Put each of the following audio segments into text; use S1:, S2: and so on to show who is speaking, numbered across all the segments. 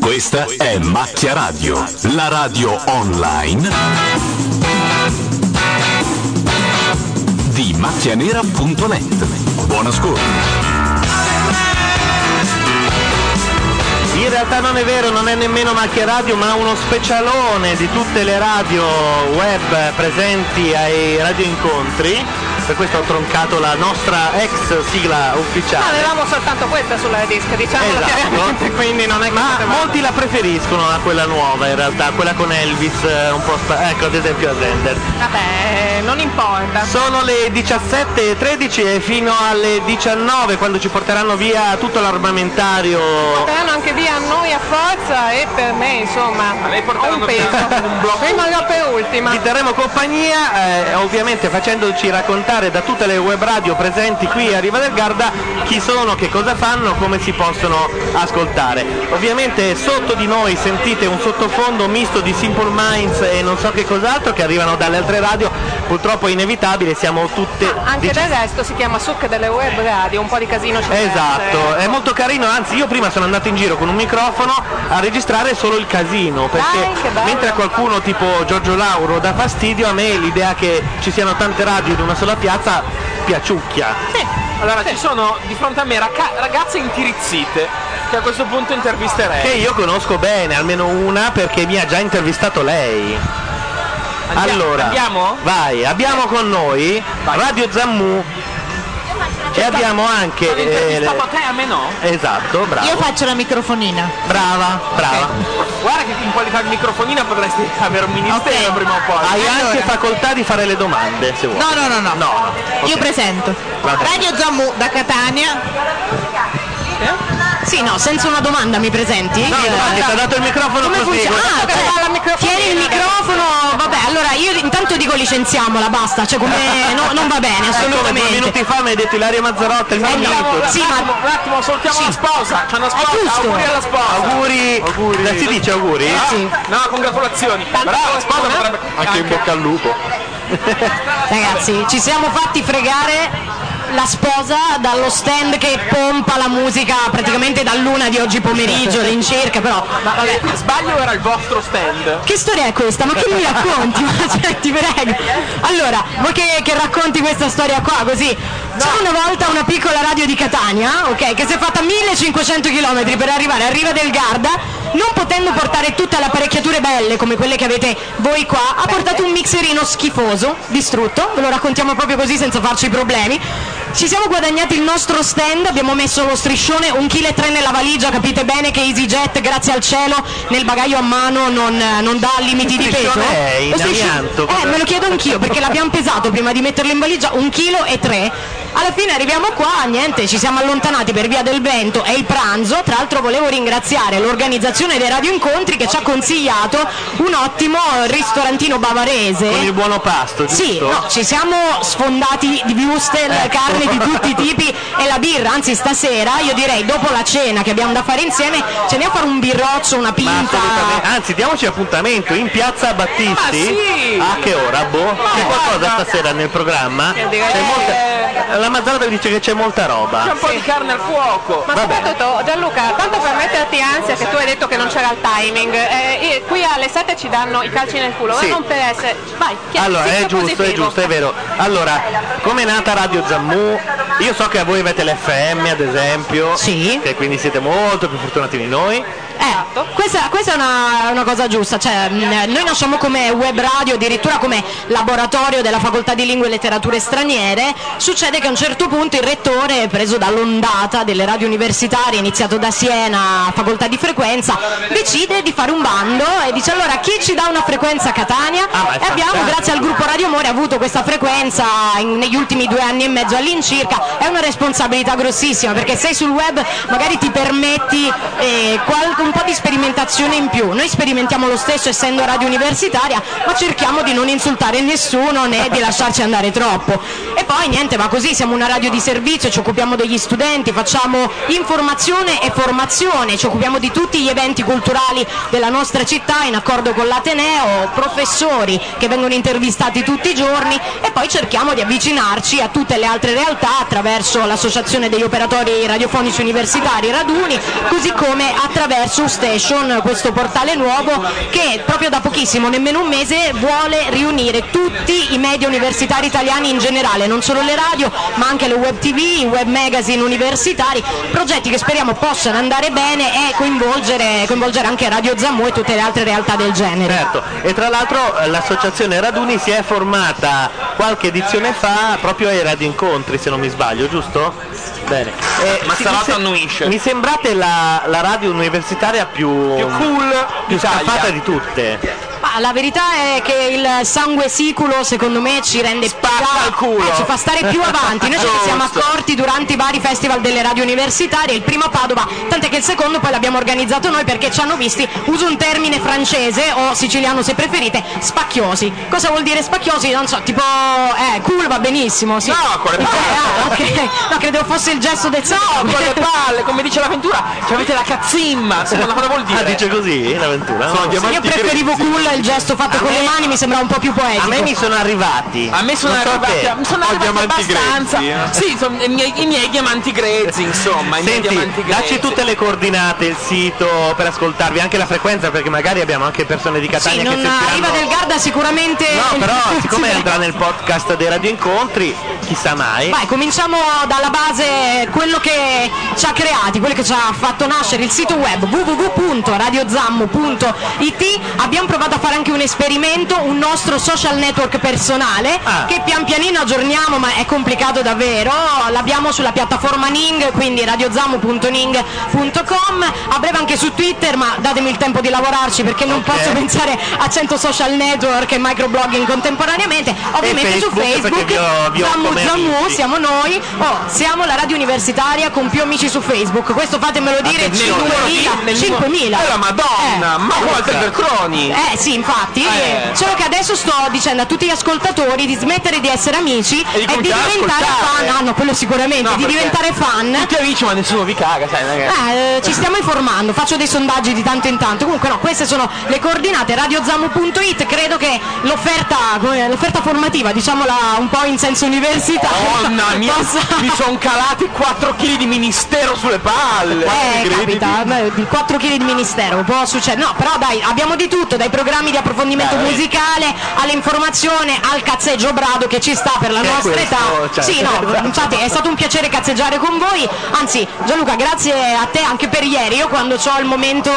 S1: Questa è Macchia Radio, la radio online di macchianera.net. Buon ascolto.
S2: In realtà non è vero, non è nemmeno Macchia Radio, ma uno specialone di tutte le radio web presenti ai radioincontri. Per questo ho troncato la nostra ex sigla ufficiale.
S3: Avevamo soltanto questa sulla disca, diciamo
S2: Esatto. Quindi non è ma molti la preferiscono a quella nuova in realtà, quella con Elvis, eh, un po' spa- ecco ad esempio a Zender.
S3: Vabbè, non importa.
S2: Sono le 17.13 e fino alle 19 quando ci porteranno via tutto l'armamentario.
S3: Porteranno anche via a noi a forza e per me, insomma, un peso. Prima o per ultima.
S2: Vi terremo compagnia, eh, ovviamente facendoci raccontare da tutte le web radio presenti qui a Riva del Garda chi sono, che cosa fanno, come si possono ascoltare. Ovviamente sotto di noi sentite un sottofondo misto di Simple Minds e non so che cos'altro che arrivano dalle altre radio, purtroppo è inevitabile, siamo tutte...
S3: Anche
S2: dic-
S3: del resto si chiama succa delle web radio, un po' di casino c'è.
S2: Esatto, è molto carino, anzi io prima sono andato in giro con un microfono a registrare solo il casino, perché
S3: Dai, che bello.
S2: mentre a qualcuno tipo Giorgio Lauro dà fastidio, a me l'idea che ci siano tante radio in una sola piazza piaciucchia.
S4: Allora, ci sono di fronte a me raca- ragazze intirizzite che a questo punto intervisterei.
S2: Che io conosco bene, almeno una, perché mi ha già intervistato lei.
S4: Andia-
S2: allora,
S4: andiamo?
S2: vai, abbiamo con noi Radio Zammu e abbiamo anche...
S4: Sono
S2: eh,
S4: intervistato a te, a me no.
S2: Esatto, bravo.
S5: Io faccio la microfonina.
S2: Brava, brava.
S4: Guarda che in qualità di microfonina potresti avere un ministero
S5: Ok.
S4: prima o poi.
S2: Hai
S5: Allora.
S2: anche facoltà di fare le domande, se vuoi.
S5: No, no, no, no.
S2: No.
S5: Io presento.
S2: Va bene.
S5: Radio Zammu da Catania.
S6: Sì, no, senza una domanda mi presenti?
S2: Eh? No,
S6: Eh,
S2: no, ti ha dato il microfono
S6: Come
S2: così.
S6: funziona? Ah,
S3: Guarda che
S6: cioè,
S3: fa la microfonina.
S6: tieni il microfono, vabbè, allora io intanto dico licenziamola, basta, cioè come no, non va bene,
S2: Come due
S6: assolutamente. Eh,
S2: minuti fa mi hai detto Ilaria Mazzarotta, il
S6: no.
S2: momento.
S6: Sì,
S4: un, attimo,
S6: ma-
S4: un attimo, soltiamo
S6: Sì.
S4: la sposa. C'è una
S6: È
S4: sposa,
S6: giusto.
S4: auguri alla sposa.
S2: Auguri. Eh, Si dice auguri?
S4: Ah,
S6: Sì.
S4: No, congratulazioni. Brava, la sposa potrebbe... Anche in bocca al lupo.
S6: Ragazzi, ci siamo fatti fregare la sposa dallo stand che pompa la musica praticamente dall'una di oggi pomeriggio l'incerca però
S4: Ma vabbè, sbaglio era il vostro stand?
S6: che storia è questa? ma che mi racconti? Ma aspetti Cioè, prego allora vuoi che, che racconti questa storia qua così c'è una volta una piccola radio di Catania ok che si è fatta 1500 km per arrivare a Riva del Garda non potendo portare tutte le apparecchiature belle come quelle che avete voi qua ha portato un mixerino schifoso distrutto ve lo raccontiamo proprio così senza farci problemi ci siamo guadagnati il nostro stand, abbiamo messo lo striscione, un chilo e tre nella valigia, capite bene che EasyJet, grazie al cielo, nel bagaglio a mano non, non dà limiti di peso.
S2: striscione è in
S6: Lo strisci-
S2: amianto,
S6: Eh, me lo chiedo anch'io, perché l'abbiamo pesato prima di metterlo in valigia, un chilo e tre. Alla fine arriviamo qua, niente, ci siamo allontanati per via del vento e il pranzo. Tra l'altro volevo ringraziare l'organizzazione dei radioincontri che ci ha consigliato un ottimo ristorantino bavarese.
S2: Con il buono pasto, giusto? Ecco.
S6: Sì, no, ci siamo sfondati di wurstel, carne di tutti i tipi e la birra, anzi stasera io direi dopo la cena che abbiamo da fare insieme ce ne a fare un birroccio, una
S2: Ma
S6: pinta.
S2: assolutamente. Anzi, diamoci appuntamento in piazza Battisti.
S4: sì!
S2: A che ora, boh? C'è qualcosa stasera nel programma?
S3: direi
S2: C'è molta... La Mazzarotta mi dice che c'è molta
S4: C'è
S2: roba.
S4: un po' di carne al fuoco.
S3: Ma soprattutto Gianluca, tanto per metterti ansia che tu hai detto che non c'era il timing, eh, e qui alle 7 ci danno i calci nel culo, ma
S2: Sì.
S3: non per essere. Vai, chiedi,
S2: Allora,
S3: sii
S2: è
S3: più
S2: giusto, è
S3: positivo.
S2: giusto, è vero. Allora, come è nata Radio Zammu? Io so che voi avete l'FM, ad esempio,
S6: Sì.
S2: che quindi siete molto più fortunati di noi.
S6: Eh,
S2: Esatto.
S6: questa, questa è una, una cosa giusta, cioè, mh, noi nasciamo come web radio, addirittura come laboratorio della facoltà di lingue e letterature straniere, succede che a un certo punto il rettore, preso dall'ondata delle radio universitarie, iniziato da Siena, facoltà di frequenza, decide di fare un bando e dice allora chi ci dà una frequenza a Catania?
S2: Ah, ma è
S6: e abbiamo,
S2: fantastico.
S6: grazie al gruppo Radio More, avuto questa frequenza in- negli ultimi due anni e mezzo all'incirca. È una responsabilità grossissima perché sei sul web magari ti permetti eh, qual- un po' di sperimentazione in più. Noi sperimentiamo lo stesso essendo radio universitaria, ma cerchiamo di non insultare nessuno né di lasciarci andare troppo. E poi niente, va così, siamo una radio di servizio, ci occupiamo degli studenti, facciamo informazione e formazione, ci occupiamo di tutti gli eventi culturali della nostra città in accordo con l'Ateneo, professori che vengono intervistati tutti i giorni e poi cerchiamo di avvicinarci a tutte le altre realtà attraverso l'Associazione degli operatori radiofonici universitari Raduni, così come attraverso Station, questo portale nuovo che proprio da pochissimo, nemmeno un mese, vuole riunire tutti i media universitari italiani in generale, non solo le radio, ma anche le web TV, i web magazine universitari, progetti che speriamo possano andare bene e coinvolgere, coinvolgere anche Radio Zammu e tutte le altre realtà del genere.
S2: Certo, e tra l'altro eh, l'associazione Raduni si è formata qualche edizione fa proprio ai radioincontri, se non mi sbaglio, giusto? Bene. Eh,
S4: Ma
S2: sì,
S4: Sarato
S2: mi se-
S4: annuisce.
S2: Mi sembrate la, la radio universitaria più,
S4: Più cool
S2: più
S4: d'Italia.
S2: scappata di tutte.
S6: Ma la verità è che il sangue siculo secondo me ci rende più
S4: Spacca il culo.
S6: Eh, ci fa stare più avanti. Noi ce ne siamo
S4: Giusto.
S6: accorti durante i vari festival delle radio universitarie, il primo a Padova, tant'è che il secondo poi l'abbiamo organizzato noi perché ci hanno visti, uso un termine francese o siciliano se preferite, spacchiosi. Cosa vuol dire spacchiosi? Non so, tipo eh, cool va benissimo, sì.
S4: No, con le
S6: Eh,
S4: palle.
S6: ah, ok. No, credevo fosse il gesto del
S4: No, con le palle, come dice l'avventura, ci avete la cazzimma, se non la cosa vuol dire.
S2: Ah, dice così l'avventura?
S1: Sono
S2: No.
S1: diamanti
S6: Io preferivo
S1: grezzi.
S6: cool il gesto fatto
S2: A
S6: con
S2: me-
S6: le mani, mi sembra un po' più poetico.
S2: A me mi sono arrivati.
S4: A me sono
S2: Non so
S4: arrivati,
S2: te. Oh,
S4: mi sono
S1: Ho
S4: arrivati
S1: diamanti
S4: abbastanza.
S1: grezzi,
S4: Sì, insomma, i miei, i miei diamanti grezzi, insomma, i miei diamanti
S2: eh. Senti,
S4: grezzi.
S2: dacci tutte le coordinate, il sito per ascoltarvi, anche la frequenza, perché magari abbiamo anche persone di Catania
S6: Sì,
S2: che
S6: non arriva
S2: sentiranno...
S6: del Garda sicuramente.
S2: No, però siccome
S6: Sì.
S2: andrà nel podcast dei radioincontri, chissà mai.
S6: Vai, cominciamo dalla base, quello che ci ha creati, quello che ci ha fatto nascere il sito web www.radiozammu.it. Abbiamo provato a fare anche un esperimento, un nostro social network personale
S2: Ah.
S6: che pian pianino aggiorniamo, ma è complicato davvero. L'abbiamo sulla piattaforma Ning, quindi radiozammu.ning.com. A breve anche su Twitter, ma datemi il tempo di lavorarci perché non
S2: Ok.
S6: posso pensare a 100 social network e microblogging contemporaneamente. Ovviamente
S2: Facebook,
S6: su
S2: perché
S6: Facebook,
S2: vi ho- vi ho
S6: Zammu
S2: come
S6: Zammu,
S2: amici.
S6: siamo noi, oh, siamo la radio universitaria con più amici su Facebook, questo fatemelo dire,
S4: Nel numero di-
S6: 5.000,
S4: nel numero-
S6: 5.000.
S4: Eh, la madonna,
S6: Eh.
S4: ma Walter Veltroni.
S6: Eh sì, infatti,
S4: Eh.
S6: solo che adesso sto dicendo a tutti gli ascoltatori di smettere di essere amici e di,
S4: cominciare ad
S6: diventare
S4: ascoltare.
S6: fan, ah no, quello sicuramente,
S4: No,
S6: di
S4: perché
S6: diventare fan.
S4: Tutti amici, ma nessuno vi caga, sai, ragazzi.
S6: Eh, ci stiamo informando, faccio dei sondaggi di tanto in tanto. Comunque no, queste sono le coordinate radiozamu.it, credo che l'offerta, come- l'offerta formativa, diciamola un po' in senso universitario,
S4: Madonna mia,
S6: possa-
S4: mi sono calati 4 kg di ministero sulle palle.
S6: Eh, capita, beh, di 4 kg di ministero, può succedere. No, però dai, abbiamo di tutto, dai programmi di approfondimento
S2: Dai,
S6: musicale, all'informazione, al cazzeggio brado che ci sta per la
S2: Che è
S6: nostra
S2: questo,
S6: età.
S2: cioè.
S6: Sì, no, infatti è stato un piacere cazzeggiare con voi. Anzi, Gianluca, grazie a te anche per ieri. Io quando ho il momento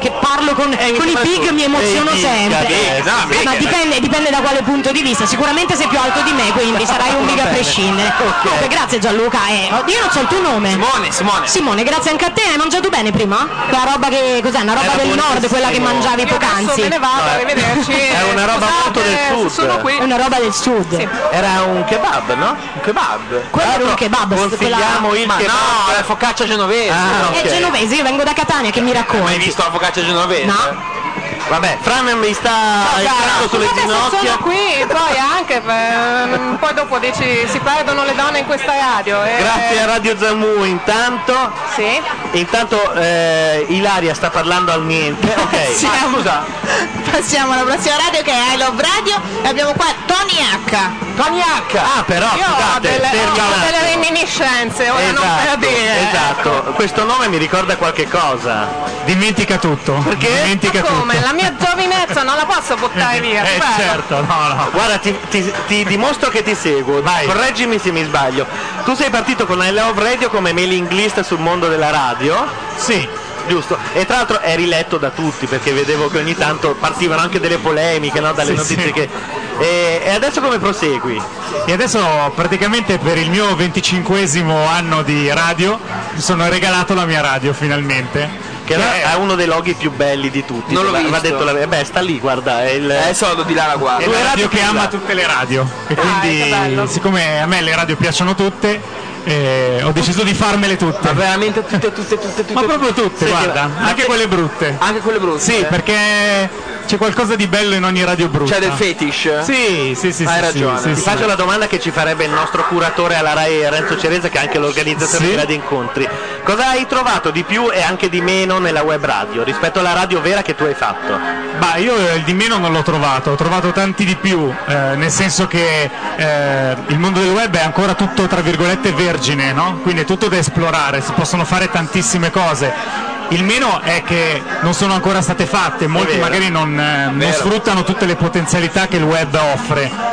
S6: che parlo con, con i big mi emoziono
S2: Eh, esatto. dica,
S6: sempre.
S2: dica,
S6: Eh,
S2: no,
S6: ma dipende, dipende da quale punto di vista. Sicuramente sei più alto di me, quindi sarai un big a prescindere. Comunque, grazie Gianluca. eh, io non so il tuo nome.
S4: Simone, Simone.
S6: Simone, grazie anche a te, hai mangiato bene prima? La roba che cos'è? Una roba
S2: Era
S6: del nord, quella che
S2: buonissimo.
S6: mangiavi
S3: Io adesso
S6: poc'anzi.
S3: me ne vado, arrivederci.
S2: È una roba
S3: Scusate,
S2: molto del
S3: se
S2: sud.
S3: Sono qui.
S6: È una roba del sud.
S2: Era un kebab, no? Un kebab.
S6: Quello era un kebab,
S2: Certo. Consigliamo
S6: quella-
S2: il
S4: Ma
S2: kebab.
S4: no, la focaccia genovese.
S2: Ah,
S4: No.
S2: ok.
S6: È genovese, io vengo da Catania, che mi
S4: Hai
S6: racconti?
S4: visto la focaccia genovese?
S6: No?
S2: Vabbè, Fran mi sta entrando sulle
S3: Scusate se
S2: ginocchia.
S3: sono qui, poi anche, eh, poi dopo dici si perdono le donne in questa radio. eh.
S2: Grazie a Radio Zammu intanto.
S3: Sì.
S2: Intanto eh, Ilaria sta parlando al niente. Ok.
S3: eh,
S5: Siamo-
S4: scusa.
S5: Passiamo alla prossima radio che è I Love Radio e abbiamo qua Tony H.
S2: Tony H. Ah però,
S3: Io ho
S2: scusate,
S3: delle, ho
S2: fermi un attimo.
S3: delle reminiscenze, ora non per
S2: Esatto,
S3: dire.
S2: esatto, questo nome mi ricorda qualche cosa.
S7: Dimentica tutto.
S2: Perché?
S7: Dimentica
S3: Ma come?
S7: tutto.
S3: La mia giovinezza non la posso buttare via.
S7: Eh
S3: spero.
S7: certo, no, no.
S2: Guarda, ti, ti- ti dimostro che ti seguo,
S7: Vai.
S2: correggimi se mi sbaglio. Tu sei partito con I Love Radio come mailing list sul mondo della radio,
S7: Sì.
S2: giusto? E tra l'altro eri letto da tutti perché vedevo che ogni tanto partivano anche delle polemiche, no? Dalle
S7: Sì,
S2: notizie
S7: sì.
S2: che... E, e adesso come prosegui?
S7: E adesso praticamente per il mio 25esimo anno di radio mi sono regalato la mia radio finalmente.
S2: Che
S7: Che
S2: è uno dei loghi più belli di tutti.
S4: Non l'ho
S2: va- va
S4: visto.
S2: detto la- eh beh, sta lì, guarda, è il...
S4: Eh, solo di là la
S7: è
S4: guarda.
S7: la radio
S2: radio
S7: che
S2: più
S7: ama
S2: bella.
S7: tutte le radio. E
S3: che
S7: quindi
S3: bello.
S7: siccome a me le radio piacciono tutte, eh, ho deciso di farmele
S4: Ma
S7: tutte.
S4: veramente tutte, tutte, tutte, tutte.
S7: Ma proprio tutte,
S4: Senti,
S7: guarda,
S4: ma-
S7: anche quelle brutte.
S4: Anche quelle brutte.
S7: Sì, perché c'è qualcosa di bello in ogni radio brutta.
S4: C'è del fetish.
S7: Sì, sì, sì,
S4: Hai
S7: sì,
S4: ragione.
S7: sì, sì,
S4: Ti
S2: Ti
S7: sì.
S2: faccio la domanda che ci farebbe il nostro curatore alla RAE Renzo Ceresa che è anche l'organizzatore
S7: Sì.
S2: dei radio incontri. Cosa hai trovato di più e anche di meno nella web radio rispetto alla radio vera che tu hai fatto?
S7: Ma io eh, il di meno non l'ho trovato, ho trovato tanti di più, eh, nel senso che eh, il mondo del web è ancora tutto tra virgolette vergine, no? Quindi è tutto da esplorare, si possono fare tantissime cose. Il meno è che non sono ancora state fatte, molti
S2: vero.
S7: magari non, eh, non
S4: Vero.
S7: sfruttano tutte le potenzialità che il web offre.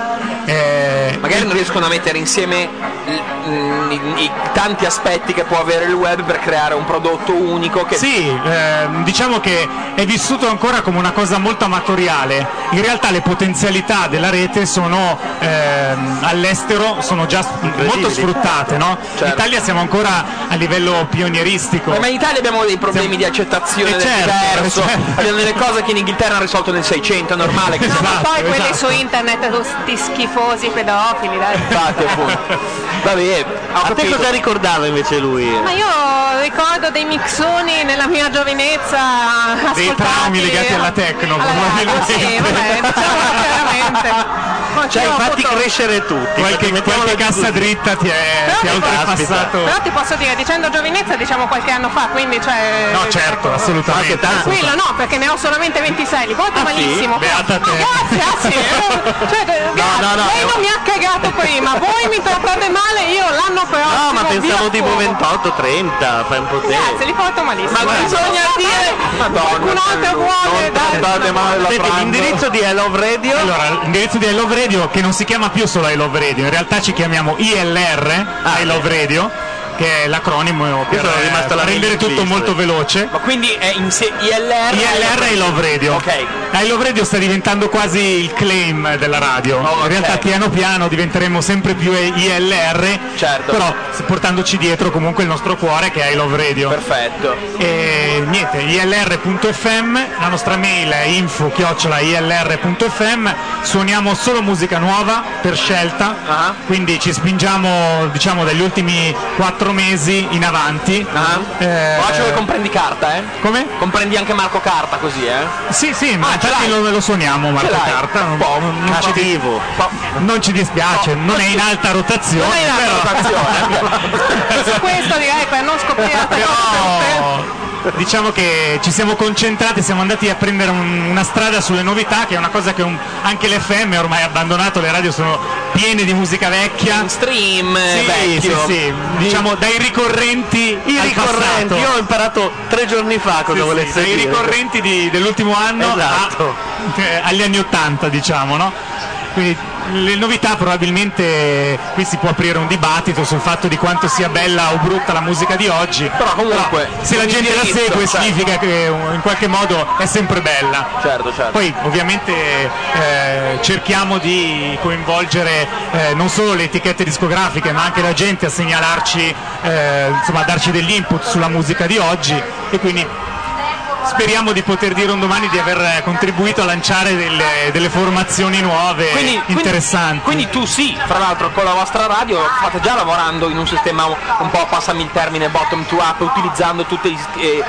S7: Eh,
S4: Magari non riescono a mettere insieme l- mm, i, i tanti aspetti che può avere il web per creare un prodotto unico che
S7: Sì, ehm, diciamo che è vissuto ancora come una cosa molto amatoriale. In realtà le potenzialità della rete sono ehm, all'estero sono già s- molto sfruttate, no? In Italia siamo ancora a livello pionieristico.
S4: Ma in Italia abbiamo dei problemi di accettazione
S7: Eh,
S4: del
S7: certo,
S4: diverso,
S7: certo.
S4: abbiamo delle cose che in Inghilterra hanno risolto nel 600, è normale che sia
S7: Esatto,
S3: Poi quelli
S7: esatto.
S3: su internet, tutti schifosi pedofili, dai.
S4: infatti appunto. Vabbè, ho
S2: A te
S4: capito.
S2: cosa ricordava invece lui?
S3: Ma io ricordo dei mixoni nella mia giovinezza ascoltati-
S7: traumi legati alla techno,
S3: Eh, alla-
S7: probabilmente.
S3: Sì, vabbè, diciamolo chiaramente. Ma
S2: Cioè,
S3: io,
S2: fatti
S3: appunto,
S2: crescere tutti. cioè,
S7: Qualche,
S2: mettiamola
S7: qualche
S2: giù
S7: cassa
S2: così.
S7: dritta ti è,
S3: Però
S7: ti ha
S3: mi fa-
S7: oltrepassato.
S3: Però ti posso dire, dicendo giovinezza, diciamo qualche anno fa, quindi cioè...
S7: No, certo,
S2: Anche
S7: assolutamente.
S2: eh, tanto.
S3: Quello no, perché ne ho solamente 26, li porto malissimo.
S7: Beata
S3: Ah,
S7: te.
S3: grazie, ah sì. eh, Cioè, eh, grazie.
S2: no, no,
S3: Lei
S2: è
S3: non
S2: un-
S3: mi ha cagato prima, voi mi trattate male, io l'anno prossimo.
S2: No, ma
S3: vi
S2: pensavo tipo
S3: affogo.
S2: 28, 30, fai un po' te.
S3: Grazie, li porto malissimo.
S2: Ma
S3: Eh.
S2: bisogna
S3: Ah,
S2: dire-
S3: dai,
S2: Madonna,
S3: Qualcun altro
S2: Carlo,
S3: vuole,
S2: non
S3: dai.
S2: trattate male la Senti, l'indirizzo di I Love Radio
S7: Allora, l'indirizzo di I Love Radio che non si chiama più solo I Love Radio, in realtà ci chiamiamo ILR, I Love Radio, che è l'acronimo per
S2: Ah, sono
S7: eh,
S2: rimasto alla
S7: rendere
S2: mailing
S7: tutto
S2: list.
S7: molto veloce.
S4: Ma quindi è in se- ILR
S7: ILR e I Love Radio.
S4: Ok.
S7: I Love Radio sta diventando quasi il claim della radio.
S4: Oh, ok.
S7: In realtà piano piano diventeremo sempre più ILR,
S4: Certo.
S7: però portandoci dietro comunque il nostro cuore che è I Love Radio.
S4: Perfetto.
S7: E niente, ilr.fm, la nostra mail è info ilr.fm, suoniamo solo musica nuova per scelta,
S4: Ah.
S7: quindi ci spingiamo diciamo dagli ultimi 4 mesi in avanti.
S4: Ah.
S7: Eh,
S4: Faccio che comprendi carta, eh?
S7: come?
S4: Comprendi anche Marco Carta così, eh?
S7: Sì, sì, ma
S4: ce
S7: infatti
S4: l'hai?
S7: lo, lo suoniamo Marco
S4: l'hai?
S7: Carta, non,
S4: Po-
S7: non- non ci, di-
S2: cattivo.
S7: non ci dispiace, non è in alta rotazione, però-
S3: Su questo direi per non scoprire altre cose.
S7: Però diciamo che ci siamo concentrati, siamo andati a prendere un- una strada sulle novità, che è una cosa che un- anche l'FM ha ormai abbandonato, le radio sono piene di musica vecchia.
S4: In stream eh,
S7: Sì,
S4: vecchio.
S7: sì, sì, diciamo dai ricorrenti
S2: I
S7: al
S2: ricorrenti,
S7: passato.
S2: io ho imparato tre giorni fa cosa
S7: Sì, sì,
S2: volesse
S7: dai
S2: dire.
S7: ricorrenti di- dell'ultimo anno a-
S2: Esatto.
S7: eh, agli anni 80 diciamo no? quindi le novità probabilmente qui si può aprire un dibattito sul fatto di quanto sia bella o brutta la musica di oggi
S4: Però comunque,
S7: se la gente la
S4: indirizzo,
S7: segue
S4: cioè-
S7: significa che uh, in qualche modo è sempre bella.
S4: Certo, certo.
S7: Poi ovviamente eh, cerchiamo di coinvolgere eh, non solo le etichette discografiche ma anche la gente a segnalarci, eh, insomma a darci degli input sulla musica di oggi e quindi speriamo di poter dire un domani di aver eh, contribuito a lanciare delle, delle formazioni nuove,
S4: Quindi- quindi-
S7: interessanti.
S4: Quindi, tu sì, fra l'altro con la vostra radio state già lavorando in un sistema un po', passami il termine, bottom to up, utilizzando tutti eh,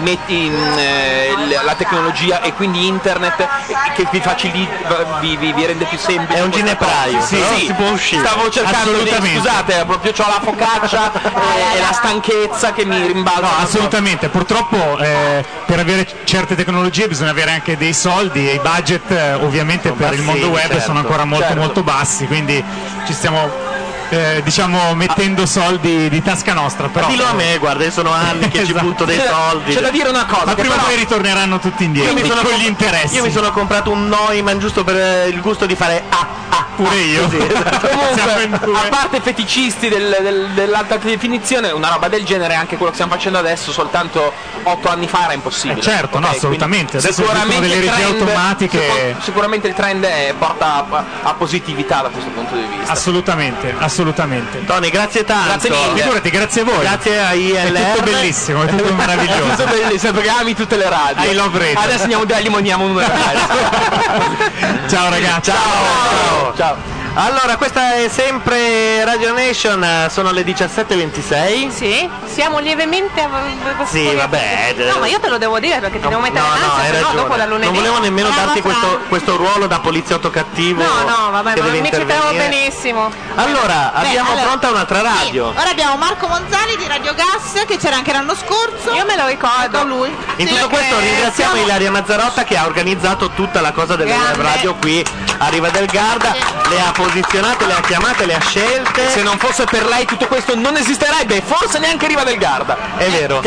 S4: mm, la tecnologia e quindi internet eh, che vi facilita, vi, vi- vi rende più semplice.
S2: È un
S4: questa
S2: ginepraio,
S4: cosa.
S2: però
S4: sì, sì,
S2: si può uscire.
S4: Stavo cercando di,
S7: Assolutamente.
S4: scusate, proprio ho la focaccia eh, e la stanchezza che mi rimbalza.
S7: No, assolutamente. Purtroppo eh, per avere c- certe tecnologie bisogna avere anche dei soldi e i budget eh, ovviamente per il mondo
S2: bassini,
S7: web
S2: certo,
S7: sono ancora molto
S4: certo.
S7: molto bassi, quindi ci stiamo eh, diciamo mettendo soldi di tasca nostra. Però,
S2: Dillo a me, guarda, io sono anni che ci
S7: Esatto.
S2: butto dei
S4: C'è da-
S2: soldi.
S4: C'è da dire una cosa,
S7: Ma
S4: che
S7: prima o
S4: però-
S7: poi ritorneranno tutti indietro con
S2: comp-
S7: gli interessi.
S2: Io mi sono comprato un Neumann giusto per eh, il gusto di fare ah, ah,
S7: pure io.
S2: così, esatto.
S7: Siamo in
S4: Comunque,
S7: due.
S4: a parte feticisti del- del- dell'alta definizione, una roba del genere, anche quello che stiamo facendo adesso, soltanto otto anni fa era impossibile.
S7: Eh, certo, no,
S4: Ok,
S7: assolutamente.
S4: quindi
S7: Adesso esistono delle
S4: il
S7: regie automatiche.
S4: sicur- sicuramente il trend è- porta a, a positività da questo punto di vista.
S7: Assolutamente, assolutamente.
S2: Tony, grazie tanto.
S4: Grazie mille.
S7: Figurati, grazie a voi.
S2: Grazie a ILR.
S7: È tutto bellissimo, è tutto
S4: È tutto
S7: meraviglioso.
S4: bellissimo, perché ami tutte le radio.
S7: I love radio.
S4: Adesso andiamo da gli moniamo un
S7: Ciao ragazzi.
S2: Ciao. Allora, questa è sempre Radio Nation, eh, sono le 17.26.
S3: Sì, siamo lievemente a...
S2: Sì, vabbè.
S3: No, ma io te lo devo dire perché ti devo mettere
S2: no,
S3: in
S2: no, hai
S3: ansia, se no
S2: ragione.
S3: dopo da lunedì.
S2: Non volevo nemmeno
S3: Eh, vabbè.
S2: darti questo, questo ruolo da poliziotto cattivo.
S3: No, no, vabbè,
S2: che
S3: ma
S2: deve
S3: mi ci trovo
S2: intervenire.
S3: benissimo.
S2: Allora, abbiamo
S5: allora-
S2: pronta un'altra
S5: Sì,
S2: radio.
S5: Ora abbiamo Marco Monzali di Radio Gas che c'era anche l'anno scorso. Ecco
S3: Io me lo ricordo. lui.
S2: In tutto
S5: Sì,
S2: questo
S5: perché
S2: ringraziamo
S5: siamo-
S2: Ilaria Mazzarotta che ha organizzato tutta la cosa delle
S3: Grande.
S2: web radio qui a Riva del Garda, le ha posizionate, le ha chiamate, le ha scelte.
S4: Se non fosse per lei tutto questo non esisterebbe, forse neanche Riva del Garda.
S2: È vero,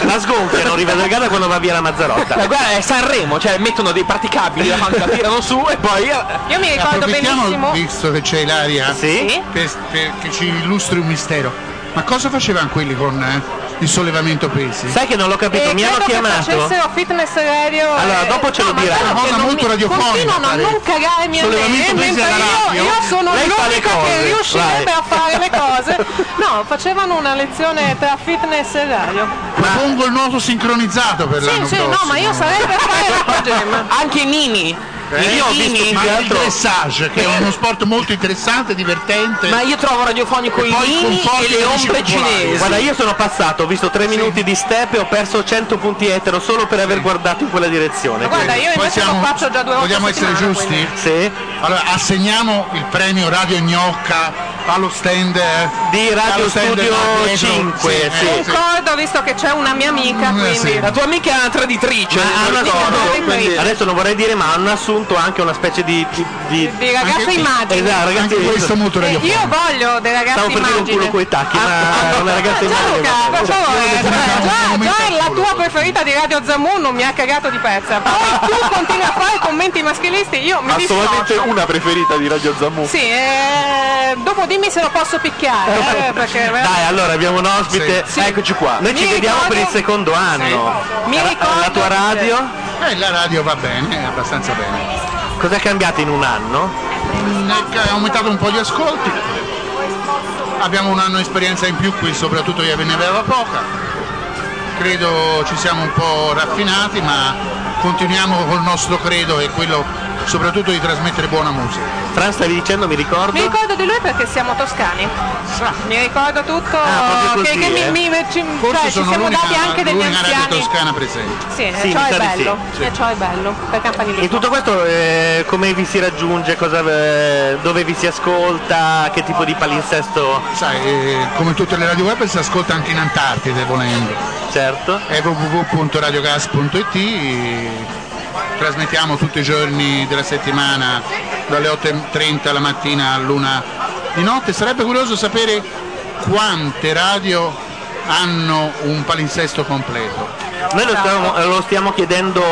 S2: la sgonfiano Riva del Garda quando va via la Mazzarotta.
S4: Ma guarda, è Sanremo, cioè mettono dei praticabili davanti, la tirano su e poi... eh,
S3: Io mi ricordo
S8: Approfittiamo,
S3: benissimo.
S8: visto che c'è Ilaria,
S2: Sì?
S8: per- perché ci illustri un mistero. Ma cosa facevano quelli con eh, il sollevamento pesi?
S2: Sai che non l'ho capito,
S3: eh,
S2: mi hanno
S3: credo
S2: chiamato.
S3: Che facessero fitness radio.
S2: Allora,
S3: eh,
S2: dopo ce lo
S3: no, ma
S2: dirà.
S3: guarda
S8: Una
S3: che
S8: cosa
S3: non
S8: molto
S3: mi-
S8: radiofonica,
S3: Continuano a
S8: pare.
S3: non cagarmi a me,
S2: Sollevamento presi
S3: mentre
S2: alla
S3: io,
S2: radio.
S3: io sono
S2: Lei fa le
S3: l'unica che
S2: cose,
S3: riuscirebbe
S2: vai.
S3: a fare le cose. No, facevano una lezione tra fitness e radio.
S8: Propongo il nuoto sincronizzato per
S3: Sì,
S8: l'anno
S3: sì,
S8: prossimo.
S3: no, ma io sarei per fare la progem.
S4: Anche Nini.
S8: Eh,
S4: Io ho visto più
S8: ma
S4: che
S8: il
S4: altro-
S8: dressage, che è uno sport molto interessante, divertente.
S4: Ma io trovo radiofonico
S8: E
S4: i
S8: poi
S4: Nini
S8: conforti
S4: e le
S8: e
S4: ombre
S8: luci popolari.
S4: cinesi.
S2: Guarda, io sono passato, ho visto tre minuti di step e ho perso 100 punti etero solo per aver guardato in quella direzione.
S3: Guarda, io
S8: Poi
S3: invece
S8: siamo-
S3: lo faccio già due volte
S8: Vogliamo
S3: a
S8: essere
S3: settimana,
S8: giusti?
S3: quindi.
S2: Sì,
S8: Allora, assegniamo il premio Radio Gnocca allo stand eh,
S2: di Radio
S8: allo stand
S2: Studio
S8: là dietro.
S2: 5, sì.
S8: eh,
S3: Concordo, visto che c'è una mia amica,
S8: Mm,
S3: quindi...
S8: sì.
S4: La tua amica è una traditrice.
S2: Ma hanno
S4: ricordo.
S2: assunto,
S3: Quindi-
S2: quindi- adesso non vorrei dire, ma hanno assunto anche una specie di. di, di-
S3: Di ragazze
S8: Anche-
S3: immagini.
S2: Esatto, ragazzi,
S8: Anche questo è molto
S3: Eh,
S8: radiofonico.
S3: io voglio dei ragazzi
S2: stavo per dire un
S3: immagini.
S2: culo coi tacchi, ma una ragazza in mano.
S3: Gianluca, per favore,
S8: facciamo un
S3: già,
S8: momento
S3: già
S8: al
S3: la
S8: culo.
S3: tua preferita di Radio Zamu non mi ha cagato di pezza.
S2: Ah.
S3: Poi tu continui a fare commenti maschilisti, io mi
S9: Ha solamente
S3: dissocio.
S9: una preferita di Radio Zammu.
S3: Sì, eh, dopo dimmi se lo posso picchiare, eh, perché
S2: Dai, allora abbiamo un ospite.
S8: Sì.
S9: Sì. Eccoci qua.
S2: Noi ci
S3: Mi
S2: vediamo
S3: ricordo-
S2: per il secondo anno.
S3: Mi
S2: Ra-
S3: ricordo-
S2: La tua radio?
S8: Eh, la radio va bene, eh, abbastanza bene.
S2: Cos'è cambiato in un anno?
S8: Mm, È aumentato un po' gli ascolti. Abbiamo un anno di esperienza in più qui, soprattutto io ve ne avevo poca. Credo ci siamo un po' raffinati, ma continuiamo col nostro credo e quello soprattutto di trasmettere buona musica.
S2: Fran stavi dicendo, mi ricordo?
S3: Mi ricordo di lui perché siamo toscani. Mi ricordo tutto.
S2: Ah, proprio
S3: che,
S2: così,
S3: che
S2: eh.
S3: mi- mi- ci,
S8: Forse
S3: cioè, ci
S8: sono
S3: siamo
S8: l'unica,
S3: dati anche degli
S8: l'unica radio
S3: anziani.
S8: toscana presente.
S3: Sì, e
S2: Sì,
S3: ciò
S2: mi
S3: è
S2: sa di
S3: bello.
S8: sì.
S3: E ciò è bello. Per campanilino.
S2: In tutto questo eh, come vi si raggiunge, cosa, eh, dove vi si ascolta, che tipo di palinsesto
S8: Sai, eh, come tutte le radio web si ascolta anche in Antartide volendo.
S2: certo?
S8: È www.radiogas.it eh, Trasmettiamo tutti i giorni della settimana dalle 8.30 la mattina all'una di notte. Sarebbe curioso sapere quante radio hanno un palinsesto completo.
S2: Noi lo stiamo, lo stiamo chiedendo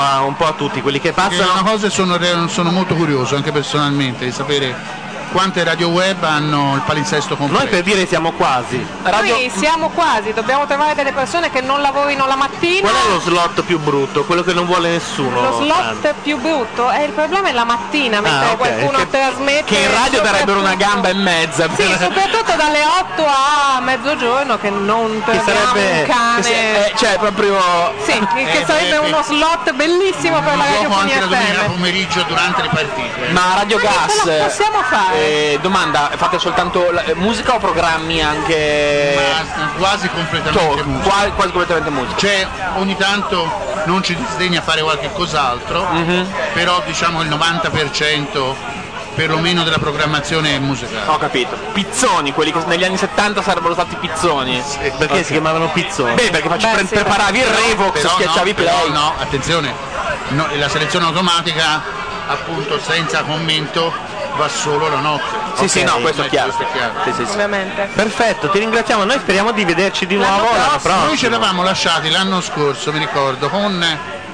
S2: a- un po' a tutti quelli che
S8: È una
S2: passano.
S8: cosa e sono, re- sono molto curioso anche personalmente di sapere quante radio web hanno il palinsesto completo.
S2: Noi per dire siamo quasi.
S3: Noi siamo quasi, dobbiamo trovare delle persone che non lavorino la mattina.
S2: Qual è lo slot più brutto? Quello che non vuole nessuno.
S3: Lo
S2: Fran?
S3: slot più brutto è il problema è la mattina, mentre
S2: ok.
S3: qualcuno
S2: Che-
S3: trasmette.
S4: Che in radio darebbero una gamba e mezza.
S3: Sì, soprattutto dalle 8 a mezzogiorno che non
S2: Che
S3: perdiamo
S2: sarebbe,
S3: un cane.
S2: che se- eh, cioè proprio
S3: Sì, che che
S8: Eh,
S3: sarebbe
S8: beh,
S3: uno
S8: beh.
S3: slot bellissimo per la
S8: Gioco anche
S3: radiofonia
S8: la domenica
S3: FM.
S8: pomeriggio durante le partite.
S4: Ma Radio
S3: Ma che
S4: Gas.
S3: cosa possiamo fare?
S4: eh, domanda, fate soltanto la- eh, musica o programmi anche.
S8: Ma quasi completamente
S4: Talk,
S8: musica.
S4: qua- eh, quasi completamente musica.
S8: Cioè, ogni tanto non ci disdegna fare qualche cos'altro,
S4: Mhm.
S8: però diciamo il 90% perlomeno della programmazione è musicale.
S4: Ho capito. Pizzoni, quelli che negli anni 70 sarebbero stati pizzoni.
S2: perché si chiamavano pizzoni.
S4: Beh, perché facci-
S3: Beh,
S4: pre-
S3: sì,
S4: preparavi il revox,
S8: Però
S4: schiacciavi
S8: no, però
S4: play.
S8: no, attenzione, no, la selezione automatica appunto senza commento va solo la notte.
S4: Sì, sì,
S8: Ok,
S4: no, questo è chiaro. Sì, sì, sì.
S3: Ovviamente.
S2: Perfetto, ti ringraziamo, noi speriamo di vederci di
S3: L'anno
S2: nuovo l'anno
S3: prossimo.
S2: prossimo.
S8: Noi ci eravamo lasciati l'anno scorso, mi ricordo, con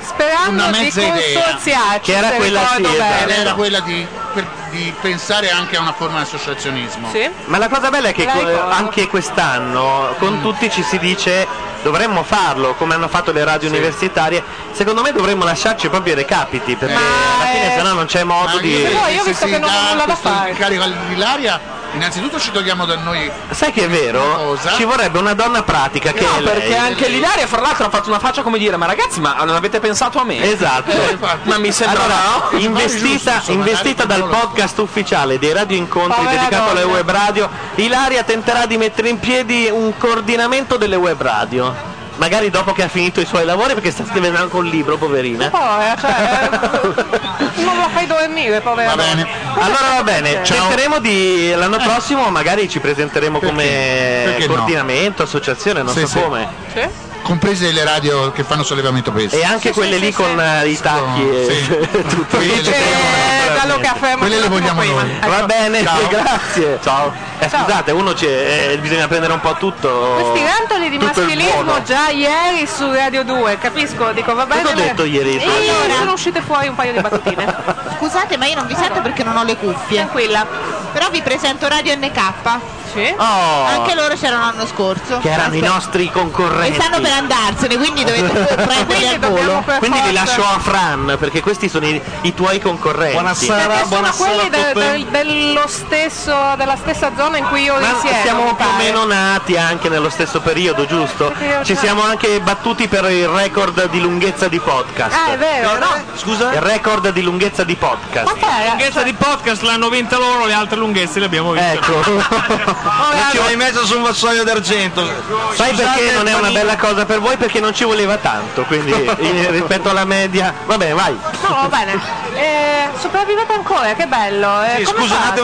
S3: Sperando
S8: Una
S3: di
S8: mezza idea.
S3: consorziarci.
S2: Che era
S3: se
S2: quella,
S3: ricordo
S2: sì, esatto.
S3: bene.
S8: era quella di, per- di pensare anche a una forma di associazionismo.
S3: Sì.
S2: Ma la cosa bella è che
S3: Me la
S2: eh,
S3: ricordo.
S2: anche quest'anno con tutti ci si dice dovremmo farlo come hanno fatto le radio universitarie. Secondo me dovremmo lasciarci proprio i recapiti perché
S3: Ma,
S2: alla fine
S3: eh,
S2: sennò non c'è modo
S8: Ma
S2: di...
S8: io,
S3: Però io ho visto che non ho nulla da fare.
S8: Carico all'Ilaria, innanzitutto ci togliamo da noi.
S2: Sai che è
S8: Una
S2: vero?
S8: cosa.
S2: Ci vorrebbe una donna pratica che...
S4: No,
S2: è lei.
S4: perché anche l'Ilaria fra l'altro ha fatto una faccia come dire, ma ragazzi, ma non avete pensato a me?
S2: Esatto.
S8: infatti.
S4: Ma mi sembra
S2: Allora,
S4: no?
S8: giusto,
S2: investita,
S8: insomma,
S2: investita
S8: dai,
S2: dal
S8: non lo so.
S2: podcast ufficiale dei Radio Incontri
S3: Povera
S2: dedicato alle
S3: donna.
S2: web radio, Ilaria tenterà di mettere in piedi un coordinamento delle web radio. Magari dopo che ha finito i suoi lavori perché sta scrivendo anche un libro, poverina.
S3: Povera, eh, cioè, eh, non la fai dormire, povera.
S8: Va bene.
S2: Allora va bene,
S8: Ciao.
S2: cercheremo di l'anno prossimo magari ci presenteremo come
S8: Perché no?
S2: coordinamento, associazione, non
S8: Sì,
S2: so
S8: sì.
S2: come.
S3: Sì?
S8: comprese le radio che fanno sollevamento peso.
S2: E anche quelle lì con eh, i tacchi e tutto. Cioè,
S8: Quelle le
S3: Eh, Dallo caffè, ma
S8: Quelle le vogliamo noi.
S2: Va bene,
S8: Ciao.
S2: grazie. Ciao. scusate, uno c'è, eh, bisogna prendere un po' tutto.
S3: Questi rantoli di
S2: oh, tutto il
S3: maschilismo
S2: buono.
S3: già ieri su Radio 2, capisco, dico va bene.
S2: Cosa ho
S5: Certo,
S2: detto ieri?
S3: E sono uscite fuori un paio di battutine.
S5: Scusate, ma io non vi sento perché non ho le cuffie.
S3: Tranquilla.
S5: Però vi presento Radio NK.
S3: Sì.
S2: Oh,
S5: Anche loro c'erano l'anno scorso.
S2: che erano i nostri
S5: E
S2: concorrenti.
S5: stanno per andarsene, quindi dovete prenderli
S3: Quindi
S5: al
S3: dobbiamo
S5: volo.
S3: per
S2: Quindi li
S3: forza-
S2: lascio a Fran, perché questi sono i, i tuoi concorrenti.
S3: Perché
S10: Buonasera,
S3: Eh, sono
S10: buonasera
S3: quelli
S10: a
S3: de-
S10: tutti.
S3: del- dello stesso, della stessa zona in cui io
S2: Ma
S3: risiedo.
S2: siamo
S3: mi
S2: più o
S3: pare.
S2: meno nati anche nello stesso periodo, giusto? Ci siamo anche battuti per il record di lunghezza di podcast.
S3: Ah, è vero, no?
S2: Scusa? Il record di lunghezza di podcast.
S4: lunghezza di podcast l'hanno vinta loro, le altre lunghezze le abbiamo vinte.
S2: Ecco. Non ci vuole-
S4: messo su un vassoio d'argento.
S2: Sai perché non è una bella cosa per voi? Perché non ci voleva tanto, quindi eh, rispetto alla media. Va bene, vai.
S3: No, va bene. Eh, sopravvivete ancora, che bello. Eh, come fate?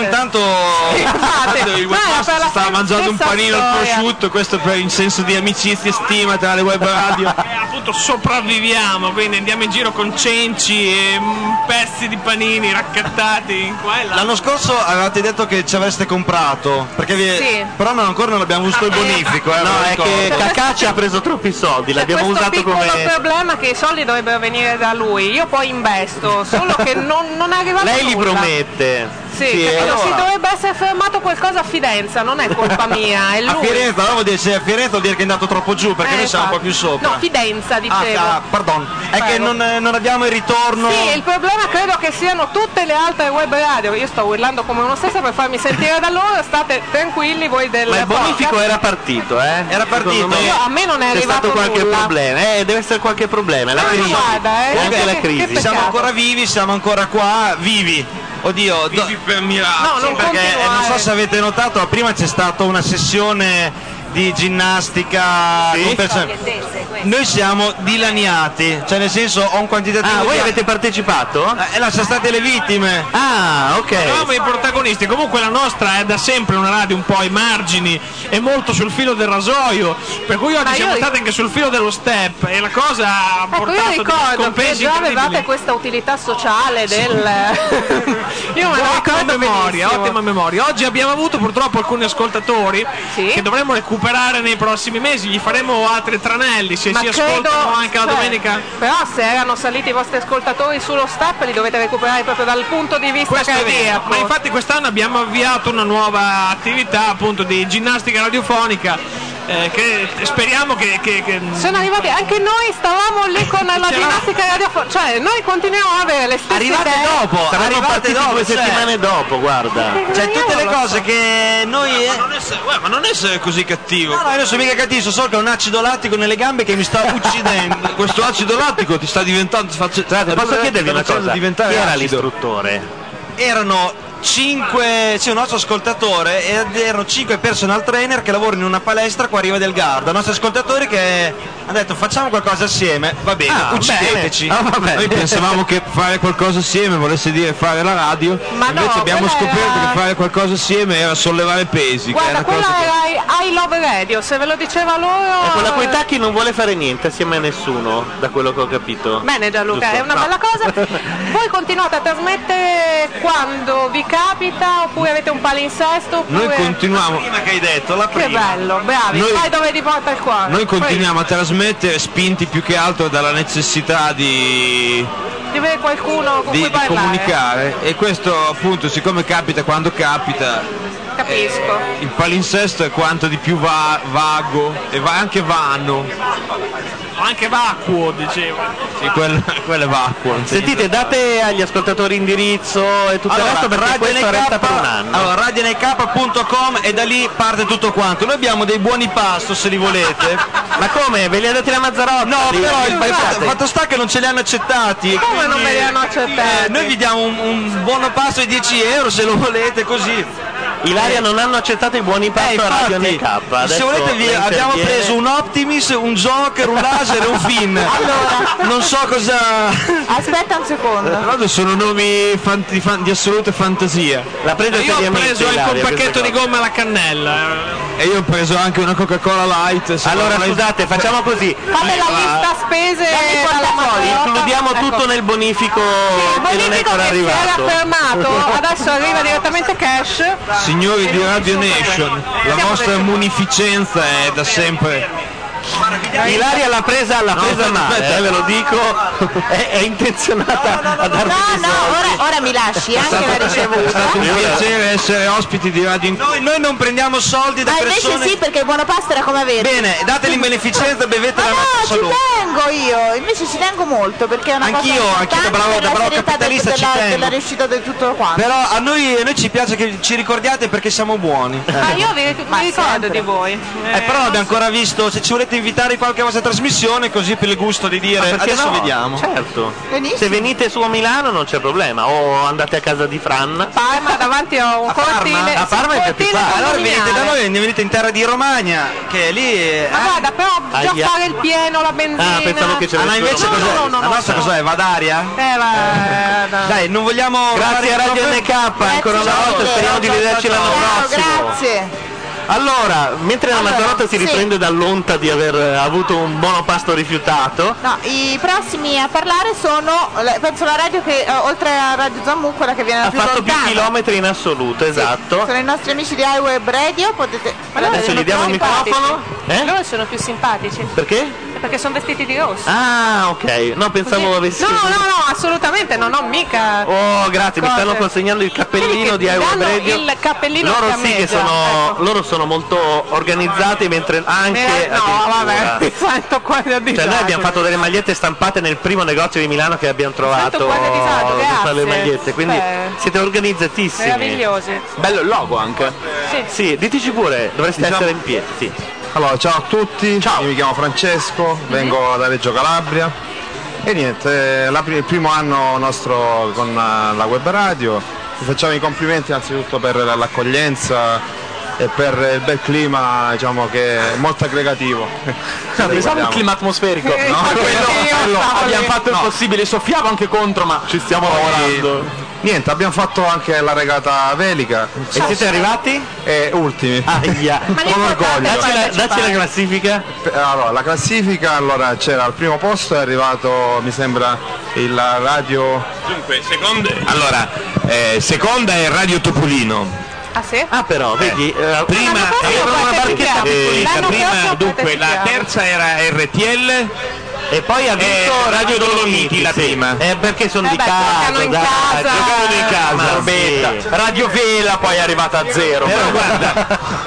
S3: Scusate. Ma era
S4: il webcast
S3: per la
S4: stava mangiando un
S3: stessa
S4: panino al
S3: storia.
S4: prosciutto, questo per in senso di amicizia e stima tra le web radio. Eh, appunto sopravviviamo, quindi andiamo in giro con cenci e mm, pezzi di panini raccattati in qua e là.
S11: L'anno scorso avevate detto che ci avreste comprato, perché vi-
S3: Sì.
S11: però non- ancora non abbiamo visto il bonifico. Eh,
S2: No,
S11: lo
S2: è
S11: ricordo.
S2: che Cacà ci ha preso troppi soldi,
S3: C'è
S2: l'abbiamo
S3: questo
S2: usato
S3: piccolo
S2: come.
S3: problema che i soldi dovrebbero venire da lui. Io poi investo, solo che non, non è arrivato
S2: Lei li
S3: nulla.
S2: promette.
S3: Sì, capito?
S2: allora.
S3: si dovrebbe essere fermato qualcosa a Fidenza, non è colpa mia, è
S11: A
S3: lui.
S11: Firenze, allora vuol dire, se è a Firenze vuol dire che è andato troppo giù, perché
S3: Eh,
S11: noi siamo un po'
S3: infatti.
S11: più sopra.
S3: No, Fidenza
S11: Ah,
S3: dicevo.
S11: ah, pardon, è che non, eh, non abbiamo il ritorno.
S3: Sì, il problema credo che siano tutte le altre web radio. Io sto urlando come uno stesso per farmi sentire da loro, state tranquilli voi del
S2: Ma il bonifico
S3: podcast.
S2: era partito, eh?
S11: Era partito.
S2: Secondo me
S3: Io- a me non è
S2: c'è
S3: arrivato
S2: stato qualche
S3: nulla.
S2: problema. Eh, deve essere qualche problema. è La
S3: Ah,
S2: crisi.
S3: guarda, eh,
S2: È anche
S3: che-
S2: la
S3: che
S2: crisi.
S3: peccato.
S11: siamo ancora vivi, siamo ancora qua, vivi. Oddio, do-
S4: Vivi per miracolo.
S3: No, non
S11: perché eh, non so
S3: continuare.
S11: se avete notato, ma prima c'è stata una sessione di ginnastica. con persone- Noi siamo dilaniati, cioè nel senso ho un quantitativo
S2: Ah,
S11: di-
S2: voi avete partecipato?
S11: Eh, lascia state le vittime.
S2: Ah, ok.
S4: Eravamo i protagonisti, comunque la nostra è da sempre una radio un po' ai margini e molto sul filo del rasoio, per cui oggi
S3: Ma
S4: siamo
S3: io-
S4: stati anche sul filo dello step e la cosa ha
S3: Ecco,
S4: Ah, portato
S3: io
S4: dei
S3: ricordo che
S4: compensi
S3: già avevate
S4: incredibili.
S3: questa utilità sociale del... io me la
S4: Ottima
S3: ricordo
S4: memoria,
S3: benissimo.
S4: ottima memoria. Oggi abbiamo avuto purtroppo alcuni ascoltatori
S3: Sì.
S4: che dovremo recuperare nei prossimi mesi. Gli faremo altri tranelli se
S3: Ma
S4: si
S3: credo,
S4: ascoltano anche la
S3: cioè,
S4: domenica.
S3: Però se erano saliti i vostri ascoltatori sullo step li dovete recuperare proprio dal punto di vista
S4: Questo è vero,
S3: cardiaco.
S4: ma infatti quest'anno abbiamo avviato una nuova attività appunto di ginnastica radiofonica eh, che speriamo che, che- che-
S3: Sono arrivati, anche noi stavamo lì con la
S4: C'era-
S3: ginnastica radiofonica, cioè noi continuiamo a avere le stesse
S11: Arrivate
S3: idee.
S11: dopo,
S2: Saremmo
S11: arrivate
S2: partiti
S11: dopo,
S2: due
S11: cioè.
S2: settimane dopo, guarda.
S11: Cioè tutte le
S3: Io non lo
S11: cose che noi...
S12: eh,
S4: Ma non essere- guarda, ma non essere così cattivo.
S11: Eh, Ah, No, no, io non sono mica cattivo, so solo che ho un acido lattico nelle gambe che mi sta uccidendo. eh,
S4: Questo acido lattico ti sta diventando
S2: Scusate, posso chiedervi una cosa? Chi
S11: diventare
S2: era
S11: acido.
S2: l'istruttore?
S11: erano 5 c'è un nostro ascoltatore ed erano 5 personal trainer che lavorano in una palestra qua a Riva del Garda un nostro ascoltatore che ha detto facciamo qualcosa assieme va bene
S2: Ah,
S11: uccideteci
S2: bene. Ah, va bene. Noi
S13: Diciamo
S11: pensavamo che fare qualcosa assieme volesse dire fare la radio
S3: Ma no, invece abbiamo quella scoperto era- che
S11: fare qualcosa assieme era sollevare pesi
S3: Guarda, quella era I- I Love Radio, se ve lo diceva loro...
S2: Con la cui Tacchi non vuole fare niente assieme a nessuno, da quello che ho capito.
S3: Bene Gianluca,
S2: Giusto?
S3: è una
S2: No.
S3: bella cosa. Voi continuate a trasmettere quando vi capita oppure avete un palinsesto oppure...
S11: continuiamo prima che hai detto la
S3: Che bello, bravi,
S11: Noi-
S3: sai dove ti porta il cuore.
S11: Noi
S3: Poi,
S11: continuiamo a trasmettere spinti più che altro dalla necessità di,
S3: di avere qualcuno con
S11: di-
S3: cui
S11: di
S3: parlare.
S11: comunicare e questo appunto siccome capita quando capita
S3: Capisco.
S11: il palinsesto è quanto di più va- vago e va anche vano,
S4: Anche vacuo, diceva.
S11: sì, quello, quello è vacuo.
S2: Sentite, date agli ascoltatori indirizzo e tutto il resto perché questo resta per un anno.
S11: allora, radionk.com e da lì parte tutto quanto. Noi abbiamo dei buoni pasto se li volete.
S2: Ma come? Ve li ha dati la Mazzarotti?
S11: No, però il fatto,
S2: pensate.
S11: fatto sta che non ce li hanno accettati. e
S3: Come non
S11: quindi-
S3: me li hanno accettati?
S11: Eh, noi vi diamo un, un buono pasto di 10 euro se lo volete così. Eh,
S2: Ilaria non hanno accettato i buoni pasto a Radio NK.
S14: se
S2: Adesso
S14: volete vi
S2: lei
S14: abbiamo
S2: interviene.
S14: preso un Optimus, un Joker, un Laser e un Finn.
S5: Allora.
S14: non so cosa...
S5: Aspetta un secondo.
S9: Tra l'altro sono nomi fanti- fan- di assoluta fantasia.
S2: La presa
S9: Io ho
S2: seriamente,
S9: preso
S2: Ilaria,
S9: anche un
S2: queste
S9: pacchetto di
S2: cose.
S9: gomma alla cannella.
S14: E io ho preso anche una Coca-Cola Light. se
S2: Allora
S14: non-
S2: scusate, facciamo così.
S3: Fate la
S2: Ah,
S3: lista spese
S2: i
S3: dalla
S2: portafogli,
S3: Matteotta.
S2: includiamo
S3: Ecco.
S2: tutto nel bonifico che non è
S3: Bonifico
S2: ancora
S3: che si era
S2: arrivato.
S3: fermato, adesso arriva direttamente cash.
S9: Signori di Radio Nation, la
S3: Siamo
S9: vostra
S3: adesso-
S9: munificenza è da sempre.
S2: Ilaria l'ha presa, l'ha
S9: No,
S2: presa
S9: aspetta,
S2: male,
S9: aspetta.
S2: eh, ve lo dico, è, è intenzionata
S5: Ah,
S2: a
S5: No,
S2: darmi dei
S5: no, ora, ora mi lasci anche la ricevuta.
S9: Un piacere essere ospiti di Radio Nation.
S14: Noi, noi non prendiamo soldi da
S5: Ma Ah, invece
S14: persone...
S5: sì, perché il buono pasto era come avere.
S14: Bene, dateli in beneficenza, bevete
S5: Ma
S14: la nostra
S2: Ah,
S5: no, Ah, ci
S14: salute.
S5: tengo io, invece ci tengo molto perché è una
S14: Anch'io,
S5: cosa
S14: anch'io da
S5: importante
S14: bravo-
S5: per
S14: da
S5: la
S14: bravo
S5: serietà del-
S14: capitalista ci
S5: della,
S14: tengo.
S5: della riuscita del tutto quanto.
S14: Però
S2: ah,
S14: a noi, a noi ci piace che ci ricordiate perché siamo buoni.
S5: Ah,
S2: eh.
S3: Ma io vi, vi
S5: Ma
S3: ricordo
S5: sempre.
S3: di voi.
S14: Eh, però non abbiamo ancora visto, se ci volete invitare in qualche vostra trasmissione, così per il gusto di dire
S2: Perché
S14: adesso
S2: no?
S14: vediamo.
S2: Certo.
S5: Benissimo.
S2: Se venite su a Milano non c'è problema, o andate a casa di Fran.
S3: Parma davanti a un cortile.
S2: A Parma è
S3: un
S2: più
S3: cortile
S2: eh. facile.
S14: Allora venite da
S3: condominiale.
S14: noi, venite in terra di Romagna, che lì. eh,
S3: Ma guarda, però già
S2: Aia.
S3: fare il pieno, la benzina.
S2: Ah, pensavo che ce
S14: Ah,
S2: ne
S14: no, invece
S3: No,
S14: cos'è?
S3: no, no, Ah.
S14: La
S3: no,
S14: nostra
S3: no.
S14: cos'è? Vadaria?
S3: Eh, va- no.
S14: Dai, non vogliamo.
S2: Grazie a
S14: fare-
S2: Radio NK ancora una
S5: Grazie
S2: volta,
S5: mille.
S2: speriamo di
S14: Ciao,
S2: vederci
S14: ciao,
S2: l'anno
S5: Ciao,
S2: prossimo.
S5: grazie.
S2: Allora, mentre la
S5: Allora,
S2: Mazzarotta si
S5: sì.
S2: riprende dall'onta di aver eh, avuto un buono pasto rifiutato,
S5: No, i prossimi a parlare sono eh, penso la radio che eh, oltre a Radio Zammu quella che viene la
S2: ha
S5: più
S2: fatto più
S5: lontana.
S2: chilometri in assoluto, esatto.
S5: Sono i nostri amici di iWeb Radio, potete
S3: Allora
S2: Adesso
S3: sono
S2: gli diamo il
S3: più simpatici.
S2: microfono. Eh?
S3: Loro sono più simpatici
S2: Perché?
S3: perché sono vestiti di rosso.
S2: Ah, ok. No, pensavo avessi...
S3: No, no, no, assolutamente, non ho mica.
S2: Oh, grazie, mi
S3: Cose.
S2: stanno consegnano il
S3: Vedi
S2: cappellino
S3: che
S2: di
S3: ti
S2: Iweb
S3: danno
S2: Radio.
S3: il cappellino
S2: loro
S3: che
S2: sì che
S3: ammeggia,
S2: sono,
S3: ecco.
S2: loro sono molto organizzati mentre anche
S3: Eh, no,
S2: addirittura.
S3: vabbè, mi sento quasi a disagio.
S2: Cioè noi abbiamo fatto delle magliette stampate nel primo negozio di Milano che abbiamo trovato
S3: Tanto quale disagio,
S2: di fare
S3: grazie.
S2: le magliette, quindi
S3: Beh.
S2: siete organizzatissimi.
S3: Meravigliosi.
S4: Bello il logo anche.
S3: Sì.
S2: Sì, diteci pure, dovreste
S4: Diciamo-
S2: essere in piedi. sì.
S12: Allora, ciao a tutti, io mi chiamo Francesco, vengo da Reggio Calabria e niente, eh, la pri- il primo anno nostro con eh, la web radio, vi facciamo i complimenti innanzitutto per l'accoglienza e per il bel clima diciamo che è molto aggregativo. Se
S4: Cioè, Pensavo
S12: guardiamo.
S4: un clima atmosferico. No,
S3: infatti
S4: Eh, quello,
S3: io
S4: quello.
S3: stavo
S4: abbiamo
S3: lì.
S4: fatto il possibile, soffiamo anche contro, ma ci stiamo lavorando.
S12: Niente, abbiamo fatto anche la regata velica
S2: E siete arrivati?
S12: e ultimi.
S2: Aia.
S12: Con orgoglio.
S2: Dacci la, dacci la classifica.
S12: Pe- Allora, la classifica, allora c'era al primo posto, è arrivato mi sembra il radio
S9: Dunque, secondo
S13: Allora, eh, seconda è Radio Topolino.
S3: Ah sì?
S2: Ah però, vedi, eh,
S13: Prima
S3: L'anno prossimo
S13: avevano una barchetta
S3: partecipiamo.
S13: piccolina,
S3: L'anno
S13: prima
S3: prossimo
S13: Eh, dunque la
S3: partecipiamo.
S13: terza era RTL,
S2: e poi ha vinto
S13: Eh,
S2: Radio
S13: Radio
S2: Dolomiti
S13: Dolomiti, la
S2: sì.
S13: prima.
S2: Eh, perché sono
S3: Eh
S2: di
S3: beh,
S2: casa,
S3: giocano in
S2: dai,
S3: casa.
S2: giocano in casa,
S13: Ma
S2: Barbetta.
S4: Radio Vela poi è arrivata a zero.
S13: Però guarda,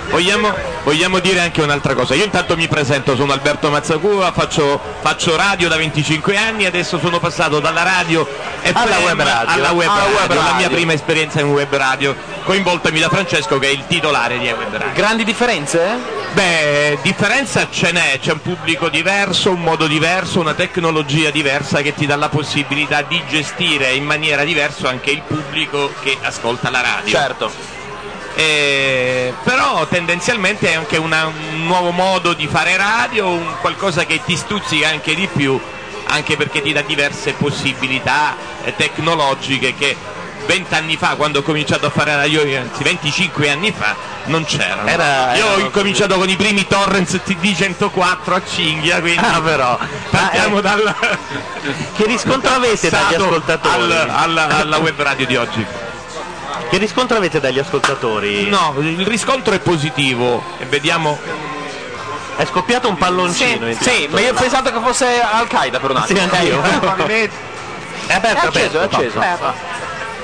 S13: vogliamo, vogliamo dire anche un'altra cosa. Io intanto mi presento, sono Alberto Mazzacua, faccio, faccio radio da 25 anni, adesso sono passato dalla radio FM
S2: Alla web radio.
S13: alla web
S2: Alla
S13: radio,
S2: web
S13: la mia
S2: radio.
S13: prima esperienza in web radio, coinvoltami da Francesco che è il titolare di web radio.
S4: Grandi differenze?
S13: Beh, differenza ce n'è, c'è un pubblico diverso, un modo diverso, una tecnologia diversa che ti dà la possibilità di gestire in maniera diversa anche il pubblico che ascolta la radio.
S4: Certo.
S13: Eh, però tendenzialmente è anche una- un nuovo modo di fare radio, un qualcosa che ti stuzzica anche di più, anche perché ti dà diverse possibilità eh, tecnologiche che vent'anni fa, quando ho cominciato a fare radio, anzi 25 anni fa, non c'erano.
S2: Era-
S13: Io
S2: era-
S13: ho cominciato con i primi torrents TD104 a Cinghia, quindi
S2: Ah però, eh,
S13: partiamo dal
S2: che riscontro avete dagli
S13: passato
S2: ascoltatori?
S13: al- alla- alla web radio di oggi.
S2: Che riscontro avete dagli ascoltatori?
S13: No, il riscontro è positivo e vediamo
S2: È scoppiato un palloncino.
S13: esatto.
S2: intanto.
S4: Sì, ma io ho pensato che fosse Al-Qaeda per un
S2: Sì,
S4: attimo.
S2: anch'io. È aperto,
S4: acceso, è
S2: aperto,
S4: acceso.
S3: Ferro.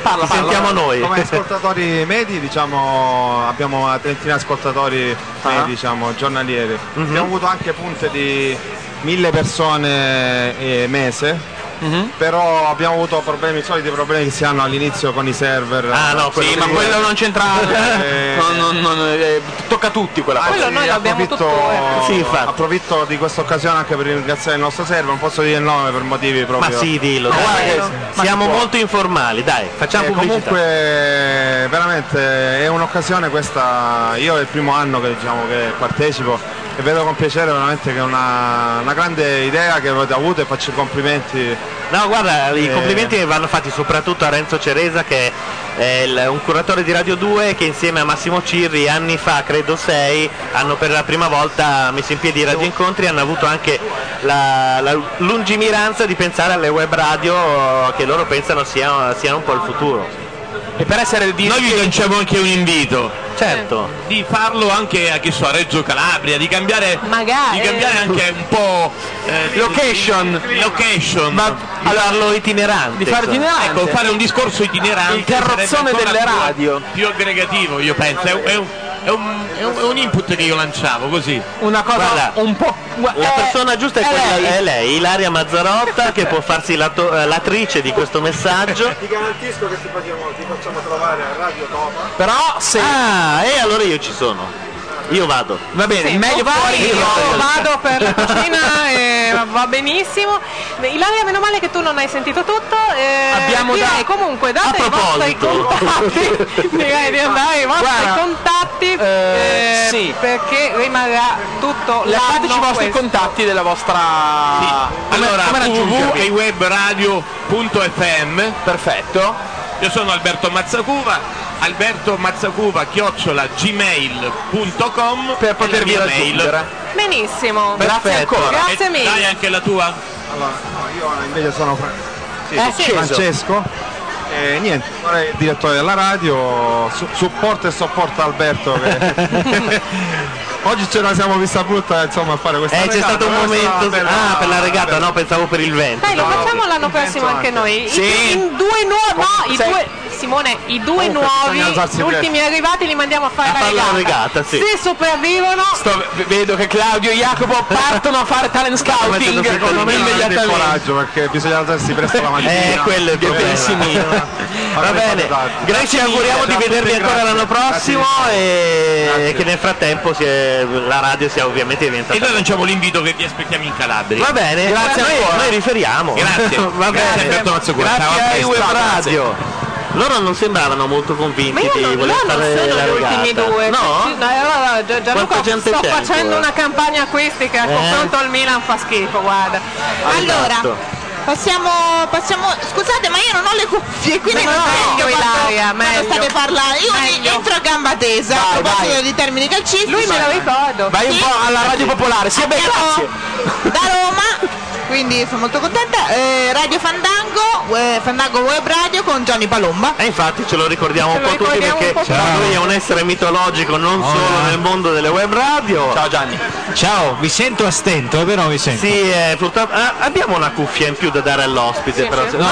S4: Parla,
S2: Ci sentiamo noi.
S12: Come ascoltatori medi, diciamo, abbiamo una trentina di ascoltatori
S4: Ah.
S12: medi, diciamo,
S4: Mhm.
S12: giornalieri. Abbiamo avuto anche punte di mille persone eh, mese
S4: Mhm.
S12: però abbiamo avuto problemi, i soliti problemi che si hanno all'inizio con i server.
S4: Ah no,
S12: Quello
S4: sì, ma
S12: lì-
S4: quello non c'entra.
S12: Eh,
S4: No, no, no, no, eh, tocca a tutti quella cosa.
S12: Anzi, approfitto,
S4: Sì, infatti.
S12: approfitto di questa occasione anche per ringraziare il nostro server, non posso dire il nome per motivi proprio.
S2: Ma sì, dillo, dai.
S12: Guarda che- ma
S2: Siamo
S12: si può.
S2: molto informali, dai, facciamo
S12: Eh,
S2: pubblicità.
S12: comunque veramente è un'occasione questa, io è il primo anno che, diciamo, che partecipo e vedo con piacere veramente che è una, una grande idea che avete avuto e faccio i complimenti.
S2: No, guarda, i
S12: Eh.
S2: complimenti vanno fatti soprattutto a Renzo Ceresa che è il- un curatore di Radio 2 che insieme a Massimo Cirri anni fa, credo sei, hanno per la prima volta messo in piedi i Radio Incontri e hanno avuto anche la, la lungimiranza di pensare alle web radio che loro pensano sia- siano un po' il futuro.
S4: E per essere di
S13: Noi vi lanciamo anche un invito. Eh,
S2: Certo.
S13: Di farlo anche a, che so, a Reggio Calabria, di cambiare,
S3: Magari.
S13: di cambiare anche un po' eh, location. location. Ma
S2: farlo itinerante.
S13: Di fare
S2: insomma.
S13: itinerante. Ecco, fare un discorso itinerante.
S2: Il carrozzone
S13: sarebbe ancora
S2: delle
S13: più-
S2: radio.
S13: Più aggregativo, io penso. È, un- è un, è un- è un- è un input che io lanciavo così.
S4: Una cosa un po'.
S2: La persona giusta eh, è,
S13: è
S2: quella,
S13: lei.
S2: è lei, Ilaria Mazzarotta, che può farsi l'ato- l'attrice di questo messaggio.
S12: Ti garantisco che ti facciamo, ti facciamo trovare a Radio Toma.
S2: Però se. Ah, e allora io ci sono. Io vado.
S4: Va bene, meglio fuori
S3: Io
S4: che
S3: vado per la cucina e va benissimo. Ilaria, meno male che tu non hai sentito tutto. eh,
S4: Abbiamo
S3: direi
S4: da-
S3: comunque
S4: a
S3: date i vostri
S4: proposito.
S3: contatti. direi di andare ai vostri
S4: Guarda,
S3: contatti eh,
S4: sì.
S3: perché rimarrà tutto l'anno
S4: Lasciateci i vostri
S3: questo.
S4: contatti della vostra.
S13: Allora,
S4: come raggiungervi?
S13: www.aiwebradio.fm
S4: Perfetto.
S13: Io sono Alberto Mazzacuva, Alberto Mazzacuva chiocciola gmail.com per
S4: potervi raggiungere.
S3: Benissimo.
S13: Perfetto.
S2: Eh,
S3: Grazie
S13: E
S3: mille.
S13: Dai anche la tua.
S12: Allora, no, io invece sono Fra- sì,
S3: Eh, sì.
S12: Francesco. E niente, ora il direttore della radio, su- supporta e sopporta Alberto. che- Oggi ce la siamo vista brutta insomma a fare questa
S2: Eh, c'è
S12: regata,
S2: stato un
S12: però è stata
S2: momento.
S12: bella-
S2: Ah, per la regata,
S12: bella.
S2: no, pensavo per il vento.
S3: Dai, lo
S2: No.
S3: facciamo l'anno prossimo
S2: penso
S3: anche
S2: anche.
S3: noi. I-
S2: Sì.
S3: in due nuovi, no, i
S2: Sì.
S3: due, Simone, i due
S2: Comunque bisogna
S3: nuovi,
S2: alzarsi
S3: gli ultimi
S2: presto.
S3: arrivati li mandiamo a fare
S2: A
S3: la
S2: fare la
S3: regata.
S2: regata, sì.
S3: Se sopravvivono,
S4: Sto- vedo che Claudio e Jacopo partono a fare talent
S12: Mettendo
S4: scouting.
S12: secondo me veramente il
S4: immediatamente.
S12: coraggio perché bisogna alzarsi presto la mattina. eh,
S2: Eh, quello è più
S12: bellissimo.
S2: Va bene, Grazie, ci auguriamo di vedervi ancora l'anno prossimo e che nel frattempo si è- la radio sia ovviamente diventata.
S13: E noi lanciamo l'invito che vi aspettiamo in Calabria.
S2: Va bene, noi, noi riferiamo.
S13: Grazie.
S2: Va
S13: Grazie,
S2: bene.
S13: Alberto Mazzucura.
S2: Grazie
S13: Ciao, a
S2: a
S13: presto.
S2: Web
S13: Grazie.
S2: Radio. Loro non sembravano molto
S3: ma
S2: convinti
S3: io
S2: di
S3: non,
S2: voler
S3: loro non
S2: fare
S3: sono
S2: la
S3: gli ultimi
S2: regata.
S3: due.
S2: No?
S3: No, allora, Gia- Gianluca,
S2: Quanta gente
S3: sto
S2: c'è
S3: facendo
S2: ancora?
S3: una campagna acquistica a
S2: Eh.
S3: confronto al Milan fa schifo, guarda.
S5: Allora, passiamo, passiamo. Scusate, ma io non ho le cuffie, quindi
S3: No,
S5: non
S3: no,
S5: sento
S3: meglio,
S5: quando-
S3: Ilaria,
S5: quando
S3: meglio.
S5: state parlando. Io entro a gamba tesa a proposito di termini calcistici.
S3: Lui me lo ricordo.
S4: Vai un
S5: Sì.
S4: po' alla radio popolare, sì, beh, grazie.
S5: da Roma. Quindi sono molto contenta. Eh, radio Fandango, eh, Fandango Web Radio con Gianni Palomba.
S4: Eh,
S2: E infatti ce lo ricordiamo
S5: Ce
S2: un
S5: lo
S2: po' tutti
S5: ricordiamo
S2: perché cioè,
S5: un po' tutti.
S2: lui è un essere mitologico non solo nel mondo delle web radio. Oh, Ciao Gianni.
S15: Ciao, mi sento a stento, però mi sento.
S2: Sì, eh, purtroppo ah, abbiamo una cuffia in più da dare all'ospite, però se-
S15: No, no,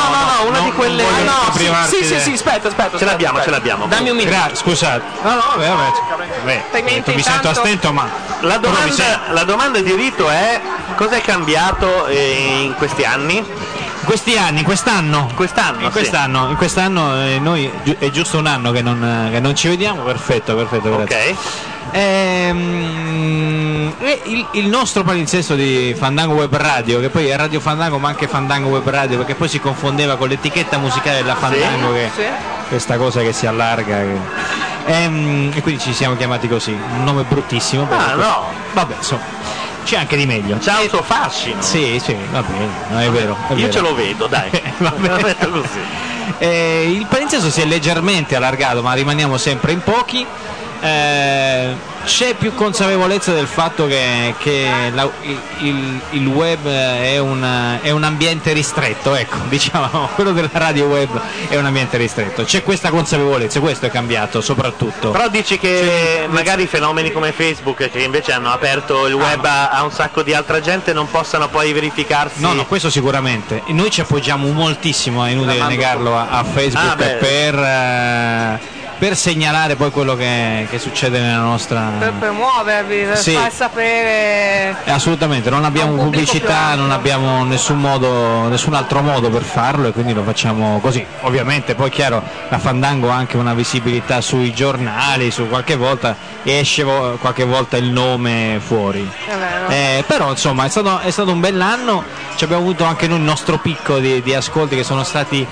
S2: una
S15: no,
S2: di quelle.
S15: non voglio
S2: Ah, no,
S15: privarti
S2: sì, sì,
S15: del-
S2: sì, sì,
S4: aspetta, aspetta.
S2: Ce l'abbiamo, ce l'abbiamo.
S15: Dammi un minuto. scusate. No, no, vabbè, vabbè. Vabbè, ho detto, mi sento a stento, ma.
S2: La
S15: però mi sento-
S2: domanda, la domanda di rito è cosa è cambiato eh, in questi anni?
S15: In questi anni, quest'anno?
S2: Quest'anno.
S15: In
S2: sì.
S15: quest'anno, in quest'anno eh, noi giu- è giusto un anno che non, eh, che non ci vediamo, perfetto, perfetto, grazie. Ehm, e il, il nostro palinsesto di Fandango Web Radio, che poi è Radio Fandango ma anche Fandango Web Radio, perché poi si confondeva con l'etichetta musicale della Fandango, che questa cosa che si allarga. che- Ehm, e quindi ci siamo chiamati così, un nome bruttissimo.
S2: Ah,
S15: però-
S2: no.
S15: Vabbè, insomma, c'è anche di meglio.
S2: C'ha un suo fascino.
S15: Sì, sì, va bene, no, è vero. è
S2: Io
S15: vero.
S2: ce lo vedo, dai.
S4: Eh,
S15: Va bene.
S2: Lo metto così.
S15: Eh, il palinsesto si è leggermente allargato, ma rimaniamo sempre in pochi. Eh, c'è più consapevolezza del fatto che, che la- il, il- il web è un, è un ambiente ristretto, ecco, diciamo, quello della radio web è un ambiente ristretto. C'è questa consapevolezza, questo è cambiato soprattutto.
S2: Però dici che magari fenomeni come Facebook che invece hanno aperto
S4: Ah,
S2: il web a, a un sacco di altra gente non possano poi verificarsi.
S15: No, no, questo sicuramente. E Noi ci appoggiamo moltissimo, è inutile
S2: La mando
S3: Ah,
S15: negarlo a, a Facebook
S2: Ah, beh.
S15: per eh, per segnalare poi quello che, che succede nella
S3: per,
S15: nostra...
S3: per muovervi, per
S15: Sì.
S3: far sapere
S15: Eh, Assolutamente, non abbiamo pubblicità, non abbiamo nessun, modo, nessun altro modo per farlo e quindi lo facciamo così. Ovviamente poi chiaro, la Fandango ha anche una visibilità sui giornali, su qualche volta esce vo- qualche volta il nome fuori. Eh, però insomma è stato, è stato un bell'anno, ci abbiamo avuto anche noi il nostro picco di, di ascolti che sono stati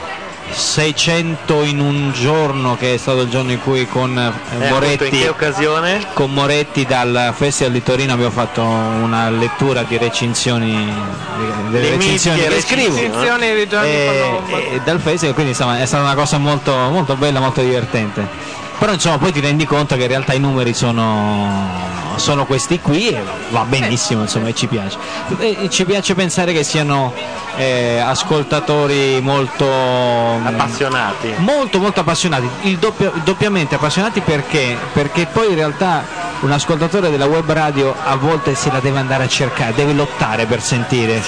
S15: 600 in un giorno che è stato il giorno in cui con eh,
S2: Eh, appunto, in
S15: Moretti
S2: che occasione?
S15: con Moretti dal Festival di Torino abbiamo fatto una lettura di recinzioni di- delle
S2: Le
S15: recinzioni
S2: mitiche
S15: che scrivo
S3: recinzioni di Gianni
S15: e,
S3: Palombo.
S15: e dal Festival quindi insomma è stata una cosa molto, molto bella molto divertente però insomma poi ti rendi conto che in realtà i numeri sono, sono questi qui e va
S3: Eh.
S15: benissimo insomma e ci piace E ci piace pensare che siano eh, ascoltatori molto
S2: appassionati
S15: molto molto appassionati il doppio- doppiamente appassionati perché perché poi in realtà un ascoltatore della web radio a volte se la deve andare a cercare deve lottare per sentire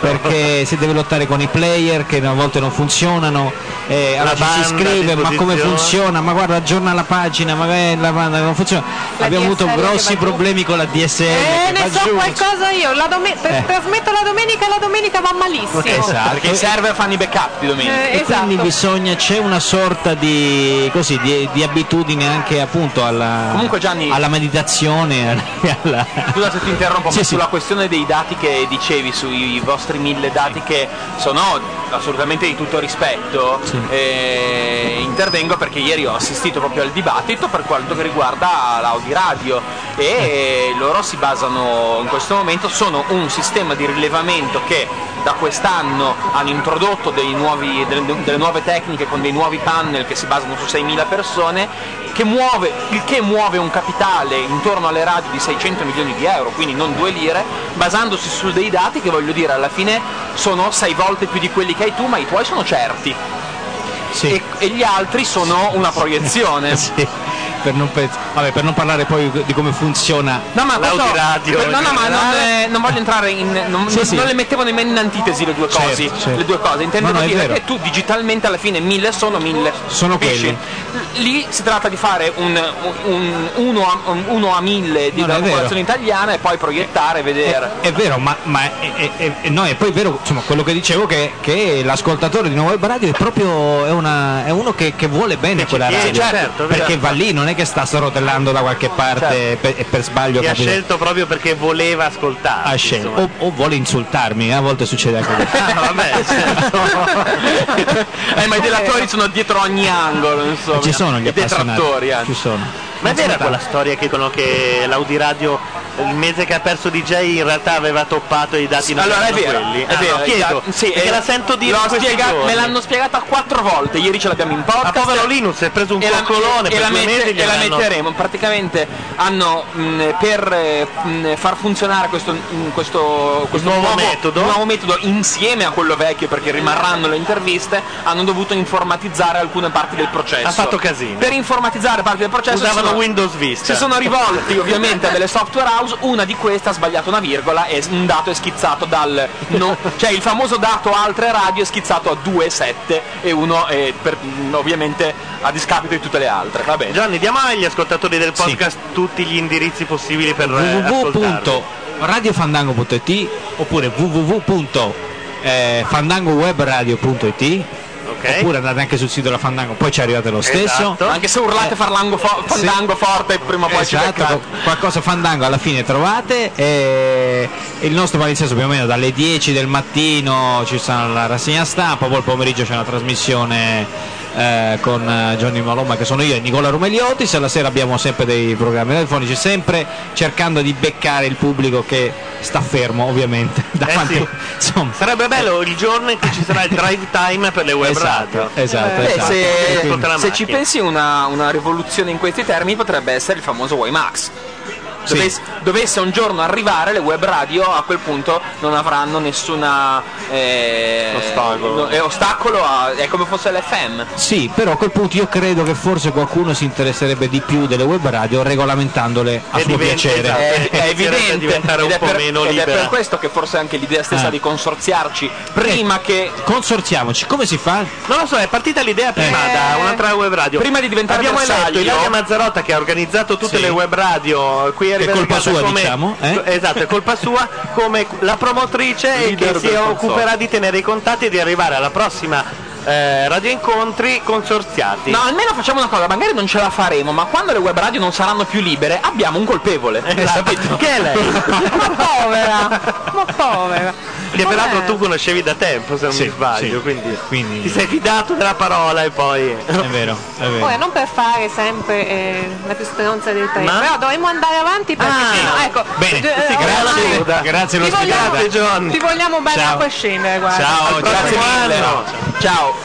S15: perché si deve lottare con i player che a volte non funzionano eh,
S2: La
S15: allora ci si
S2: banda a
S15: scrive ma come
S2: disposizione."
S15: funziona ma guarda aggiorna la pagina ma eh, la banda non funziona abbiamo avuto
S3: DSL che
S15: grossi
S3: va giù.
S15: problemi con la DSL
S3: Eh,
S15: che va
S3: ne so
S15: giù.
S3: qualcosa io, la dome- per-
S15: Eh.
S3: trasmetto la domenica e la domenica va malissimo.
S15: Perché i server
S4: fanno i backup di
S3: Esatto.
S4: domenica.
S3: Eh,
S15: e quindi
S3: esatto.
S15: bisogna c'è una sorta di così di, di abitudine anche appunto alla,
S4: Comunque, Gianni-
S15: alla meditazione alla- alla-
S4: Scusa se ti interrompo,
S15: Sì,
S4: ma
S15: sì.
S4: sulla questione dei dati che dicevi, sui vostri mille dati che sono assolutamente di tutto rispetto, eh, intervengo perché ieri ho assistito proprio al dibattito per quanto che riguarda l'Audi Radio
S15: Eh.
S4: e loro si basano in questo momento, sono un sistema di rilevamento che da quest'anno hanno introdotto dei nuovi- delle, delle nuove tecniche con dei nuovi panel che si basano su 6.000 persone che muove, il che muove un capitale intorno alle radio di 600 milioni di euro, quindi non due lire, basandosi su dei dati che voglio dire alla fine sono sei volte più di quelli che hai tu, ma i tuoi sono certi. E, e gli altri sono una proiezione.
S15: Sì, per, non pe- vabbè, per non parlare poi di come funziona
S4: No, ma questo-
S15: l'audiradio
S4: no, no, ma non, eh, non voglio entrare in. Non,
S15: Sì, sì.
S4: non le mettevo nemmeno in antitesi le due cose.
S15: Certo, certo.
S4: Le due cose. Intendevo
S15: No, no, è
S4: dire
S15: vero.
S4: che tu digitalmente alla fine mille sono mille.
S15: Sono
S4: capisci? Lì si tratta di fare un, un- uno, a, un- uno a mille di
S15: No, no,
S4: della
S15: è vero. Eh,
S4: popolazione italiana e poi proiettare e vedere.
S15: È vero, ma, ma è- è, è- è- no, è poi vero insomma, quello che dicevo che, che l'ascoltatore di Nuova Web Radio è proprio è una- è uno che, che vuole bene quella
S2: tiene,
S15: radio,
S2: certo,
S15: perché
S2: certo.
S15: va lì, non è che sta srotellando da qualche parte per- e per sbaglio
S2: Ti ha
S15: capita-
S2: scelto proprio perché voleva ascoltare.
S15: ha scelto. o, o vuole insultarmi, eh, a volte succede anche questo.
S4: eh, ma i delatori sono dietro ogni angolo, insomma.
S15: Ci sono gli
S4: Esatto, I
S15: appassionati,
S4: detrattori anche.
S15: ci sono.
S2: Ma è vera quella storia che dicono che l'Audiradio il mese che ha perso DJ in realtà aveva toppato i dati non
S4: allora è
S2: erano
S4: vero,
S2: quelli.
S4: è
S2: Ah,
S4: vero,
S2: no, chiedo,
S4: esatto. Sì,
S2: perché
S4: eh,
S2: la sento dire
S4: l'ho
S2: in questi
S4: spiega-
S2: giorni.
S4: me l'hanno spiegata quattro volte, ieri ce l'abbiamo in podcast.
S2: Ma povero Linus, è preso un
S4: e la,
S2: coccolone
S4: e
S2: per
S4: la
S2: due
S4: mette-
S2: mesi,
S4: e la
S2: gliel'hanno-
S4: metteremo praticamente hanno mh, per eh, mh, far funzionare questo, mh, questo, questo
S2: nuovo metodo.
S4: nuovo metodo insieme a quello vecchio perché rimarranno le interviste hanno dovuto informatizzare alcune parti del processo
S2: Ha fatto casino.
S4: per informatizzare parti del processo
S2: Usavano
S4: si sono-
S2: Windows Vista.
S4: si sono rivolti ovviamente a delle software house una di queste ha sbagliato una virgola e un dato è schizzato dal no- cioè il famoso dato altre radio è schizzato a 2,7 e uno è per- mh, ovviamente a discapito di tutte le altre va bene
S2: Gianni, diamo agli ascoltatori del podcast tutti gli indirizzi possibili per eh, ascoltarlo.
S15: www.radiofandango.it oppure Eh, www.fandangowebradio.it
S2: Ok. Esatto.
S15: oppure andate anche sul sito della Fandango, poi ci arrivate lo stesso. Eh,
S4: anche se urlate farlango fo- fandango forte prima o poi ci
S15: Esatto,
S4: beccate.
S15: qual- qualcosa fandango alla fine trovate e e il nostro palinsesto più o meno dalle 10 del mattino ci sarà la rassegna stampa, poi il pomeriggio c'è una trasmissione eh, con eh, Gianni Maloma che sono io e Nicola Rumeliotti, se la sera abbiamo sempre dei programmi telefonici, sempre cercando di beccare il pubblico che sta fermo ovviamente.
S4: Eh
S15: davanti-
S2: sì.
S15: insomma.
S2: Sarebbe bello il giorno in cui ci sarà il drive time per le web
S15: Esatto,
S2: radio.
S15: esatto,
S4: Beh, Eh, se,
S2: Ascolta la
S4: se ci
S2: macchina.
S4: pensi una, una rivoluzione in questi termini potrebbe essere il famoso WiMAX dovesse, dovesse un giorno arrivare, le web radio a quel punto non avranno nessuna eh,
S12: Ostacolo.
S4: no- eh, ostacolo a- è come fosse l'FM.
S15: Sì, però a quel punto io credo che forse qualcuno si interesserebbe di più delle web radio regolamentandole a suo piacere. Eh,
S4: È, è evidente
S15: diventare
S4: ed
S15: un
S4: è
S15: po'
S4: per,
S15: meno
S4: ed è
S15: libera.
S4: per questo che forse anche l'idea stessa
S15: Eh.
S4: di consorziarci prima che
S15: Consorziamoci, come si fa?
S2: Non lo so, è partita l'idea prima
S15: Eh,
S2: da un'altra web radio.
S4: Prima di diventare
S2: Abbiamo eletto
S4: bersaglio-
S2: Ilaria Mazzarotta che ha organizzato tutte
S4: Sì.
S2: le web radio eh, qui a
S4: È
S2: Rivera
S4: colpa
S2: Garda
S4: sua,
S2: come-
S4: diciamo, eh?
S2: Esatto, è colpa sua come la promotrice e
S4: Leader
S2: che si
S4: del consorzio.
S2: occuperà di tenere i contatti e di arrivare alla prossima eh, radio incontri consorziati.
S4: No, almeno facciamo una cosa, magari non ce la faremo, ma quando le web radio non saranno più libere, abbiamo un colpevole.
S16: Eh, esatto.
S2: Che è lei?
S3: ma povera, ma povera.
S2: Che peraltro tu conoscevi da tempo, se non mi sbaglio, quindi, ti sei fidato della parola e poi... È
S15: vero, è
S3: Ora, non per fare sempre eh, la più stronza del paese,
S2: Ma-
S3: però dovremmo andare avanti perché sennò, ecco,
S2: Bene,
S3: d-
S2: sì,
S3: ormai
S2: grazie, grazie
S3: ti
S2: all'ospitata.
S3: vogliamo, ti vogliamo bene a prescindere, guarda.
S2: Al prossimo anno. Ciao.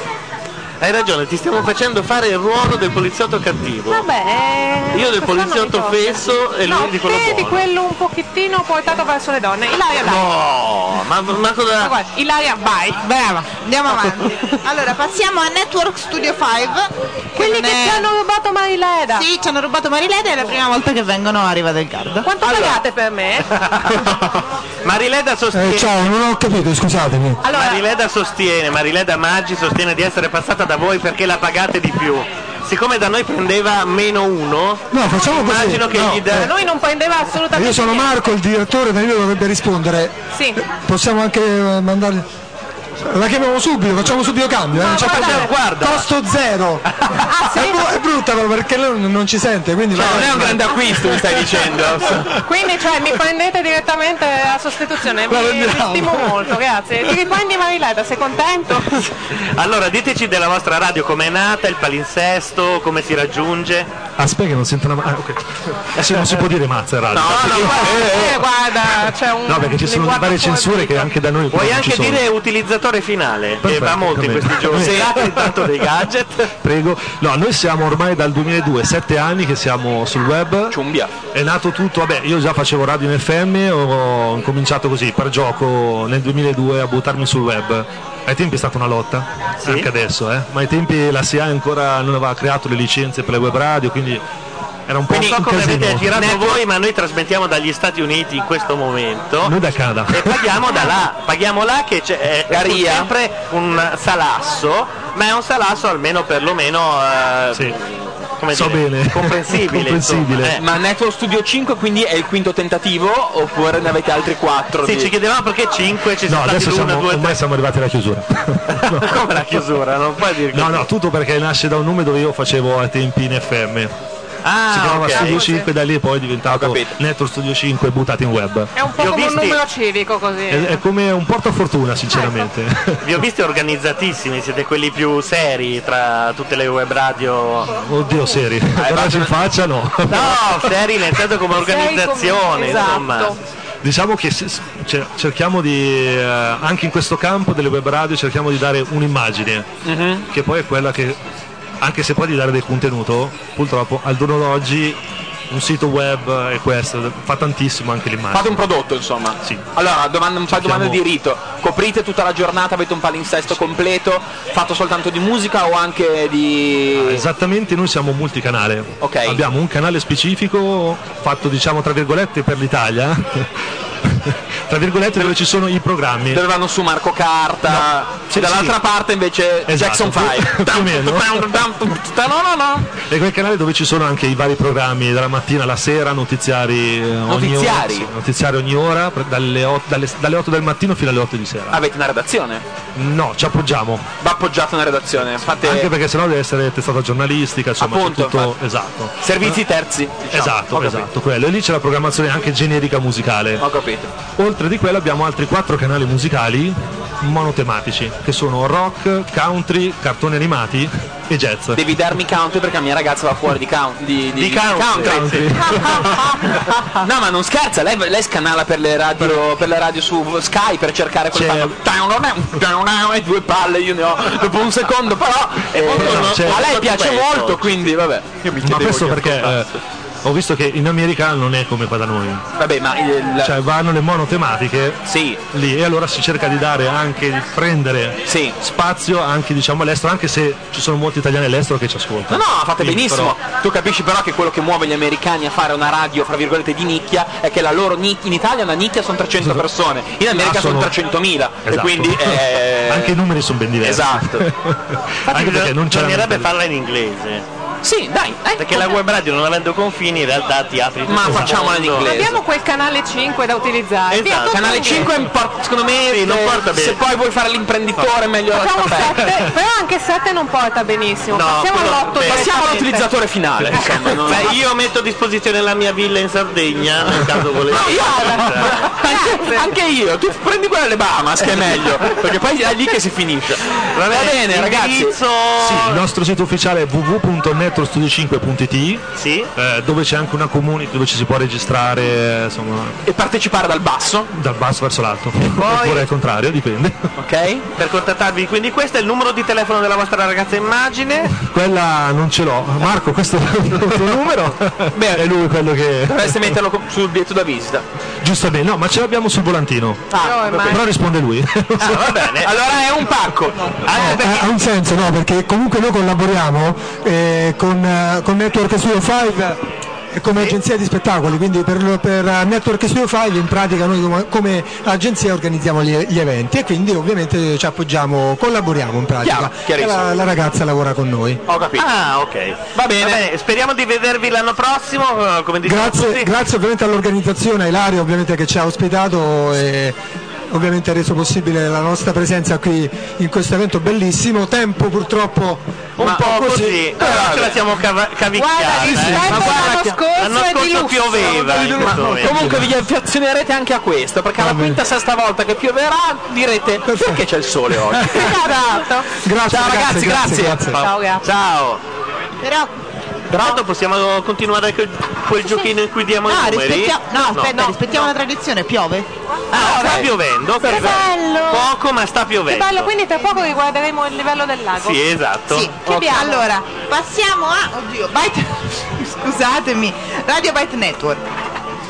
S2: Hai ragione, ti stiamo facendo fare il ruolo del poliziotto cattivo.
S3: Vabbè, eh,
S2: Io del
S3: quest'anno
S2: poliziotto
S3: mi tocca.
S2: fesso e lui
S3: No,
S2: di quello
S3: te di
S2: buono.
S3: quello un pochettino portato verso le donne. Ilaria, dai.
S2: No, ma, ma
S3: Ma
S2: cosa...
S3: guarda, Ilaria, vai.
S5: Brava, andiamo avanti. Allora, passiamo a Network Studio 5.
S3: Quelli che ci hanno rubato Marileda.
S5: Sì, ci hanno rubato Marileda è la prima volta che vengono a Riva del Garda.
S3: Quanto pagate per me?
S2: Marileda sostiene...
S16: Eh, ciao, non ho capito, scusatemi.
S2: Marileda sostiene, Marileda Maggi sostiene di essere passata da voi perché la pagate di più. Siccome da noi prendeva meno uno,
S16: No, facciamo così.
S2: immagino che
S16: No,
S2: gli
S16: eh.
S2: da...
S16: Da noi
S3: non prendeva assolutamente
S16: Io sono Marco, il direttore, Danilo dovrebbe rispondere.
S3: Sì.
S16: Possiamo anche eh, mandargli. La chiamiamo subito, facciamo subito cambio. eh, non c'è
S2: guarda,
S16: problema.
S2: guarda.
S16: Costo zero. è, bru- è brutta però perché lei non, non ci sente, quindi la-
S4: Ah, Cioè, Non è un grande acquisto, mi stai dicendo.
S3: Quindi, cioè, mi prendete direttamente a sostituzione. Mi, mi stimo molto, grazie. Ti riprendi Marileda, sei contento?
S2: Allora, diteci della vostra radio com'è nata, il palinsesto, come si raggiunge.
S16: Aspetta che non sento la ma- ah, ok. Sì, non si può dire mazza in radio.
S3: Eh, guarda, c'è un...
S16: No, perché ci sono
S3: linguaggio
S16: varie censure che anche da noi
S2: Puoi
S16: non ci
S2: anche
S16: sono.
S2: dire utilizzatore finale, che
S16: Perfetto,
S2: va molto in
S16: perfetto.
S2: questi giorni.
S16: Sì.
S2: Date intanto dei gadget.
S16: Prego. No, noi siamo ormai dal 2002, sette anni che siamo sul web. È nato tutto, vabbè, io già facevo radio in FM, ho cominciato così per gioco nel 2002 a buttarmi sul web. Ai tempi è stata una lotta, anche adesso, eh. Ma ai tempi la SIA ancora non aveva creato le licenze per le web radio, quindi era un po'
S2: Quindi
S16: un
S2: so come avete
S16: casino.
S2: girato voi, ma noi trasmettiamo dagli Stati Uniti in questo momento.
S16: Noi dal Canada.
S2: E paghiamo da là, paghiamo là che c'è è pur sempre un salasso, ma è un salasso almeno perlomeno eh, come
S16: So
S2: dire,
S16: bene.
S2: comprensibile.
S16: Comprensibile.
S2: insomma, eh.
S4: Ma Network Studio 5 quindi è il quinto tentativo oppure ne avete altri 4?
S2: Sì, ci chiedevamo perché 5 ci
S16: No,
S2: sono
S16: adesso
S2: stati l'uno,
S16: siamo,
S2: due,
S16: ormai siamo arrivati alla chiusura.
S2: tre. come la chiusura, non puoi dire
S16: No, no, tutto perché nasce da un nome dove io facevo ai tempi in FM. si chiamava
S2: Ah, ok.
S16: Studio 5 da lì poi è diventato Network Studio 5 buttato in web.
S3: È un po'
S2: Li ho
S3: come un
S2: visti.
S3: numero civico
S2: Eh.
S3: così.
S13: Eh,
S16: È, è come un portafortuna, sinceramente.
S2: Vi ho visti organizzatissimi, siete quelli più seri tra tutte le web radio.
S16: Oddio, seri. Guardarci in faccia no.
S2: No, seri nel senso come organizzazione,
S16: Seri come-
S2: insomma.
S16: esatto. Diciamo che se- cioè, cerchiamo di, eh, anche in questo campo delle web radio, cerchiamo di dare un'immagine, che poi è quella che, anche se poi di dare del contenuto, purtroppo al giorno d'oggi un sito web è questo, fa tantissimo anche l'immagine.
S4: Fate un prodotto insomma.
S16: Sì.
S4: Allora, domanda, un
S16: Cerchiamo-
S4: domanda di rito. Coprite tutta la giornata, avete un palinsesto completo, fatto soltanto di musica o anche di...
S16: Ah, Esattamente, noi siamo multicanale. Abbiamo un canale specifico fatto, diciamo, tra virgolette per l'Italia. tra virgolette dove ci sono i programmi.
S4: Dove vanno su Marco Carta,
S16: Sì,
S4: dall'altra
S16: sì.
S4: parte invece
S16: Esatto,
S4: Jackson 5.
S16: più- più o meno.
S4: no, no, no.
S16: E quel canale dove ci sono anche i vari programmi dalla mattina alla sera, notiziari, eh, Ogni ora,
S4: Notiziari?
S16: sì, notiziari ogni ora, pre- dalle, 8, del mattino fino alle 8 di sera.
S4: Avete una redazione?
S16: No, ci appoggiamo,
S4: Va appoggiata una redazione. Fate
S16: anche perché sennò deve essere testata giornalistica, insomma, c'è
S4: Appunto,
S16: tutto
S4: infatti.
S16: esatto.
S4: servizi terzi. diciamo. Ho
S16: Esatto,
S4: capito.
S16: esatto, quello. E lì c'è la programmazione anche generica musicale.
S4: Ho capito.
S16: Oltre di quello abbiamo altri quattro canali musicali monotematici, che sono rock, country, cartoni animati e jazz.
S4: Devi darmi country perché la mia ragazza va fuori di, count, di, di,
S16: Di country.
S4: no, ma non scherza, lei, lei scanala per le radio, per la radio su Sky per cercare quel fatto. E due palle io ne ho dopo un secondo, però eh,
S16: no, c'è-
S4: a lei
S16: c'è
S4: piace
S16: questo.
S4: molto, quindi vabbè. Io mi
S16: Ma questo perché eh, ho visto che in America non è come qua da noi.
S13: Vabbè, ma il- la-
S16: Cioè vanno le monotematiche lì e allora si cerca di dare anche, di prendere spazio anche diciamo all'estero, anche se ci sono molti italiani all'estero che ci ascoltano.
S13: No, no, fate
S16: Quindi,
S13: benissimo.
S16: però,
S13: Tu capisci però che quello che muove gli americani a fare una radio, fra virgolette, di nicchia è che la loro nicchia, in Italia una nicchia sono 300 persone, in America
S16: Ah,
S13: sono
S16: sono-
S13: 300.000 e
S16: esatto.
S13: quindi eh,
S16: anche i numeri sono ben diversi.
S13: Esatto.
S16: anche perché non c'è la
S2: bisognerebbe
S16: mentalità.
S2: farla in inglese.
S13: Sì, dai.
S2: Perché la web radio non avendo confini in realtà ti apri tutto
S13: Ma
S2: il
S13: facciamola in
S2: mondo.
S13: inglese.
S3: Abbiamo quel canale 5 da utilizzare. Via,
S13: Esatto.
S3: tutto
S13: Canale
S3: inglese.
S13: 5 impor- secondo me
S2: Sì, non
S13: eh,
S2: porta bene.
S13: se poi vuoi fare l'imprenditore meglio la
S3: Facciamo
S13: sapere.
S3: 7, Eh, però anche 7 non porta benissimo.
S13: No,
S3: Passiamo
S13: quello-
S3: all'8
S13: beh, passiamo all'utilizzatore finale. Insomma, non-
S2: Beh, io metto a disposizione la mia villa in Sardegna, nel caso volessi. Cioè,
S13: Anche, anche io, tu prendi quella alle Bahamas che è meglio, perché poi è lì che si finisce. Va bene, ragazzi.
S16: Sì, il nostro sito ufficiale è www.networkstudio5.it eh, dove c'è anche una community dove ci si può registrare eh, insomma,
S13: E partecipare dal basso?
S16: dal basso verso l'alto oppure al contrario dipende
S13: Ok?
S2: Per contattarvi, quindi questo è il numero di telefono della vostra ragazza immagine.
S16: quella non ce l'ho Marco questo è il tuo numero Beh, è lui quello che
S13: Dovresti metterlo co- sul biglietto da visita.
S16: giustamente no ma ce l'abbiamo sul volantino
S13: Ah, va
S16: però
S13: bene.
S16: risponde lui
S13: va bene. Allora è un pacco.
S2: Ah,
S17: Eh, ha un senso, no? Perché comunque noi collaboriamo eh, con, eh, con Network Studio 5 eh, come agenzia di spettacoli, quindi per, lo- per, eh, Network Studio 5 in pratica noi come, come agenzia organizziamo gli, gli eventi e quindi ovviamente ci appoggiamo, collaboriamo in pratica.
S2: Chiaro, chiarissimo.
S17: la, la ragazza lavora con noi.
S13: Ho capito.
S2: Ah, ok.
S13: Va bene.
S2: Speriamo di vedervi l'anno prossimo, eh, come dicevamo
S17: Grazie,
S2: tutti.
S17: grazie ovviamente all'organizzazione, a Ilario ovviamente che ci ha ospitato e ovviamente ha reso possibile la nostra presenza qui in questo evento bellissimo. Tempo purtroppo un
S2: Un
S17: po' così. Eh,
S2: però ce la siamo cava- cavicchiata.
S17: Guarda,
S2: eh.
S17: rispetto
S2: Ma guarda
S17: all'anno
S2: che-
S17: scorso
S2: l'anno
S17: è di
S2: scorso
S17: lusso.
S2: pioveva. ecco. in questo momento.
S13: Comunque vi affezionerete anche a questo, perché alla quinta sesta volta che pioverà direte perché c'è il sole oggi.
S5: Esatto.
S17: Grazie
S13: Ciao
S2: ragazzi,
S13: ragazzi, grazie.
S2: grazie. Ciao, grazie.
S13: Ciao.
S5: Però
S2: Tanto possiamo continuare quel, quel giochino in cui diamo
S5: no,
S2: i numeri?
S5: ah, rispettiamo, no, aspetta, rispettiamo la tradizione, piove?
S2: Ah, sta piovendo, ok.
S5: Che bello!
S2: Poco ma sta
S3: Che
S2: piovendo.
S3: bello, quindi tra poco riguarderemo il livello del lago.
S2: Sì, esatto.
S5: Sì,
S2: Ok.
S5: che allora, passiamo a. Oddio, Byte. Scusatemi, Radio Byte Network.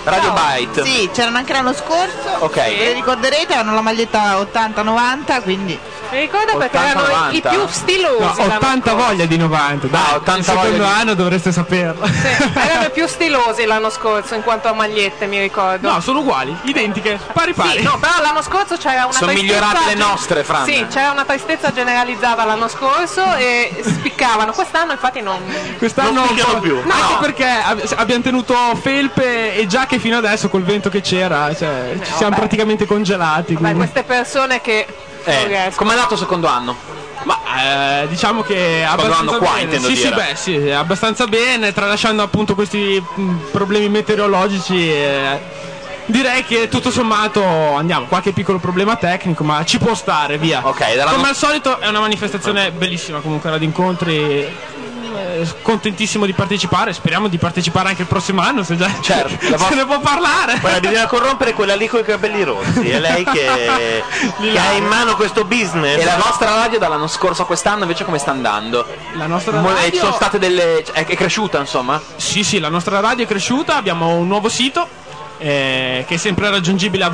S13: Radio
S5: Ciao.
S13: Byte.
S5: Sì, c'erano anche l'anno scorso.
S13: Ok.
S5: Ve le ricorderete, avevano la maglietta 80-90, quindi.
S3: Mi ricordo perché erano i- i più stilosi.
S4: No, ho
S3: l'anno-
S4: tanta voglia di 90, dai,
S13: Ah,
S4: il secondo
S3: voglia di-
S4: anno dovreste saperlo.
S3: erano i più stilosi l'anno scorso in quanto a magliette, mi ricordo.
S4: No, sono uguali, identiche, pari pari.
S3: Sì, no, però l'anno scorso c'era una
S4: Sono
S3: tristezza-
S4: migliorate le nostre, Fran.
S3: Sì, c'era una tristezza generalizzata l'anno scorso e spiccavano. Quest'anno infatti non.
S4: Quest'anno
S3: Non
S2: picchiano
S4: un po'-
S2: più.
S4: Anche
S3: No.
S4: perché ab- abbiamo tenuto felpe e giacche fino adesso col vento che c'era, cioè, ci siamo
S3: Eh, vabbè.
S4: praticamente congelati.
S3: Beh,
S4: quindi-
S3: queste persone che. non riescono.
S13: Eh, Com'è andato il secondo anno?
S4: Ma eh, diciamo che
S13: Secondo
S4: abbastanza
S13: anno qua,
S4: bene.
S13: intendo
S4: sì,
S13: dire.
S4: sì, beh, sì, abbastanza bene, tralasciando appunto questi mh, problemi meteorologici. eh, direi che tutto sommato andiamo, qualche piccolo problema tecnico, ma ci può stare, via.
S13: dall'anno-
S4: Come al solito è una manifestazione bellissima comunque, la di incontri eh, contentissimo di partecipare speriamo di partecipare anche il prossimo anno se già
S13: Certo,
S2: la
S4: se
S2: vostra-
S4: ne può parlare
S2: Guarda, bisogna corrompere quella lì con i capelli rossi. È lei che, che ha in mano questo business.
S13: E la vostra radio dall'anno scorso a quest'anno invece come sta andando?
S4: La nostra
S13: Mo- eh,
S4: radio-
S13: Sono state delle... cioè, è è cresciuta insomma?
S4: Sì, sì, la nostra radio è cresciuta, abbiamo un nuovo sito eh, che è sempre raggiungibile a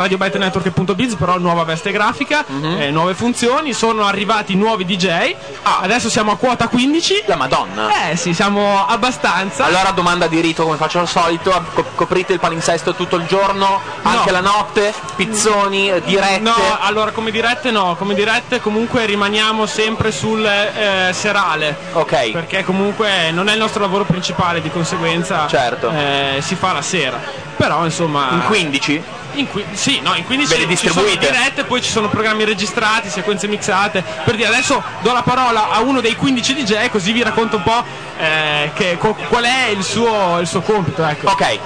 S4: www.radiobytenetwork.biz, però nuova veste grafica,
S13: Mhm.
S4: eh, nuove funzioni, sono arrivati nuovi DJ, adesso siamo a quota 15.
S13: Ah. La madonna!
S4: Eh sì, siamo abbastanza.
S13: Allora domanda di rito come faccio al solito, co- coprite il palinsesto tutto il giorno, anche la notte, pizzoni, eh, dirette.
S4: No, allora come dirette no, come dirette comunque rimaniamo sempre sul eh, serale.
S13: Ok.
S4: Perché comunque non è il nostro lavoro principale, di conseguenza
S13: Certo.
S4: eh, si fa la sera. Però insomma...
S13: In 15?
S4: In qui- sì, no, in 15
S13: Ve le
S4: ci sono
S13: distribuite?
S4: dirette, poi ci sono programmi registrati, sequenze mixate. Per dire, adesso do la parola a uno dei 15 DJ così vi racconto un po' eh, che- co- qual è il suo, il suo compito. Ecco.
S13: Ok.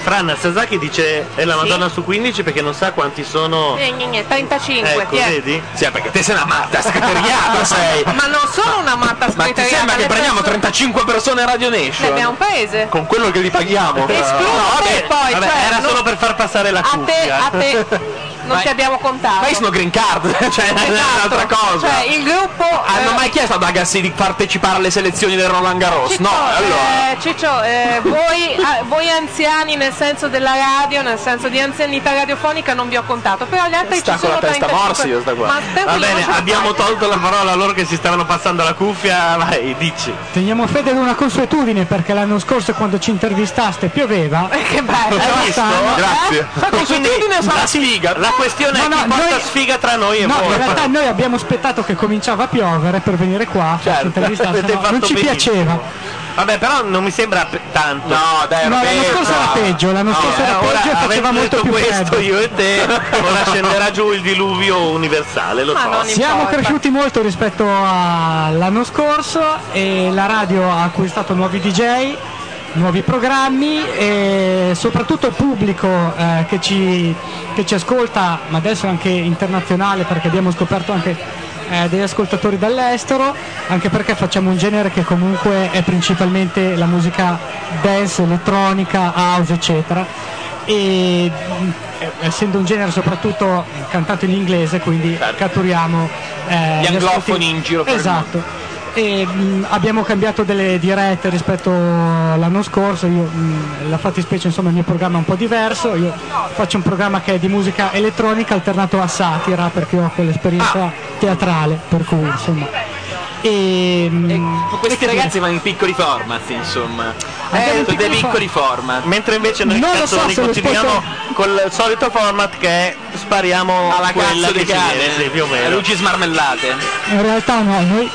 S2: Fran Sasaki dice è la
S3: Sì.
S2: Madonna su 15 perché non sa quanti sono.
S3: Eh, gne, gne, 35,
S2: Oh. Ecco,
S3: tiè.
S2: vedi?
S13: Sì, eh, perché te sei una matta, scateriata sei.
S3: Ma non sono una matta
S13: Ma ti
S3: scritta
S13: sembra che prendiamo 35 persone a Radio
S3: Ne abbiamo
S13: Nation?
S3: un paese.
S13: Con quello che li paghiamo.
S3: Escludo te poi,
S2: Vabbè,
S3: cioè,
S2: era
S3: non-
S2: solo per far passare la
S3: a te,
S2: cuffia.
S3: a te. non ti abbiamo contato.
S2: Ma io sono green card, cioè
S4: Esatto.
S2: è un'altra cosa.
S3: Cioè, il gruppo eh,
S2: Hanno mai chiesto ad Agassi di partecipare alle selezioni del Roland Garros? No, allora.
S3: Eh, Ciccio, eh, voi, ah, voi anziani nel senso della radio, nel senso di anzianità radiofonica non vi ho contato, però gli altri
S2: Sta
S3: ci
S2: con
S3: sono
S2: la testa
S3: 35.
S2: morsi io sta qua.
S3: Ma per
S2: Va
S3: quello
S2: bene, ah,
S3: non c'è-
S2: abbiamo tolto la parola a loro che si stavano passando la cuffia. Vai, dici.
S18: Teniamo fede ad una consuetudine perché l'anno scorso quando ci intervistaste pioveva.
S2: Eh,
S3: che bello. Eh?
S18: Hai visto? Grazie.
S2: Quindi, la sfiga. La questione
S18: No,
S2: è
S18: no,
S2: chi porta
S18: noi-
S2: sfiga tra noi e
S18: No,
S2: voi.
S18: in realtà noi abbiamo aspettato che cominciava a piovere per venire qua a farci intervistare,
S2: Certo, avete
S18: se no
S2: fatto
S18: non ci
S2: benissimo.
S18: piaceva.
S2: Vabbè, però non mi sembra pe- tanto. No, dai, eh,
S18: No, l'anno scorso era peggio, l'anno scorso era peggio e faceva molto più
S2: questo
S18: freddo.
S2: io e te, ora scenderà giù il diluvio universale, lo so.
S18: Siamo cresciuti molto rispetto all'anno scorso e la radio ha acquistato nuovi DJ, nuovi programmi e soprattutto il pubblico eh, che, ci, che ci ascolta, ma adesso anche internazionale perché abbiamo scoperto anche eh, degli ascoltatori dall'estero, anche perché facciamo un genere che comunque è principalmente la musica dance, elettronica, house eccetera e mh, eh, essendo un genere soprattutto cantato in inglese quindi catturiamo eh,
S4: Certo. Gli anglofoni
S18: ascolti-
S4: in giro per il
S18: esatto e, mh, abbiamo cambiato delle dirette rispetto all'anno scorso io, mh, la fattispecie insomma il mio programma è un po' diverso io faccio un programma che è di musica elettronica alternato a satira perché ho quell'esperienza
S4: Ah.
S18: teatrale per cui insomma e, mm, mh,
S4: Questi
S18: e che dire?
S4: ragazzi vanno in piccoli format, insomma.
S2: Eh,
S4: Eh,
S2: tutti
S4: dei
S2: i
S4: piccoli format.
S2: Mentre invece noi
S4: Non lo so
S2: canzoni
S4: se lo
S2: continuiamo col solito format che è spariamo
S4: Alla
S2: quella
S4: cazzo
S2: che
S4: di Eh,
S2: si
S4: cane.
S2: viene, sì, eh, più o meno.
S4: Luci smarmellate.
S18: in realtà no noi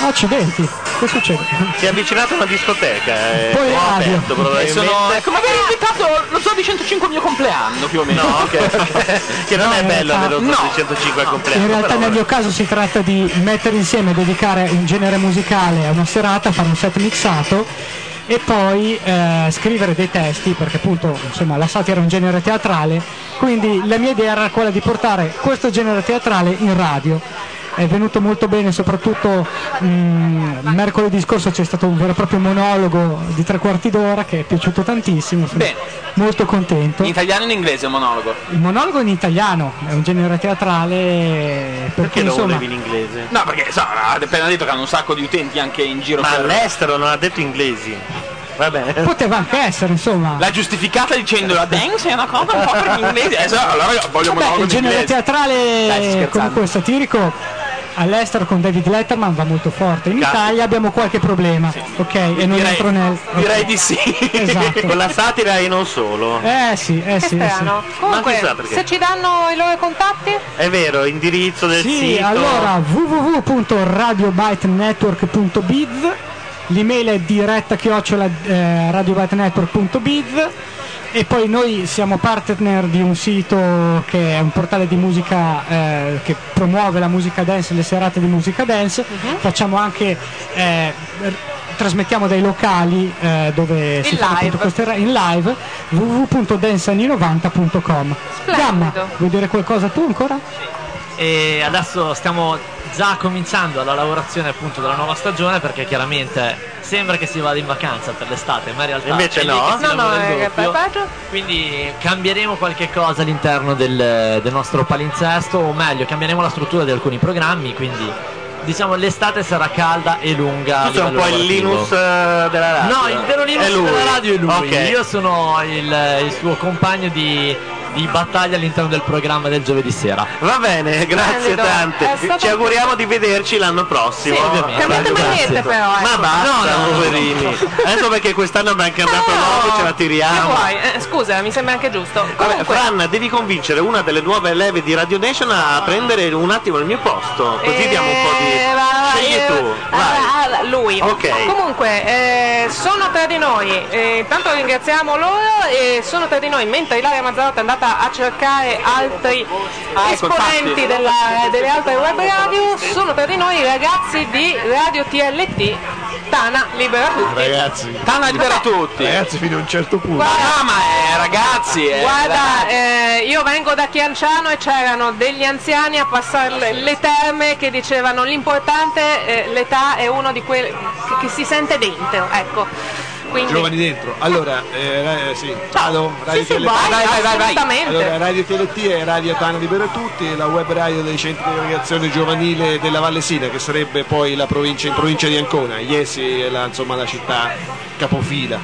S18: accidenti che succede?
S2: Si è avvicinata una discoteca. eh,
S18: Poi
S2: ho
S18: radio.
S2: aperto probabilmente. Eh,
S4: Sono, ecco, magari invitato, non so, di 105 il mio compleanno più o meno.
S2: No, ok, ok. che non
S18: No,
S2: è
S18: in
S2: bello
S18: realtà-
S2: avere un
S18: No.
S2: 305 al compleanno.
S18: In realtà
S2: però,
S18: nel mio caso si tratta di mettere insieme, dedicare un genere musicale a una serata, fare un set mixato e poi eh, scrivere dei testi, perché appunto insomma, la satira è un genere teatrale, quindi la mia idea era quella di portare questo genere teatrale in radio. È venuto molto bene, soprattutto mh, mercoledì scorso c'è stato un vero e proprio monologo di tre quarti d'ora che è piaciuto tantissimo, sono molto contento.
S4: In italiano e in inglese è un monologo.
S18: Il monologo in italiano è un genere teatrale per cui,
S4: lo
S18: insomma,
S4: volevi in
S2: inglese?
S4: No, perché so, ha appena detto che hanno un sacco di utenti anche in giro
S19: Ma
S4: per
S19: all'estero non ha detto inglesi. Vabbè.
S18: poteva anche essere insomma.
S4: L'ha giustificata dicendo la dance è una cosa un po' per gli inglesi. Eh, so, allora io voglio un
S18: Vabbè,
S4: monologo
S18: il
S4: in
S18: genere
S4: inglese. Dai,
S18: teatrale
S4: sto
S18: comunque satirico all'estero con David Letterman va molto forte. In
S2: Cazzo.
S18: Italia abbiamo qualche problema, ok? E non
S2: Direi-
S18: entro nel.
S2: Direi di sì.
S18: Esatto.
S2: Con la satira e non solo.
S18: Eh sì, eh
S3: Che
S18: sì. eh sì.
S3: strano.
S2: Ma chissà
S3: Comunque,
S2: perché.
S3: se ci danno i loro contatti,
S19: È vero, indirizzo del
S18: Sì,
S19: sito.
S18: allora www.radiobytenetwork.biz l'email è diretta chiocciola eh, radiobytenetwork.biz e poi noi siamo partner di un sito che è un portale di musica eh, che promuove la musica dance, le serate di musica dance, facciamo anche eh, r- trasmettiamo dai locali eh, dove si fanno
S3: live.
S18: appunto queste ra- in live www.danceanni90.com Gamma, vuoi dire qualcosa tu ancora?
S20: E adesso stiamo già cominciando la lavorazione appunto della nuova stagione perché chiaramente sembra che si vada in vacanza per l'estate, ma in realtà
S19: Invece
S20: è lì
S19: no.
S20: che si
S19: No,
S20: lavora
S19: no,
S20: il
S19: eh,
S20: doppio.
S19: fai-
S20: Quindi cambieremo qualche cosa all'interno del, del nostro palinsesto, o meglio, cambieremo la struttura di alcuni programmi, quindi diciamo l'estate sarà calda e
S2: Ah,
S20: lunga. a
S19: Tu sei un
S20: livello
S19: po' il
S20: lavorativo.
S19: Linus eh, della radio.
S20: No, il vero Linus
S19: È lui.
S20: della radio è lui.
S19: Ok.
S20: Io sono il, il suo compagno di, di battaglia all'interno del programma del giovedì sera.
S2: Va bene, grazie
S20: Splendido. È
S2: tante.
S20: stato-
S2: Ci auguriamo di vederci l'anno prossimo.
S20: Sì, ovviamente. Cambiate
S2: Grazie.
S20: manette, però, ecco.
S2: Ma basta,
S20: No, no, no,
S2: poverini.
S20: no,
S2: Adesso perché quest'anno abbiamo cambiato nome, ce la
S3: che
S2: tiriamo.
S3: vuoi? Eh, scusa, mi sembra anche giusto.
S2: Vabbè,
S3: Comunque,
S2: Fran, devi convincere una delle nuove leve di Radio Nation a prendere un attimo il mio posto. Così diamo un po'
S3: eh, va, va,
S2: di. Scegli
S3: io-
S2: tu.
S3: Ah, ah, lui.
S2: Ok.
S3: Comunque, eh, sono tra di noi. Eh, intanto ringraziamo loro e sono tra di noi. Mentre Ilaria Mazzarotta è andata a cercare altri
S4: Ah,
S2: ecco,
S3: esponenti
S2: infatti.
S3: della- delle altre web radio, sono tra di noi i ragazzi di Radio TLT Tana Libera Tutti.
S21: Ragazzi,
S4: Tana libera tutti.
S21: Ragazzi, fino a un certo punto.
S4: Ah, ma eh, ragazzi, eh,
S3: Guarda, eh, io vengo da Chianciano e c'erano degli anziani a passare le, le terme che dicevano l'importante, eh, l'età è uno di quelli che, che si sente dentro, ecco. Quindi-
S21: Giovani dentro. Allora, eh, ra- eh, sì. Vado, Radio
S3: sì,
S21: TLT.
S3: vai, Vai, vai, vai, vai. assolutamente.
S21: Allora, Radio TLT è Radio Tana Libera Tutti, la web radio dei centri di aggregazione giovanile della Vallesina, che sarebbe poi la provincia, in provincia di Ancona. Iesi è la, insomma, la città capofila.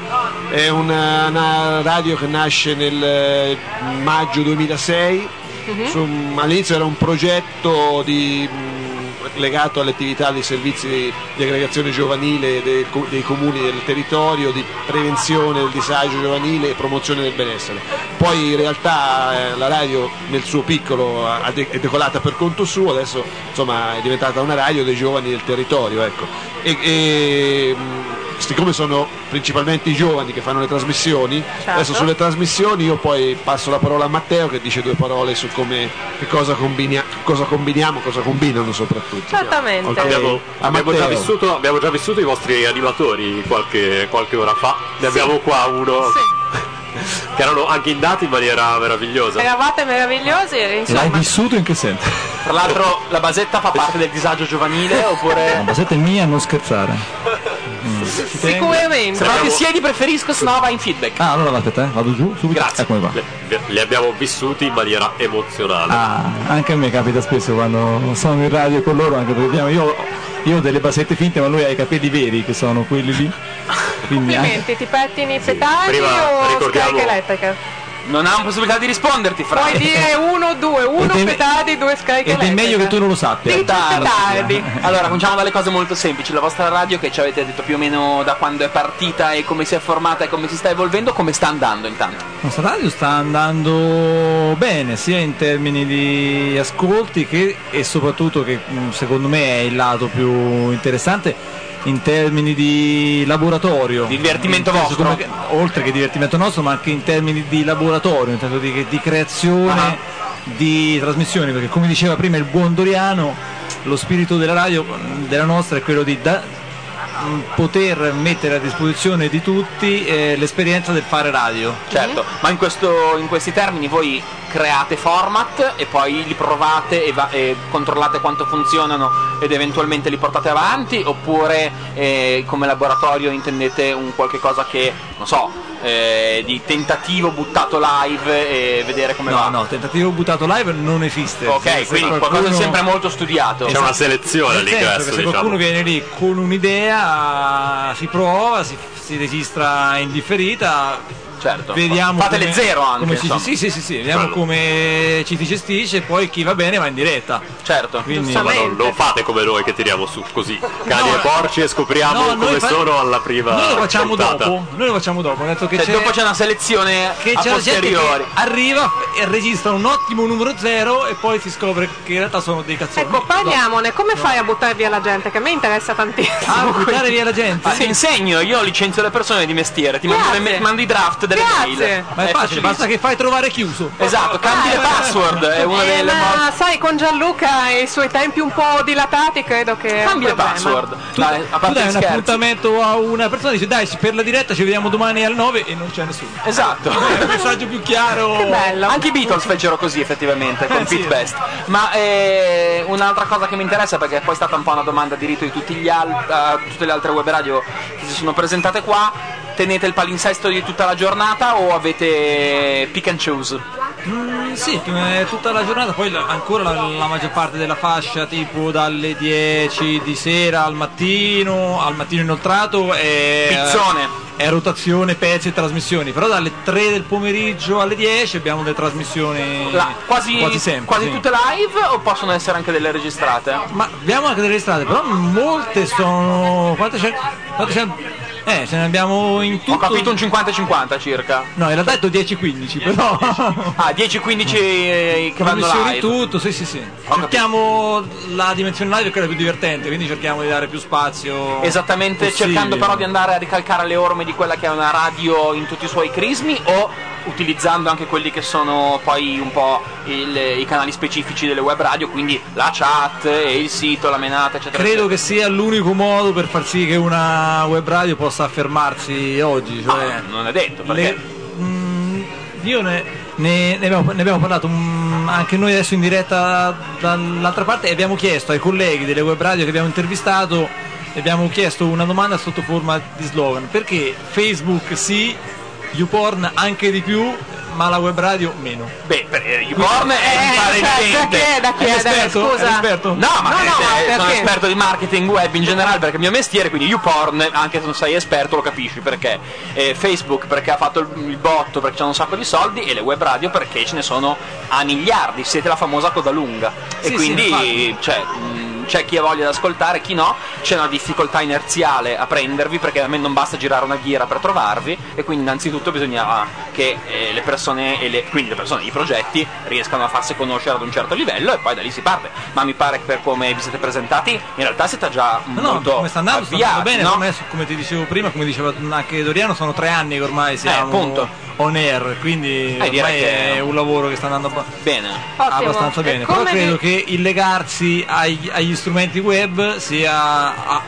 S21: È una, una radio che nasce nel eh, maggio 2006.
S22: Mhm.
S21: Su- all'inizio era un progetto di, mh, legato alle attività dei servizi di, di aggregazione giovanile del co- dei comuni del territorio, di prevenzione del disagio giovanile e promozione del benessere. Poi in realtà eh, la radio nel suo piccolo ha- ha de- è decolata per conto suo, adesso insomma, è diventata una radio dei giovani del territorio. ecco. E- e, mh, siccome sono principalmente i giovani che fanno le trasmissioni, adesso sulle trasmissioni io poi passo la parola a Matteo che dice due parole su come che cosa, combina- cosa combiniamo, cosa combinano soprattutto.
S3: Esattamente.
S21: Ok,
S23: Abbiamo,
S21: a
S23: abbiamo già
S21: Matteo.
S23: vissuto, abbiamo già vissuto i vostri animatori qualche, qualche ora fa. Ne abbiamo qua uno che erano anche indati in maniera meravigliosa.
S3: Eravate meravigliosi, e,
S24: L'hai
S3: insomma.
S24: vissuto in che senso?
S4: Tra l'altro la basetta fa parte del disagio giovanile oppure...
S24: La basetta è mia, non scherzare.
S3: Mm. Sicuramente.
S4: Se proprio siedi preferisco Snova in feedback.
S24: Ah, allora aspetta, eh, vado giù subito.
S23: Grazie.
S24: Eccomi qua.
S23: Le- Li abbiamo vissuti in maniera emozionale.
S24: Ah, anche a me capita spesso quando sono in radio con loro, anche perché abbiamo- io, io ho delle basette finte, ma lui ha i capelli veri che sono quelli lì. Quindi anche-
S3: Complimenti, ti pettini pedali
S24: prima
S3: o
S24: ricordiamo-
S3: scariche elettriche?
S4: Non ha possibilità di risponderti, fra.
S3: Puoi dire uno, due, uno
S4: Ed è-
S3: petadi, due scariche
S4: ed è
S3: elettriche.
S4: meglio che tu
S24: non lo sappia.
S3: Sì,
S4: Tardi.
S3: tardi.
S4: Allora, cominciamo dalle cose molto semplici. La vostra radio che ci avete detto più o meno da quando è partita e come si è formata e come si sta evolvendo, come sta andando intanto?
S24: La nostra radio sta andando bene sia in termini di ascolti che e soprattutto che mh, secondo me è il lato più interessante in termini di laboratorio
S4: Divertimento
S24: In senso
S4: vostro.
S24: come che- oltre che divertimento nostro ma anche in termini di laboratorio in termini di, di creazione
S4: Ah.
S24: di trasmissioni perché come diceva prima il buon Doriano lo spirito della radio mh, della nostra è quello di da- mh, poter mettere a disposizione di tutti eh, l'esperienza del fare radio
S4: Certo, ma in, questo- in questi termini voi create format e poi li provate e, va- e controllate quanto funzionano ed eventualmente li portate avanti oppure eh, come laboratorio intendete un qualche cosa che, non so, eh, di tentativo buttato live e vedere come va?
S24: No, no, tentativo buttato live non esiste.
S4: Ok,
S24: Se- se
S4: quindi qualcosa di sempre molto studiato.
S24: Esatto. Nel senso che Se
S4: diciamo.
S24: qualcuno viene lì con un'idea, si prova, si, si registra in differita.
S4: Certo.
S24: Vediamo
S4: Fatele
S24: come-
S4: zero anche,
S24: come ci-
S4: insomma.
S24: sì, sì, sì, sì, vediamo
S23: Bello.
S24: come ci si gestisce e poi chi va bene va in diretta.
S4: Certo.
S24: Quindi
S23: Insomma, non, non fate come noi che tiriamo su così cani e porci e
S24: No,
S23: scopriamo
S24: noi
S23: come
S24: fa-
S23: sono alla prima
S24: noi lo facciamo
S23: puntata.
S24: dopo, noi lo facciamo dopo, ho detto che
S23: Cioè,
S24: c'è,
S23: dopo
S4: c'è una selezione
S24: che
S23: a
S24: c'è la gente che
S23: posteriori.
S24: arriva e registra un ottimo numero zero e poi si scopre che in realtà sono dei cazzoni.
S3: Ecco, parliamone, come fai a buttare via la gente? Che a me interessa tantissimo.
S24: Ah, buttare via la gente?
S4: Ah, ti insegno, io licenzio le persone di mestiere, ti mando, le- mando i draft delle mail. Eh,
S24: Ma è Eh, facile, basta che fai trovare chiuso.
S4: Esatto, cambi le password, è una
S3: Eh,
S4: delle
S3: ma sai, con Gianluca e i suoi tempi un po' dilatati, credo che. Cambia
S24: Tu,
S4: eh,
S24: tu dai un appuntamento a una persona e dici dai sì, per la diretta ci vediamo domani alle 9 e non c'è nessuno.
S4: Esatto.
S24: È un messaggio più chiaro.
S4: Anche i Beatles fecero così effettivamente con Pete Best. Ma eh, un'altra cosa che mi interessa, perché poi è stata un po' una domanda di rito di tutti gli al- a tutte le altre web radio che si sono presentate qua, tenete il palinsesto di tutta la giornata o avete pick and choose?
S24: Mm, sì, eh, tutta la giornata, poi la- ancora la, la maggior parte della fascia, tipo dalle 10 di sera al mattino, al mattino inoltrato è
S4: Pizzone.
S24: È rotazione, pezzi e trasmissioni, però dalle 3 del pomeriggio alle 10 abbiamo delle trasmissioni
S4: La- quasi
S24: sempre.
S4: quasi
S24: sì.
S4: tutte live o possono essere anche delle registrate?
S24: Ma abbiamo anche delle strade, però molte sono. Quante c'è? Quante c'è? Eh, ce ne abbiamo in tutto.
S4: Ho capito un 50-50 circa.
S24: No, in realtà ho detto 10-15, però.
S4: Ah, 10-15 eh, che vanno
S24: Trasmissioni
S4: live.
S24: in tutto, sì, sì, sì. Cerchiamo la dimensione live perché è quella più divertente, quindi cerchiamo di dare più spazio.
S4: Esattamente,
S24: possibile.
S4: cercando però di andare a ricalcare le orme di quella che è una radio in tutti i suoi crismi o utilizzando anche quelli che sono poi un po' il- i canali specifici delle web radio, quindi la chat e il sito, la menata, eccetera.
S24: Credo che sia l'unico modo per far sì che una web radio possa affermarsi oggi. Cioè,
S4: eccetera. Ah, Non è detto perché.
S24: Io ne, ne- ne abbiamo, ne abbiamo parlato mm, anche noi adesso in diretta dall'altra parte e abbiamo chiesto ai colleghi delle web radio che abbiamo intervistato e abbiamo chiesto una domanda sotto forma di slogan. Perché Facebook sì, YouPorn anche di più, ma la web radio meno.
S4: Beh, YouPorn è
S24: Eh,
S4: mi pare
S24: cioè,
S4: evidente.
S24: È un esperto, è un esperto.
S4: No, ma, eh, eh, sono esperto di marketing web in generale perché è il mio mestiere, quindi YouPorn, anche se non sei esperto, lo capisci perché. Eh, Facebook perché ha fatto il, il botto perché c'hanno un sacco di soldi e le web radio perché ce ne sono a miliardi, siete la famosa coda lunga.
S24: Sì,
S4: e
S24: sì,
S4: quindi
S24: infatti.
S4: cioè, mh, c'è chi ha voglia di ascoltare, chi no, c'è una difficoltà inerziale a prendervi perché a me non basta girare una ghiera per trovarvi e quindi innanzitutto bisogna che eh, le persone, e le- quindi le persone, i progetti riescano a farsi conoscere ad un certo livello e poi da lì si parte. Ma mi pare che per come vi siete presentati in realtà siete già
S24: No,
S4: molto
S24: come sta andando? Sta andando
S4: avviati,
S24: bene,
S4: no?
S24: ormai, so- come ti dicevo prima, come diceva anche Doriano, sono tre anni che ormai siamo
S4: Eh, appunto. Eh,
S24: on air, quindi
S4: direi
S24: ormai
S4: che-
S24: è un lavoro che sta andando abba-
S4: bene.
S24: abbastanza
S4: E
S24: bene.
S4: come
S24: Però credo
S4: vi-
S24: che il legarsi agli, agli strumenti web sia a-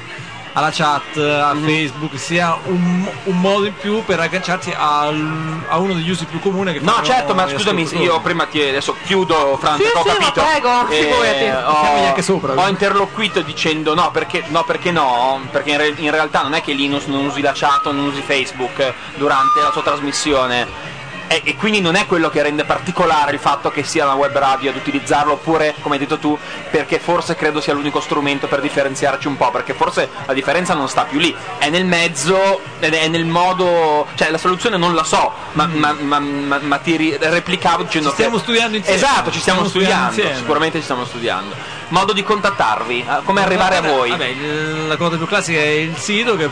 S24: alla chat, a
S4: Mm-hmm.
S24: Facebook, sia un, mo- un modo in più per agganciarsi al- a uno degli usi più comuni che
S4: No,
S24: fanno
S4: certo, ma
S24: gli
S4: scusami,
S24: ascoltatori.
S4: io prima ti adesso chiudo, Fran,
S24: Sì,
S4: perché ho
S24: sì, ma
S4: capito. Eh,
S24: prego, figurati. Mettiamogli
S4: ho,
S24: anche sopra.
S4: ho interloquito dicendo no, perché no, perché no, perché in, re- in realtà non è che Linus non usi la chat, o non usi Facebook eh, durante la sua trasmissione. E, e quindi non è quello che rende particolare il fatto che sia una web radio ad utilizzarlo, oppure, come hai detto tu, perché forse credo sia l'unico strumento per differenziarci un po', perché forse la differenza non sta più lì, è nel mezzo, ed è nel modo, cioè la soluzione non la so, ma, ma- ma- ma- ma ti ri- replicavo dicendo...
S24: Ci stiamo
S4: che-
S24: studiando insieme.
S4: Esatto, ci stiamo,
S24: Stiamo
S4: studiando,
S24: studiando insieme.
S4: sicuramente ci stiamo studiando. Modo di contattarvi, eh, come arrivare a
S24: Vabbè,
S4: voi.
S24: vabbè, il- la cosa più classica è il sito che è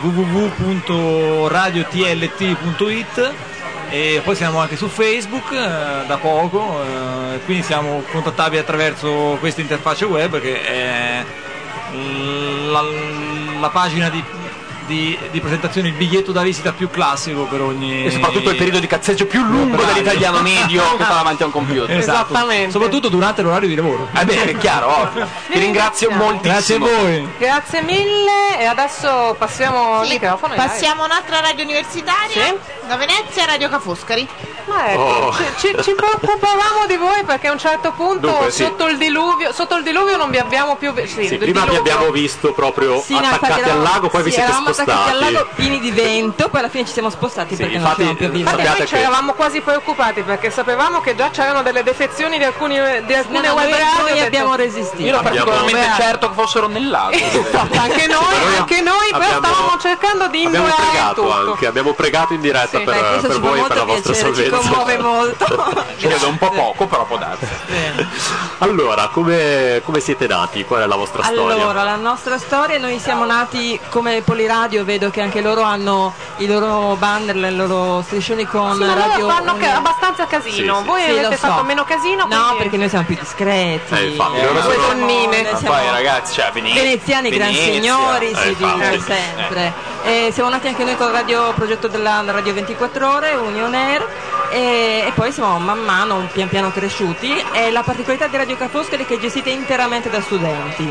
S24: www.radiotlt.it e poi siamo anche su Facebook eh, da poco, eh, quindi siamo contattabili attraverso questa interfaccia web che è la, la pagina di, di- di presentazione, il biglietto da visita più classico per ogni...
S4: E soprattutto il periodo di cazzeggio più lungo
S24: Bravi.
S4: dell'italiano medio che fa davanti a un computer.
S24: Esatto. Soprattutto durante l'orario di lavoro.
S4: Eh beh, è chiaro, ovvio. Vi ringrazio
S24: Grazie a
S4: moltissimo.
S24: voi.
S3: Grazie mille e adesso passiamo al
S5: Sì,
S3: microfono. ai
S5: passiamo a un'altra radio universitaria da Venezia, Radio Ca' Foscari.
S3: Ma ecco,
S5: Oh.
S3: ci, ci- ci preoccupavamo di voi perché a un certo punto
S23: Dunque, sì.
S3: sotto, il diluvio, sotto il diluvio non vi abbiamo più... ve- Sì,
S23: Sì,
S3: del
S23: prima vi
S3: diluvio-
S23: abbiamo visto proprio
S1: Sì, no, infatti
S23: attaccati al
S1: eravamo-
S23: lago, poi vi
S1: sì,
S23: siete
S1: eravamo attaccati al lago
S23: spostati.
S1: pieni di vento, poi alla fine ci siamo spostati
S23: Sì,
S1: perché
S23: infatti,
S1: non ci avevamo più
S23: eh,
S1: visto.
S23: sappiate
S3: Ci eravamo quasi preoccupati perché sapevamo che già c'erano delle defezioni di, alcuni, di alcune
S1: no,
S3: web
S1: noi-
S3: radio.
S1: noi
S3: ho detto-
S1: abbiamo resistito.
S4: Io ero
S23: Abbiamo-
S4: particolarmente
S23: Beh,
S4: certo che fossero nel lago.
S3: Esatto, anche noi, anche noi però
S23: abbiamo-
S3: stavamo cercando di
S23: Abbiamo
S3: indurare il
S23: pregato
S3: tutto.
S23: anche, abbiamo pregato in diretta per,
S1: Beh, questo
S23: per
S1: ci fa
S23: voi e per la
S1: molto
S23: vostra
S1: piacere, ci
S23: salvezza.
S1: commuove molto.
S4: Ci credo un po' poco, però può darsi.
S23: Allora, come, come siete nati? Qual è la vostra storia?
S1: Allora, la nostra storia, noi siamo nati come Poliradio, vedo che anche loro hanno i loro banner, le loro striscioni con
S3: Sì, ma loro
S1: radio.
S3: fanno ca-
S1: Uni-
S3: abbastanza casino. Voi
S1: Sì,
S3: avete
S1: lo
S3: fatto
S1: so.
S3: meno casino.
S1: No,
S3: quindi-
S1: perché noi siamo più discreti.
S23: Eh, infatti,
S1: Noi
S23: loro
S1: due
S23: sono-
S1: donnine,
S23: Ma
S1: siamo-
S23: poi ragazzi, cioè, Vene-
S1: Veneziani, gran
S23: Venezia,
S1: signori,
S23: eh,
S1: si
S23: infatti.
S1: dice sempre. E siamo nati anche noi col radio, progetto della Radio 24 Ore, Union Air, e, e poi siamo man mano, un pian piano cresciuti. E la particolarità di Radio Capostoli è che è gestita interamente da studenti.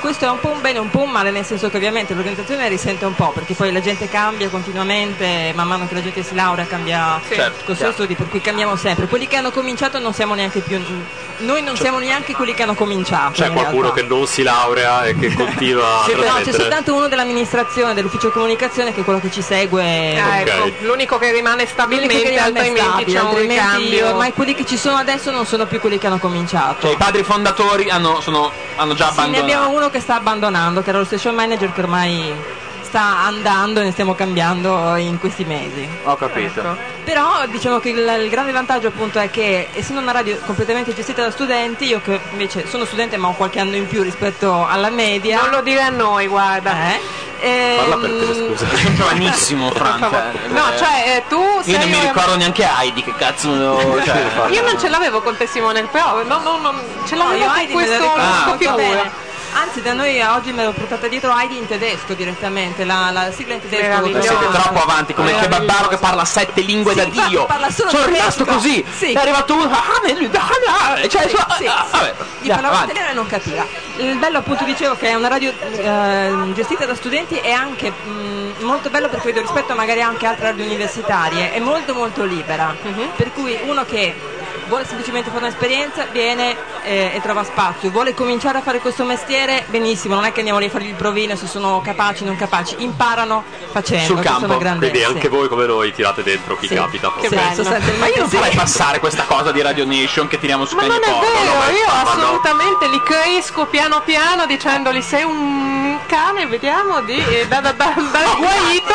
S1: Questo è un po' un bene e un po' un male, nel senso che ovviamente l'organizzazione risente un po', perché poi la gente cambia continuamente, man mano che la gente si laurea cambia Sì. il Certo, corso di chiaro. studi, per cui cambiamo sempre. Quelli che hanno cominciato non siamo neanche più... Noi non siamo neanche quelli che hanno cominciato.
S23: Cioè, C'è
S1: in
S23: qualcuno
S1: realtà.
S23: che non si laurea e che continua a
S1: Sì, però no, c'è
S23: trasmettere?
S1: soltanto uno dell'amministrazione, dell'ufficio comunicazione, che è quello che ci segue.
S3: Ah, ecco,
S23: Ok.
S3: l'unico che rimane stabilmente,
S1: L'unico che rimane
S3: altrimenti
S1: stabile,
S3: c'è un
S1: altrimenti
S3: ricambio.
S1: ormai quelli che ci sono adesso non sono più quelli che hanno cominciato.
S4: Cioè, i padri fondatori hanno, sono- hanno già
S1: Sì, ne
S4: abbandonato.
S1: abbiamo uno che sta abbandonando, che era lo station manager che ormai sta andando e ne stiamo cambiando in questi mesi.
S4: Ho capito.
S3: Ecco.
S1: Però diciamo che il, il grande vantaggio appunto è che essendo una radio completamente gestita da studenti, io che invece sono studente ma ho qualche anno in più rispetto alla media. Eh? Non lo
S3: dire a noi, guarda. Ehm,
S4: Parla per te, scusa. Sono giovanissimo, Franca.
S3: No, cioè, eh, tu sei
S4: Io non mi
S3: un-
S4: ricordo neanche Heidi, che cazzo... Cioè,
S3: Io non ce l'avevo con te Simone, però no, no, no, ce l'avevo
S1: io
S3: con
S1: Heidi me Ah, lo
S3: questo,
S1: ricordo
S3: con
S1: molto
S3: figura.
S1: bene. Anzi, da noi oggi me l'ho portata dietro Heidi in tedesco direttamente, la, la sigla in tedesco.
S4: Eh, Siete troppo avanti, come il kebabaro che parla sette lingue da Dio.
S1: parla solo
S4: Sono
S1: tedesco.
S4: rimasto così.
S1: Sì.
S4: È arrivato uno. ah, me- ah, ah, Cioè,
S1: Sì,
S4: ah,
S1: sì,
S4: ah,
S1: sì.
S4: vabbè.
S1: Gli
S4: Dai,
S1: parlavo
S4: avanti.
S1: italiano e non capiva. Il bello appunto dicevo che è una radio eh, gestita da studenti e anche mh, molto bello perché vedo rispetto magari anche a altre radio universitarie, è
S4: Mhm.
S1: molto molto libera. Per cui uno che vuole semplicemente fare un'esperienza viene, eh, e trova spazio, vuole cominciare a fare questo mestiere, benissimo, non è che andiamo lì a fargli il provino se sono capaci o non capaci, imparano facendo.
S23: sul
S1: questa è una
S23: campo,
S1: grandezza.
S23: quindi anche
S1: Sì.
S23: voi come noi tirate dentro chi
S1: Sì.
S23: capita.
S1: Che bello, sostanzialmente
S4: Ma io non
S1: sì.
S4: farei passare questa cosa di Radio Nation che tiriamo su
S3: Ma non
S4: Cagni
S3: è
S4: Porto,
S3: vero,
S4: no?
S3: io
S4: Ma no.
S3: assolutamente li cresco piano piano dicendogli sei un cane, vediamo di eh, da, da, da- dal guaito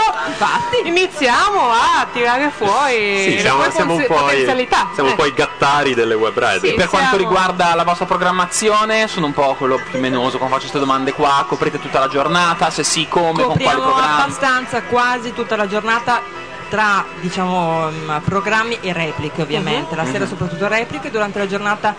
S3: iniziamo a tirare
S1: Eh,
S3: fuori
S23: Sì,
S3: le
S23: siamo,
S3: sue
S23: siamo un
S3: ponze-
S23: po' i,
S3: potenzialità.
S23: siamo un
S3: Eh.
S23: po' i gattari delle web radio.
S3: Sì,
S4: per quanto
S3: siamo-
S4: riguarda la vostra programmazione, sono un po' quello più menoso quando faccio queste domande qua. Coprite tutta la giornata? Se sì, come? Con quali
S1: Copriamo
S4: programmi?
S1: abbastanza quasi tutta la giornata tra diciamo mh, programmi e repliche ovviamente,
S4: Mhm.
S1: la sera
S4: Mhm.
S1: soprattutto repliche, durante la giornata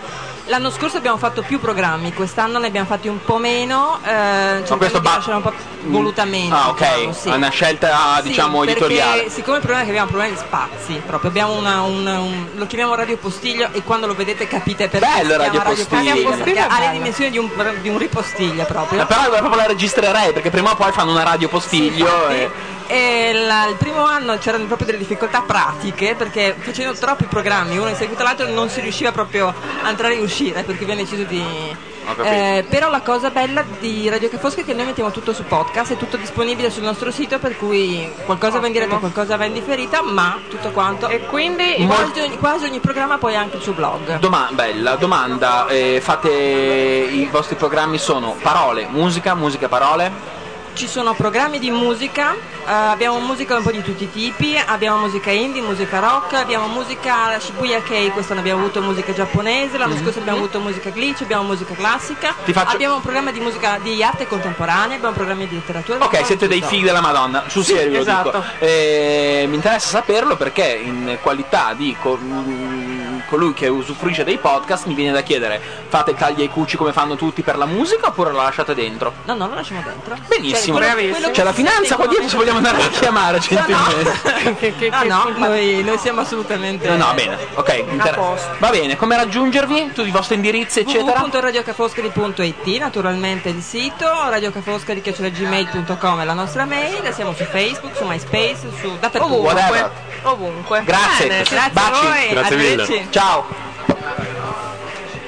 S1: l'anno scorso abbiamo fatto più programmi, quest'anno ne abbiamo fatti un po' meno, eh, cercando
S4: questo
S1: di lasciare un po' volutamente.
S4: Ah, ok.
S1: diciamo, sì.
S4: È una scelta,
S1: Sì,
S4: diciamo,
S1: perché
S4: editoriale.
S1: Siccome il problema è che abbiamo problemi di spazi, proprio abbiamo una- un, un- lo chiamiamo Radio Postiglio e quando lo vedete capite perché
S4: Bello
S1: si chiama
S4: Radio Postiglio.
S1: perché
S4: Postiglio è
S1: ha le
S4: bello.
S1: dimensioni di un, di un ripostiglio proprio.
S4: Eh, Però io proprio la registrerei perché prima o poi fanno una radio postiglio. e-
S1: E la- il primo anno c'erano proprio delle difficoltà pratiche perché facendo troppi programmi uno in seguito all'altro non si riusciva proprio a entrare e uscire perché abbiamo deciso di...
S6: Ho capito.
S1: Eh, però la cosa bella di Radio Cafosca è che noi mettiamo tutto su podcast, è tutto disponibile sul nostro sito per cui qualcosa va in diretta, qualcosa va in differita, ma tutto quanto. E
S3: quindi
S1: quasi ogni, quasi ogni programma poi anche il suo blog.
S4: Doma- bella domanda, eh, fate i vostri programmi sono parole, musica, musica, parole.
S1: Ci sono programmi di musica, eh, abbiamo musica un po' di tutti i tipi, abbiamo musica indie, musica rock, abbiamo musica Shibuya Kei, quest'anno abbiamo avuto musica giapponese, l'anno scorso abbiamo avuto musica glitch, abbiamo musica classica,
S4: Mm-hmm. Ti faccio-
S1: abbiamo un programma di musica di arte contemporanea, abbiamo programmi di letteratura.
S4: Ok,
S1: abbiamo
S4: siete dei
S1: tutto.
S4: figli della Madonna, sul
S1: Sì,
S4: serio
S1: esatto.
S4: lo dico. Eh, mi interessa saperlo perché in qualità di co- mm, colui che usufruisce dei podcast mi viene da chiedere, fate tagli ai cucci come fanno tutti per la musica oppure la lasciate dentro?
S1: No, no, lo lasciamo dentro.
S4: Benissimo,
S1: Cioè, quello- quello
S4: c'è
S1: che
S4: la
S1: si
S4: finanza
S1: sente
S4: qua
S1: in
S4: dietro se vogliamo andare a chiamare gentilmente.
S1: Ah, no, noi, noi siamo assolutamente
S4: No, no, bene, ok, inter- va bene, come raggiungervi? Tutti i vostri indirizzi, eccetera.
S1: www.radiocafoscari.it naturalmente il sito radiocafoscari.gmail.com è la nostra mail siamo su Facebook, su MySpace su dappertutto
S4: Ovunque.
S3: Ovunque.
S4: Grazie,
S1: Bene, grazie a
S4: baci,
S1: voi,
S4: grazie mille.
S1: arrivederci.
S4: Ciao.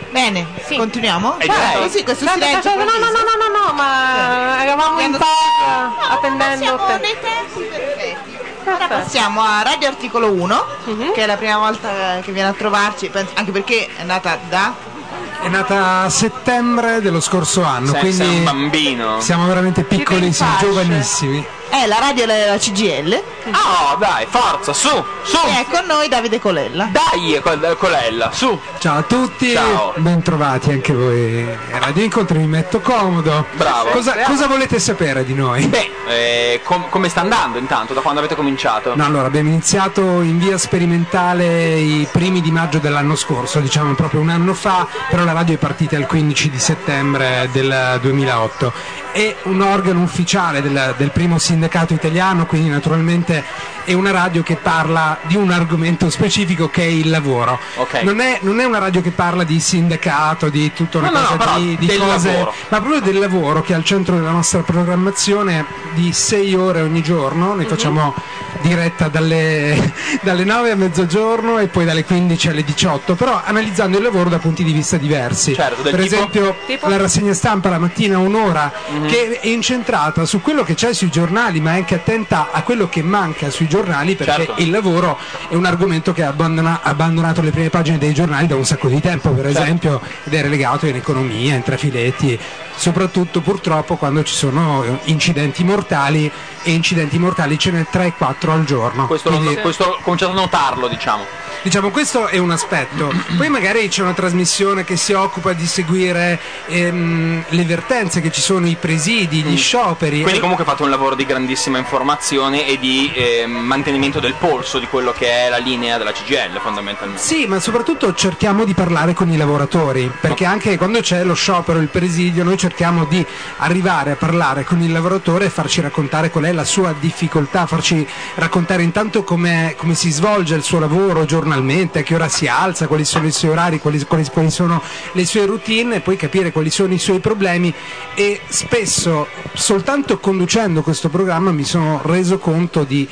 S5: Bene, continuiamo?
S4: Eh,
S5: Vai,
S4: dai.
S5: Così, questo
S3: No,
S5: silenzio.
S3: no, no, no, no, no, no, no, ma eravamo in pausa attendendo
S5: Siamo
S3: te.
S5: nei tempi perfetti. Ora passiamo a Radio Articolo 1,
S3: Mhm.
S5: che è la prima volta che viene a trovarci, penso- anche perché è nata da...
S25: È nata a settembre dello scorso anno,
S4: Sei-
S25: quindi
S4: sei un bambino.
S25: siamo veramente piccolissimi,
S5: rinfasce.
S25: giovanissimi.
S5: È la radio della CGL.
S4: Oh, dai, forza, su, su.
S5: E è con noi Davide Colella.
S4: Dai, col- colella, su.
S25: Ciao a tutti,
S4: Ciao.
S25: bentrovati anche voi. a Radio Incontri, mi metto comodo.
S4: Bravo.
S25: Cosa, cosa volete sapere di noi?
S4: Beh, eh, com- come sta andando intanto da quando avete cominciato?
S25: No, allora abbiamo iniziato in via sperimentale i primi di maggio dell'anno scorso, diciamo proprio un anno fa, però la radio è partita il 15 di settembre del 2008 è un organo ufficiale del, del primo sindacato italiano, quindi naturalmente è una radio che parla di un argomento specifico che è il lavoro.
S4: Ok.
S25: Non, è, non è una radio che parla di sindacato, di tutta una
S4: No, no, no,
S25: cosa
S4: però
S25: di, di
S4: del
S25: cose,
S4: lavoro.
S25: ma proprio del lavoro che è al centro della nostra programmazione di 6 ore ogni giorno. Noi facciamo diretta dalle, dalle 9 a mezzogiorno e poi dalle 15 alle 18, però analizzando il lavoro da punti di vista diversi.
S4: Certo, del
S25: per
S4: tipo? Mhm.
S25: esempio
S4: Tipo?
S25: la rassegna stampa la mattina un'ora che è incentrata su quello che c'è sui giornali, ma è anche attenta a quello che manca sui giornali perché
S4: Certo.
S25: il lavoro è un argomento che ha abbandona- abbandonato le prime pagine dei giornali da un sacco di tempo, per
S4: Certo.
S25: esempio, ed è relegato in economia, in trafiletti, soprattutto purtroppo quando ci sono eh, incidenti mortali e incidenti mortali ce n'è 3-4 al giorno.
S4: Questo, lo-
S25: Quindi-
S4: questo ho cominciato a notarlo, diciamo.
S25: Diciamo, questo è un aspetto. Poi magari c'è una trasmissione che si occupa di seguire ehm, le vertenze che ci sono, i presidi, gli scioperi.
S4: Mm. Quindi comunque fate un lavoro di grandissima informazione e di eh, mantenimento del polso di quello che è la linea della CGL fondamentalmente.
S25: Sì, ma soprattutto cerchiamo di parlare con i lavoratori, perché anche quando c'è lo sciopero, il presidio, noi cerchiamo di arrivare a parlare con il lavoratore e farci raccontare qual è la sua difficoltà, farci raccontare intanto come, come si svolge il suo lavoro giornalmente, a che ora si alza, quali sono i suoi orari, quali, quali- quali sono le sue routine e poi capire quali sono i suoi problemi e spesso soltanto conducendo questo programma mi sono reso conto di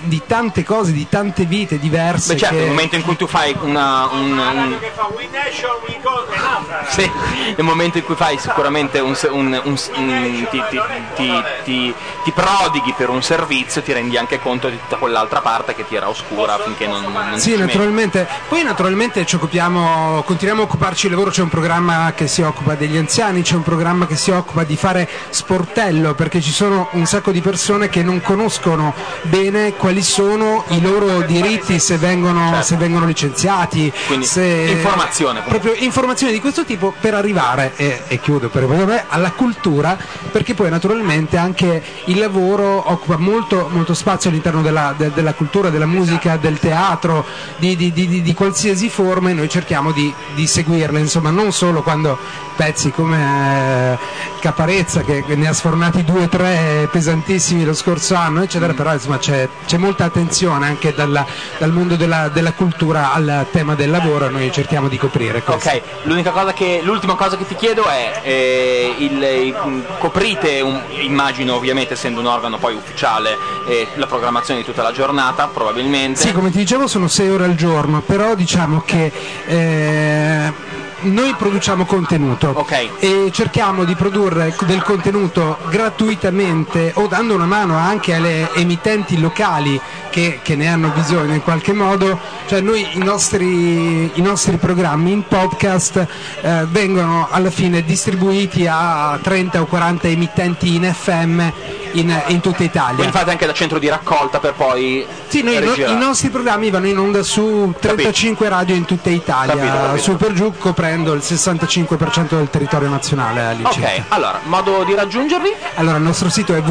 S26: di tante cose, di tante vite diverse.
S4: Beh, certo,
S26: che-
S4: nel momento in cui tu fai una. un- un- Sì, nel momento in cui fai sicuramente un. se- un- un- un- ti, ti- ti- ti- ti prodighi per un servizio, ti rendi anche conto di tutta quell'altra parte che ti era oscura finché non. non ci
S25: Sì,
S4: metti.
S25: naturalmente. Poi naturalmente ci occupiamo, continuiamo a occuparci del lavoro, c'è un programma che si occupa degli anziani, c'è un programma che si occupa di fare sportello, perché ci sono un sacco di persone che non conoscono bene quali sono i loro diritti se vengono, se vengono licenziati.
S4: Quindi,
S25: se-
S4: informazione, comunque.
S25: Proprio informazioni di questo tipo per arrivare, e, e chiudo per me, alla cultura, perché poi naturalmente anche il lavoro occupa molto, molto spazio all'interno della, de- della cultura, della musica,
S4: Esatto.
S25: del teatro, di, di- di- di- di qualsiasi forma e noi cerchiamo di, di seguirle, insomma non solo quando pezzi come eh, Caparezza che ne ha sfornati due o tre pesantissimi lo scorso anno, eccetera, però insomma c'è, c'è molta attenzione anche dalla- dal mondo della, della cultura al tema del lavoro e noi cerchiamo di coprire questo.
S4: Ok, l'unica cosa che, l'ultima cosa che ti chiedo è, eh, il- il- coprite, un- immagino ovviamente essendo un organo poi ufficiale, eh, la programmazione di tutta la giornata probabilmente.
S25: Sì, come ti dicevo sono 6 ore al giorno, però diciamo che eh, noi produciamo contenuto e cerchiamo di produrre c- del contenuto gratuitamente o dando una mano anche alle emittenti locali che, che ne hanno bisogno in qualche modo, cioè noi i nostri, i nostri programmi in podcast eh, vengono alla fine distribuiti a 30 o 40 emittenti in FM in, in tutta Italia.
S4: Quindi fate anche da centro di raccolta per poi...
S25: Sì, noi, no-
S4: rigirare.
S25: i nostri programmi vanno in onda su 35 radio in tutta Italia,
S4: Capito, capito.
S25: su per giù coprendo il 65% del territorio nazionale all'incirca.
S4: Ok, allora, modo di raggiungervi?
S25: Allora, il nostro sito è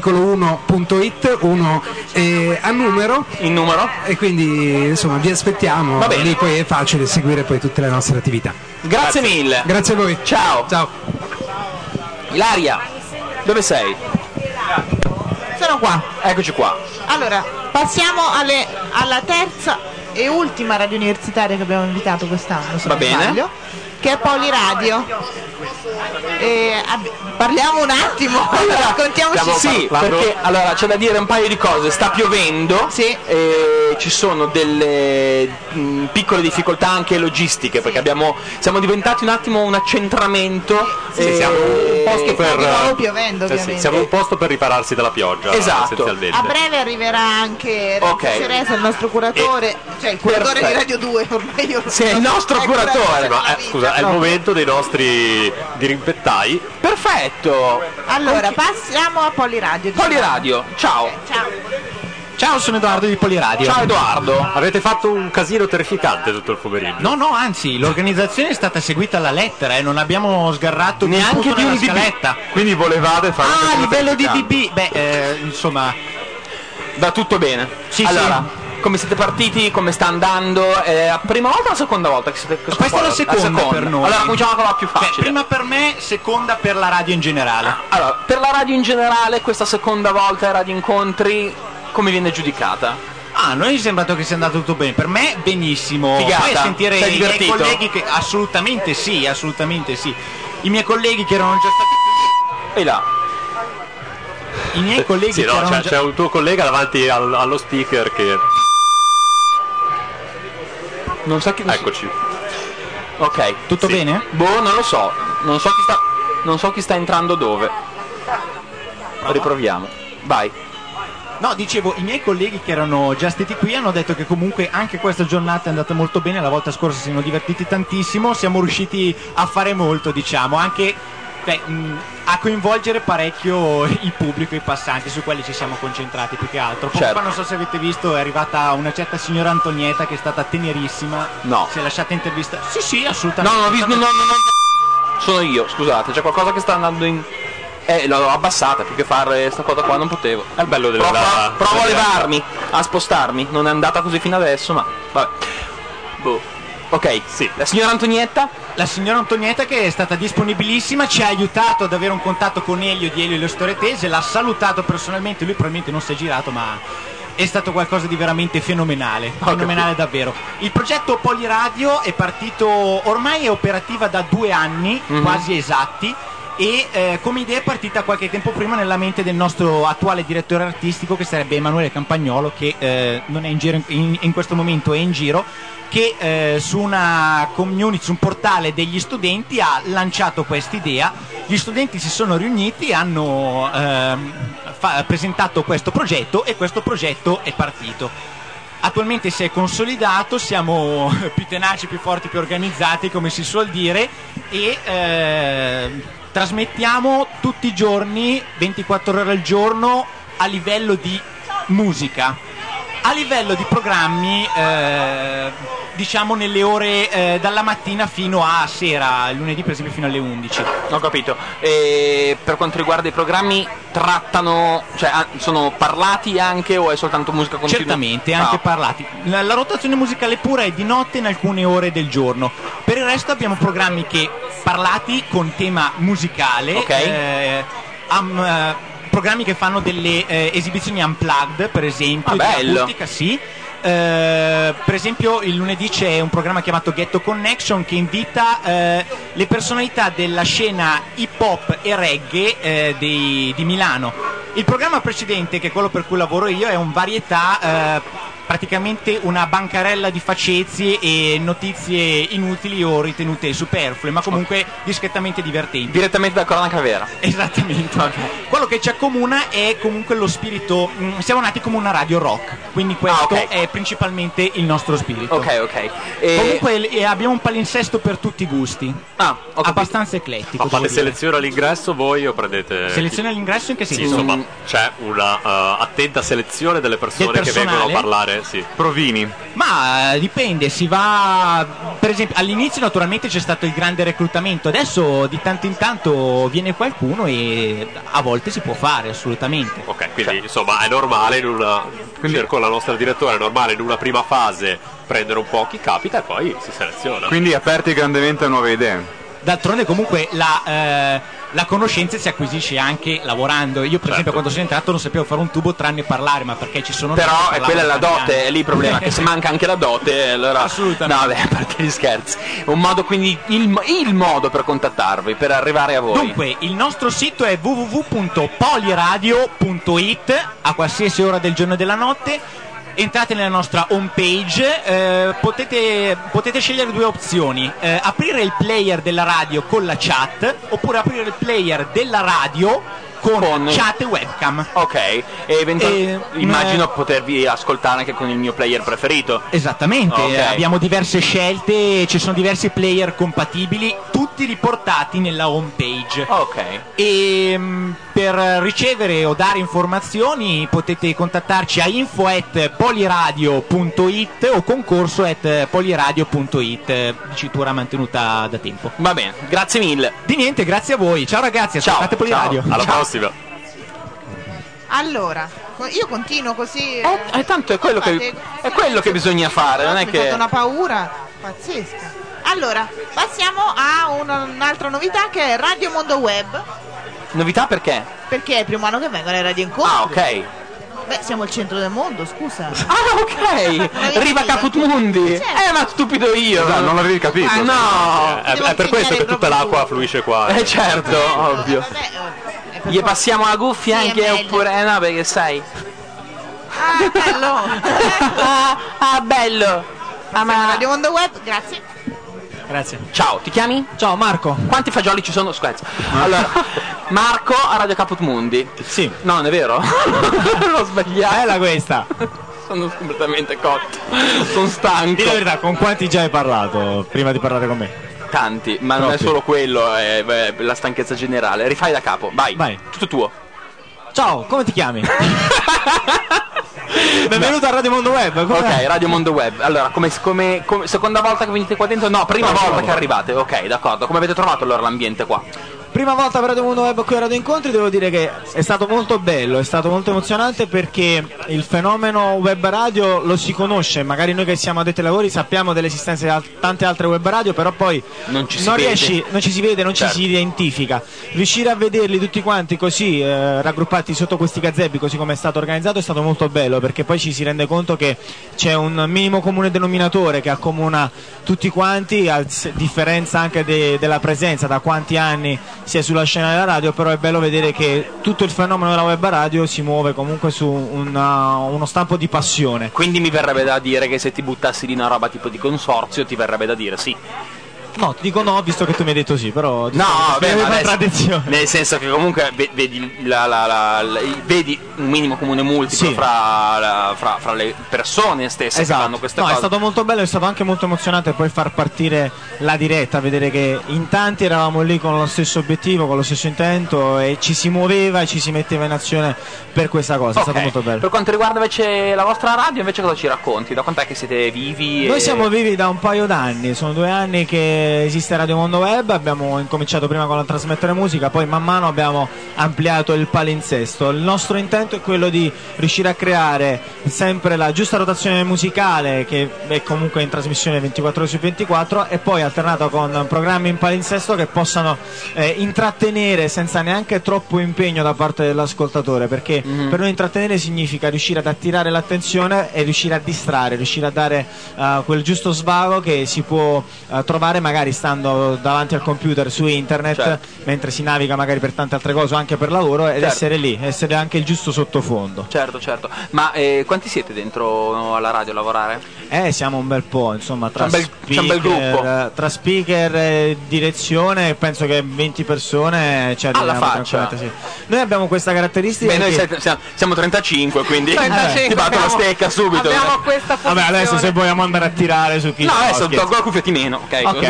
S25: www.radioarticolo1.it, uno eh, a numero.
S4: In numero.
S25: E quindi, insomma, vi aspettiamo.
S4: Va bene.
S25: Lì poi è facile seguire poi tutte le nostre attività.
S4: Grazie, mille.
S25: Grazie a voi.
S4: Ciao.
S25: Ciao.
S4: Ilaria, dove sei?
S5: Sono qua.
S4: Eccoci qua.
S5: Allora, passiamo alle- alla terza e ultima radio universitaria che abbiamo invitato quest'anno, se
S4: Va
S5: non
S4: bene.
S5: sbaglio, che è Poliradio. E ab- parliamo un attimo, raccontiamoci
S4: sì, perché allora c'è da dire un paio di cose. Sta piovendo, e ci sono delle mh, piccole difficoltà anche logistiche, perché abbiamo, siamo diventati un attimo un accentramento.
S23: Sì, siamo un posto per
S5: Di nuovo piovendo,
S23: Cioè, sì,
S5: ovviamente. Ah,
S23: siamo un posto per ripararsi dalla pioggia
S4: Esatto.
S23: essenzialmente.
S5: A breve arriverà anche Renzo
S23: Ok. Eh,
S5: Ceresa, il nostro curatore, cioè il curatore di
S23: Perfetto.
S5: Radio 2 ormai. Io Ecco. è
S23: Sì, ma, eh, scusa, è il
S5: No.
S23: momento dei nostri dirimpettai.
S4: Perfetto.
S5: Allora, passiamo a Poliradio. diciamo.
S23: Poliradio, ciao.
S5: Ok, ciao.
S26: Ciao, sono Edoardo di Poliradio.
S23: Ciao Edoardo. Avete fatto un casino terrificante tutto il pomeriggio.
S26: No, no, anzi, l'organizzazione è stata seguita alla lettera e non abbiamo sgarrato
S23: Neanche di un DB.
S26: scaletta.
S23: Quindi volevate fare un
S26: Ah, a
S23: casino
S26: livello di
S23: terrificante.
S26: DB. Beh, eh, insomma,
S4: Va tutto bene.
S26: Sì,
S4: allora, come siete partiti? Come sta andando? È la prima volta o la seconda volta che siete che
S26: questa è la
S4: siete-
S26: seconda, per noi.
S4: Allora cominciamo con la più
S26: Cioè,
S4: facile. Ah,
S26: prima per me, seconda per la radio in generale.
S4: Allora, per la radio in generale, questa seconda volta ai radio incontri, come viene giudicata?
S26: Ah, a noi è sembrato che sia andato tutto bene. Per me benissimo.
S4: Figata.
S26: Poi a sentire
S4: Sei
S26: i miei
S4: divertito?
S26: colleghi che assolutamente sì, assolutamente sì. I miei colleghi che erano già
S4: stati E là.
S26: I miei colleghi
S23: Sì,
S26: che
S23: no,
S26: erano
S23: c'è,
S26: già
S23: c'è un tuo collega davanti al- allo speaker che.
S4: Non sa chi.
S23: Eccoci.
S4: Ok.
S26: Tutto bene?
S4: Boh, non lo so. Non so chi sta, non so chi sta entrando dove. Riproviamo. Vai.
S26: No, dicevo, i miei colleghi che erano già stati qui hanno detto che comunque anche questa giornata è andata molto bene, la volta scorsa si sono divertiti tantissimo, siamo riusciti a fare molto, diciamo, anche beh, mh, a coinvolgere parecchio il pubblico, i passanti, su quelli ci siamo concentrati più che altro. Poco
S4: Certo.
S26: fa, non so se avete visto, è arrivata una certa signora Antonietta che è stata tenerissima.
S4: No.
S26: Si è lasciata intervistare. Sì, sì,
S4: No,
S26: assolutamente.
S4: no, vi- no, no, no, no. Sono io, scusate, c'è qualcosa che sta andando in. Eh, l'ho abbassata, più che fare sta cosa qua non potevo. È il bello
S23: della-
S4: Provo, provo
S23: della
S4: a
S23: diretta.
S4: levarmi, a spostarmi. Non è andata così fino adesso, ma. Vabbè. Boh. Ok, sì. La signora Antonietta?
S26: La signora Antonietta che è stata disponibilissima, ci ha aiutato ad avere un contatto con Elio di Elio e le storie tese, l'ha salutato personalmente, lui probabilmente non si è girato ma è stato qualcosa di veramente fenomenale, fenomenale eh, davvero. Il progetto Poliradio è partito, ormai è operativa da due anni,
S4: Mhm.
S26: quasi esatti, e eh, come idea è partita qualche tempo prima nella mente del nostro attuale direttore artistico che sarebbe Emanuele Campagnolo che eh, non è in giro in, in questo momento è in giro che eh, su una community, su un portale degli studenti ha lanciato quest'idea. Gli studenti si sono riuniti, hanno ehm, fa- presentato questo progetto e questo progetto è partito. Attualmente si è consolidato, siamo più tenaci, più forti, più organizzati, come si suol dire, e ehm, trasmettiamo tutti i giorni, 24 ore al giorno, a livello di musica. A livello di programmi, eh, diciamo nelle ore eh, dalla mattina fino a sera, lunedì per esempio fino alle 11.
S4: Ho capito. E per quanto riguarda i programmi, trattano, cioè ah, sono parlati anche o è soltanto musica continua? Ah.
S26: Certamente, anche parlati. La, la rotazione musicale pura è di notte in alcune ore del giorno. Per il resto abbiamo programmi che parlati con tema musicale.
S4: Ok.
S26: eh, am- eh, programmi che fanno delle eh, esibizioni unplugged, per esempio,
S4: Ah,
S26: di
S4: bello.
S26: acustica, sì. Eh, per esempio il lunedì c'è un programma chiamato Ghetto Connection che invita eh, le personalità della scena hip hop e reggae eh, di, di Milano. Il programma precedente, che è quello per cui lavoro io, è un varietà, eh, praticamente una bancarella di facezie e notizie inutili o ritenute superflue, ma comunque discretamente divertenti.
S4: Direttamente da Cronaca Vera.
S26: Esattamente. Quello che ci accomuna è comunque lo spirito. mm, siamo nati come una radio rock, quindi questo è principalmente il nostro spirito.
S4: Ah, Ok, ok. E-
S26: Comunque l- e abbiamo un palinsesto per tutti i gusti.
S4: Ah,
S26: abbastanza eclettico.
S23: Ma
S26: devo
S23: fate
S26: dire.
S23: selezione all'ingresso voi o prendete...
S26: Selezione all'ingresso in che
S23: Sì,
S26: senso?
S23: insomma, c'è una eh, attenta selezione delle persone
S26: Del
S23: che vengono a
S26: personale?
S23: parlare, sì. Provini.
S26: Ma eh, dipende, si va. Per esempio, all'inizio naturalmente c'è stato il grande reclutamento, adesso di tanto in tanto viene qualcuno e a volte si può fare assolutamente.
S23: Ok, Eh, quindi insomma è normale in una... Cerco la nostra direttore, è normale in una prima fase prendere un po' chi capita e poi si seleziona.
S9: Quindi aperti grandemente a nuove idee.
S26: D'altronde comunque la, eh, la conoscenza si acquisisce anche lavorando. Io per esempio quando sono entrato non sapevo fare un tubo tranne parlare, ma perché ci sono...
S4: Certo. Però
S26: nato
S4: è
S26: e
S4: quella è la
S26: parlavo
S4: dote, è lì il problema, che se manca anche la dote, allora...
S26: Assolutamente.
S4: No, vabbè, a parte gli scherzi. Un modo, quindi, il, il modo per contattarvi, per arrivare a voi.
S26: Dunque, il nostro sito è www.poliradio.it a qualsiasi ora del giorno e della notte. Entrate nella nostra home page, eh, potete, potete scegliere due opzioni, eh, aprire il player della radio con la chat oppure aprire il player della radio con, chat e webcam. eh,
S4: Ok, e eventual- immagino potervi ascoltare anche con il mio player preferito.
S26: Esattamente,
S4: Ah, Ok.
S26: eh, abbiamo diverse scelte, ci sono diversi player compatibili, tutti riportati nella home page.
S4: Ok.
S26: E mm, per ricevere o dare informazioni potete contattarci a info at poliradio.it o concorso at poliradio.it, dicitura mantenuta da tempo.
S4: Va bene, grazie mille.
S26: Di niente, grazie a voi. Ciao ragazzi, ascoltate Poliradio.
S23: Alla
S26: Ciao.
S23: prossima.
S5: Allora, co- io continuo così.
S4: E tanto Eh, è quello che, è quello che bisogna fare, non è
S5: Mi è
S4: che...
S5: stata una paura pazzesca. Allora, passiamo a un- un'altra novità che è Radio Mondo Web,
S4: Novità perché?
S5: perché è il primo anno che vengono ai radio incontri.
S4: Ah, ok.
S5: Beh, siamo il centro del mondo, scusa.
S4: Ah, ok. Riva Caput Mundi.
S5: certo.
S4: Eh, ma stupido io.
S9: Esatto, non l'avevi capito. Eh,
S4: Ah, no.
S23: Eh, È, è per questo che tutta l'acqua fluisce qua.
S4: Eh, certo, ovvio. Gli passiamo la cuffia
S5: Sì, è
S4: anche
S5: meglio.
S4: oppure... Eh, no, perché sai...
S5: Ah, bello.
S4: ah, ah, bello. Ah, ma...
S5: Radio Mondo Web, grazie.
S4: Grazie. Ciao, ti chiami? Ciao Marco. Quanti fagioli ci sono? Scherzo. Allora, Marco a Radio Caput Mundi. Sì. No, non è vero? L'ho sbagliato. Bella
S27: questa.
S4: Sono completamente cotto. Sono stanco.
S27: Dì la verità, con quanti già hai parlato prima di parlare con me?
S4: Tanti, ma non è
S27: Troppi.
S4: solo quello, è, è la stanchezza generale. Rifai da capo, vai. Vai. Tutto tuo.
S27: Ciao, come ti chiami? Benvenuto a Radio Mondo Web. com'è?
S4: Ok, Radio Mondo Web. Allora, come, come- come- seconda volta che venite qua dentro? No, prima
S27: Prima
S4: volta che
S27: volta.
S4: arrivate. Ok, d'accordo. Come avete trovato allora l'ambiente qua?
S27: Prima volta per Radio Mondo Web qui a Radio Incontri, devo dire che è stato molto bello, è stato molto emozionante perché il fenomeno web radio lo si conosce, magari noi che siamo addetti ai lavori sappiamo dell'esistenza di al- tante altre web radio, però poi
S4: Non ci si
S27: non
S4: vede.
S27: riesci- non ci si vede, non
S4: Certo.
S27: ci si identifica. Riuscire a vederli tutti quanti così, eh, raggruppati sotto questi gazebbi, così come è stato organizzato, è stato molto bello perché poi ci si rende conto che c'è un minimo comune denominatore che accomuna tutti quanti, a s- differenza anche de- della presenza, da quanti anni sia sulla scena della radio, però è bello vedere che tutto il fenomeno della web radio si muove comunque su una- uno stampo di passione.
S4: Quindi mi verrebbe da dire che se ti buttassi di una roba tipo di consorzio ti verrebbe da dire sì.
S27: No, ti dico no, visto che tu mi hai detto sì, però... diciamo,
S4: No, vabbè, ma
S27: una
S4: adesso-
S27: tradizione.
S4: nel senso che comunque ve- vedi, la- la- la- la- il- vedi un minimo comune multiplo fra, la- fra- fra le persone stesse che fanno queste
S27: Esatto. No, è
S4: cose.
S27: stato molto bello, è stato anche molto emozionante poi far partire la diretta, vedere che in tanti eravamo lì con lo stesso obiettivo, con lo stesso intento e ci si muoveva e ci si metteva in azione per questa cosa,
S4: Ok.
S27: è stato molto bello.
S4: Per quanto riguarda invece la vostra radio, invece cosa ci racconti? Da quant'è che siete vivi?
S27: Noi
S4: e-
S27: siamo vivi da un paio d'anni, sono due anni che esiste Radio Mondo Web, abbiamo incominciato prima con la trasmettere musica, poi man mano abbiamo ampliato il palinsesto. Il nostro intento è quello di riuscire a creare sempre la giusta rotazione musicale che è comunque in trasmissione 24 ore su 24 e poi alternata con programmi in palinsesto che possano eh, intrattenere senza neanche troppo impegno da parte dell'ascoltatore, perché
S4: Mhm.
S27: per noi intrattenere significa riuscire ad attirare l'attenzione e riuscire a distrarre, riuscire a dare eh, quel giusto svago che si può eh, trovare magari stando davanti al computer su internet
S4: Certo.
S27: mentre si naviga magari per tante altre cose o anche per lavoro ed
S4: Certo.
S27: essere lì, essere anche il giusto sottofondo.
S4: Certo, certo. Ma eh, quanti siete dentro alla radio a lavorare?
S27: Eh, siamo un bel po', insomma, tra
S4: C'è un bel- c'è un bel
S27: speaker,
S4: gruppo.
S27: eh, tra speaker e direzione, penso che 20 persone ci
S4: Alla
S27: arriviamo
S4: faccia.
S27: tranquillamente, sì. Noi abbiamo questa caratteristica
S4: Beh, noi
S27: che-
S4: siete- siamo, siamo 35, quindi
S27: 35,
S4: ti batto la
S27: abbiamo-
S4: stecca subito.
S27: abbiamo
S4: questa
S27: Vabbè, adesso se vogliamo andare a tirare su chi
S4: No, adesso
S27: scherzo.
S4: tolgo la cuffia ti meno. Ok,
S27: Ok,
S4: così.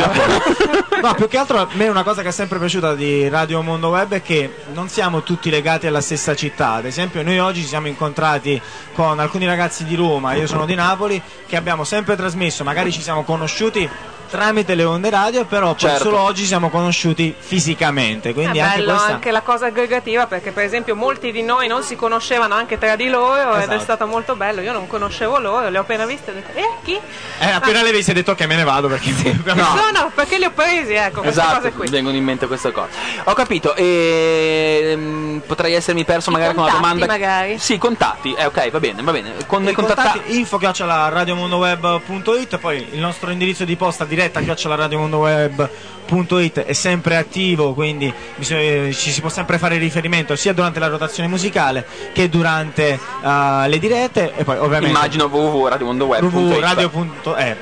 S27: a No, più che altro a me una cosa che è sempre piaciuta di Radio Mondo Web è che non siamo tutti legati alla stessa città. Ad esempio, noi oggi ci siamo incontrati con alcuni ragazzi di Roma, io sono di Napoli, che abbiamo sempre trasmesso, magari ci siamo conosciuti tramite le onde radio, però poi
S26: Certo.
S27: solo oggi ci siamo conosciuti fisicamente. Quindi
S3: è
S27: anche
S3: Ah, bello
S27: questa
S3: anche la cosa aggregativa perché per esempio molti di noi non si conoscevano anche tra di loro ed è
S27: Esatto.
S3: stato molto bello. Io non conoscevo loro, le ho appena viste e ho detto "Eh, chi?" Ah.
S27: Eh, appena le vedi si è detto che me ne vado perché
S3: No, no, perché li ho presi, ecco, queste
S4: Esatto,
S3: cose
S4: mi
S3: qui.
S4: vengono in mente queste cose. Ho capito, e, mm, potrei essermi perso magari con una
S3: contatti,
S4: domanda.
S3: magari.
S4: Sì, contatti, eh, ok, va bene, va bene. Con
S27: I
S4: i contattati.
S27: contatti info chiocciola radiomondoweb.it poi il nostro indirizzo di posta diretta chiocciola radiomondoweb.it è sempre attivo quindi bis- eh, ci si può sempre fare riferimento sia durante la rotazione musicale che durante eh, le dirette e poi ovviamente
S4: Immagino www.radiomondoweb.it
S27: eh,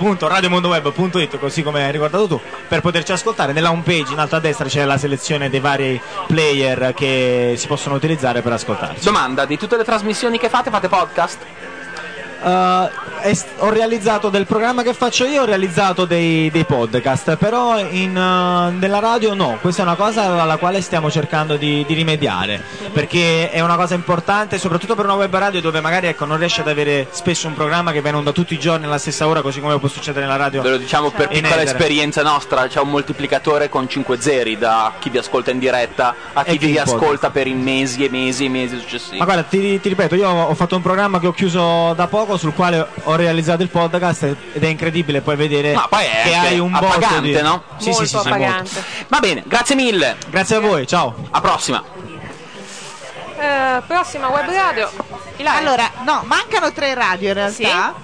S27: www.radiomondoweb.it così come hai ricordato tu per poterci ascoltare nella home page in alto a destra c'è la selezione dei vari player che si possono utilizzare per ascoltarci
S4: Domanda, di tutte le trasmissioni che fate, fate podcast?
S27: Uh, est- ho realizzato del programma che faccio io, ho realizzato dei, dei podcast, però in, uh, nella radio no, questa è una cosa alla quale stiamo cercando di, di rimediare, perché è una cosa importante, soprattutto per una web radio dove magari ecco, non riesce ad avere spesso un programma che va in onda tutti i giorni alla stessa ora, così come può succedere nella radio.
S4: Ve lo diciamo per
S27: Cioè. in
S4: piccola
S27: etere.
S4: esperienza nostra, c'è un moltiplicatore con 5 zeri da chi vi ascolta in diretta a chi
S27: chi
S4: vi
S27: in podcast.
S4: ascolta per i mesi e mesi e mesi successivi.
S27: Ma guarda, ti, ti ripeto, io ho fatto un programma che ho chiuso da poco sul quale ho realizzato il podcast ed è incredibile poi vedere
S4: Ma poi è
S27: che
S4: anche
S27: hai un botto
S4: appagante,
S27: di-
S4: no?
S27: Sì, sì, sì, sì, molto.
S4: Va bene, grazie mille.
S27: Grazie a voi, ciao.
S4: A prossima.
S3: Eh, prossima web radio. Ilaria.
S5: Allora, no, mancano tre radio in realtà.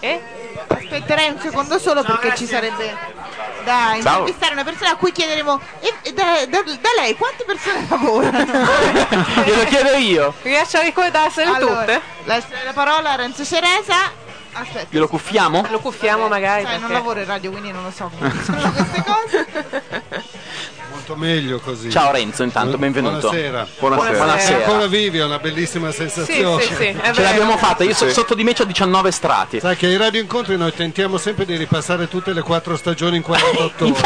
S3: Eh?
S5: Aspetterei un secondo solo perché ci sarebbe da
S4: Ciao.
S5: intervistare una persona a cui chiederemo e- e da, da- da lei quante persone lavorano?
S4: Glielo chiedo io.
S3: Riesci a ricordarsele
S5: Allora,
S3: tutte?
S5: La, la parola a Renzo Ceresa. Aspetta.
S4: Glielo cuffiamo?
S3: Lo cuffiamo magari.
S5: Sai, non
S3: perché-
S5: lavoro in radio, quindi non lo so.
S28: Molto meglio così.
S4: Ciao Renzo, intanto, benvenuto.
S28: Buonasera.
S4: Buonasera. Buonasera.
S28: È ancora vivi, è una bellissima sensazione.
S4: Ce l'abbiamo fatta, io so- sotto di me c'ho 19 strati.
S28: Sai che ai radioincontri noi tentiamo sempre di ripassare tutte le quattro stagioni in 48 ore.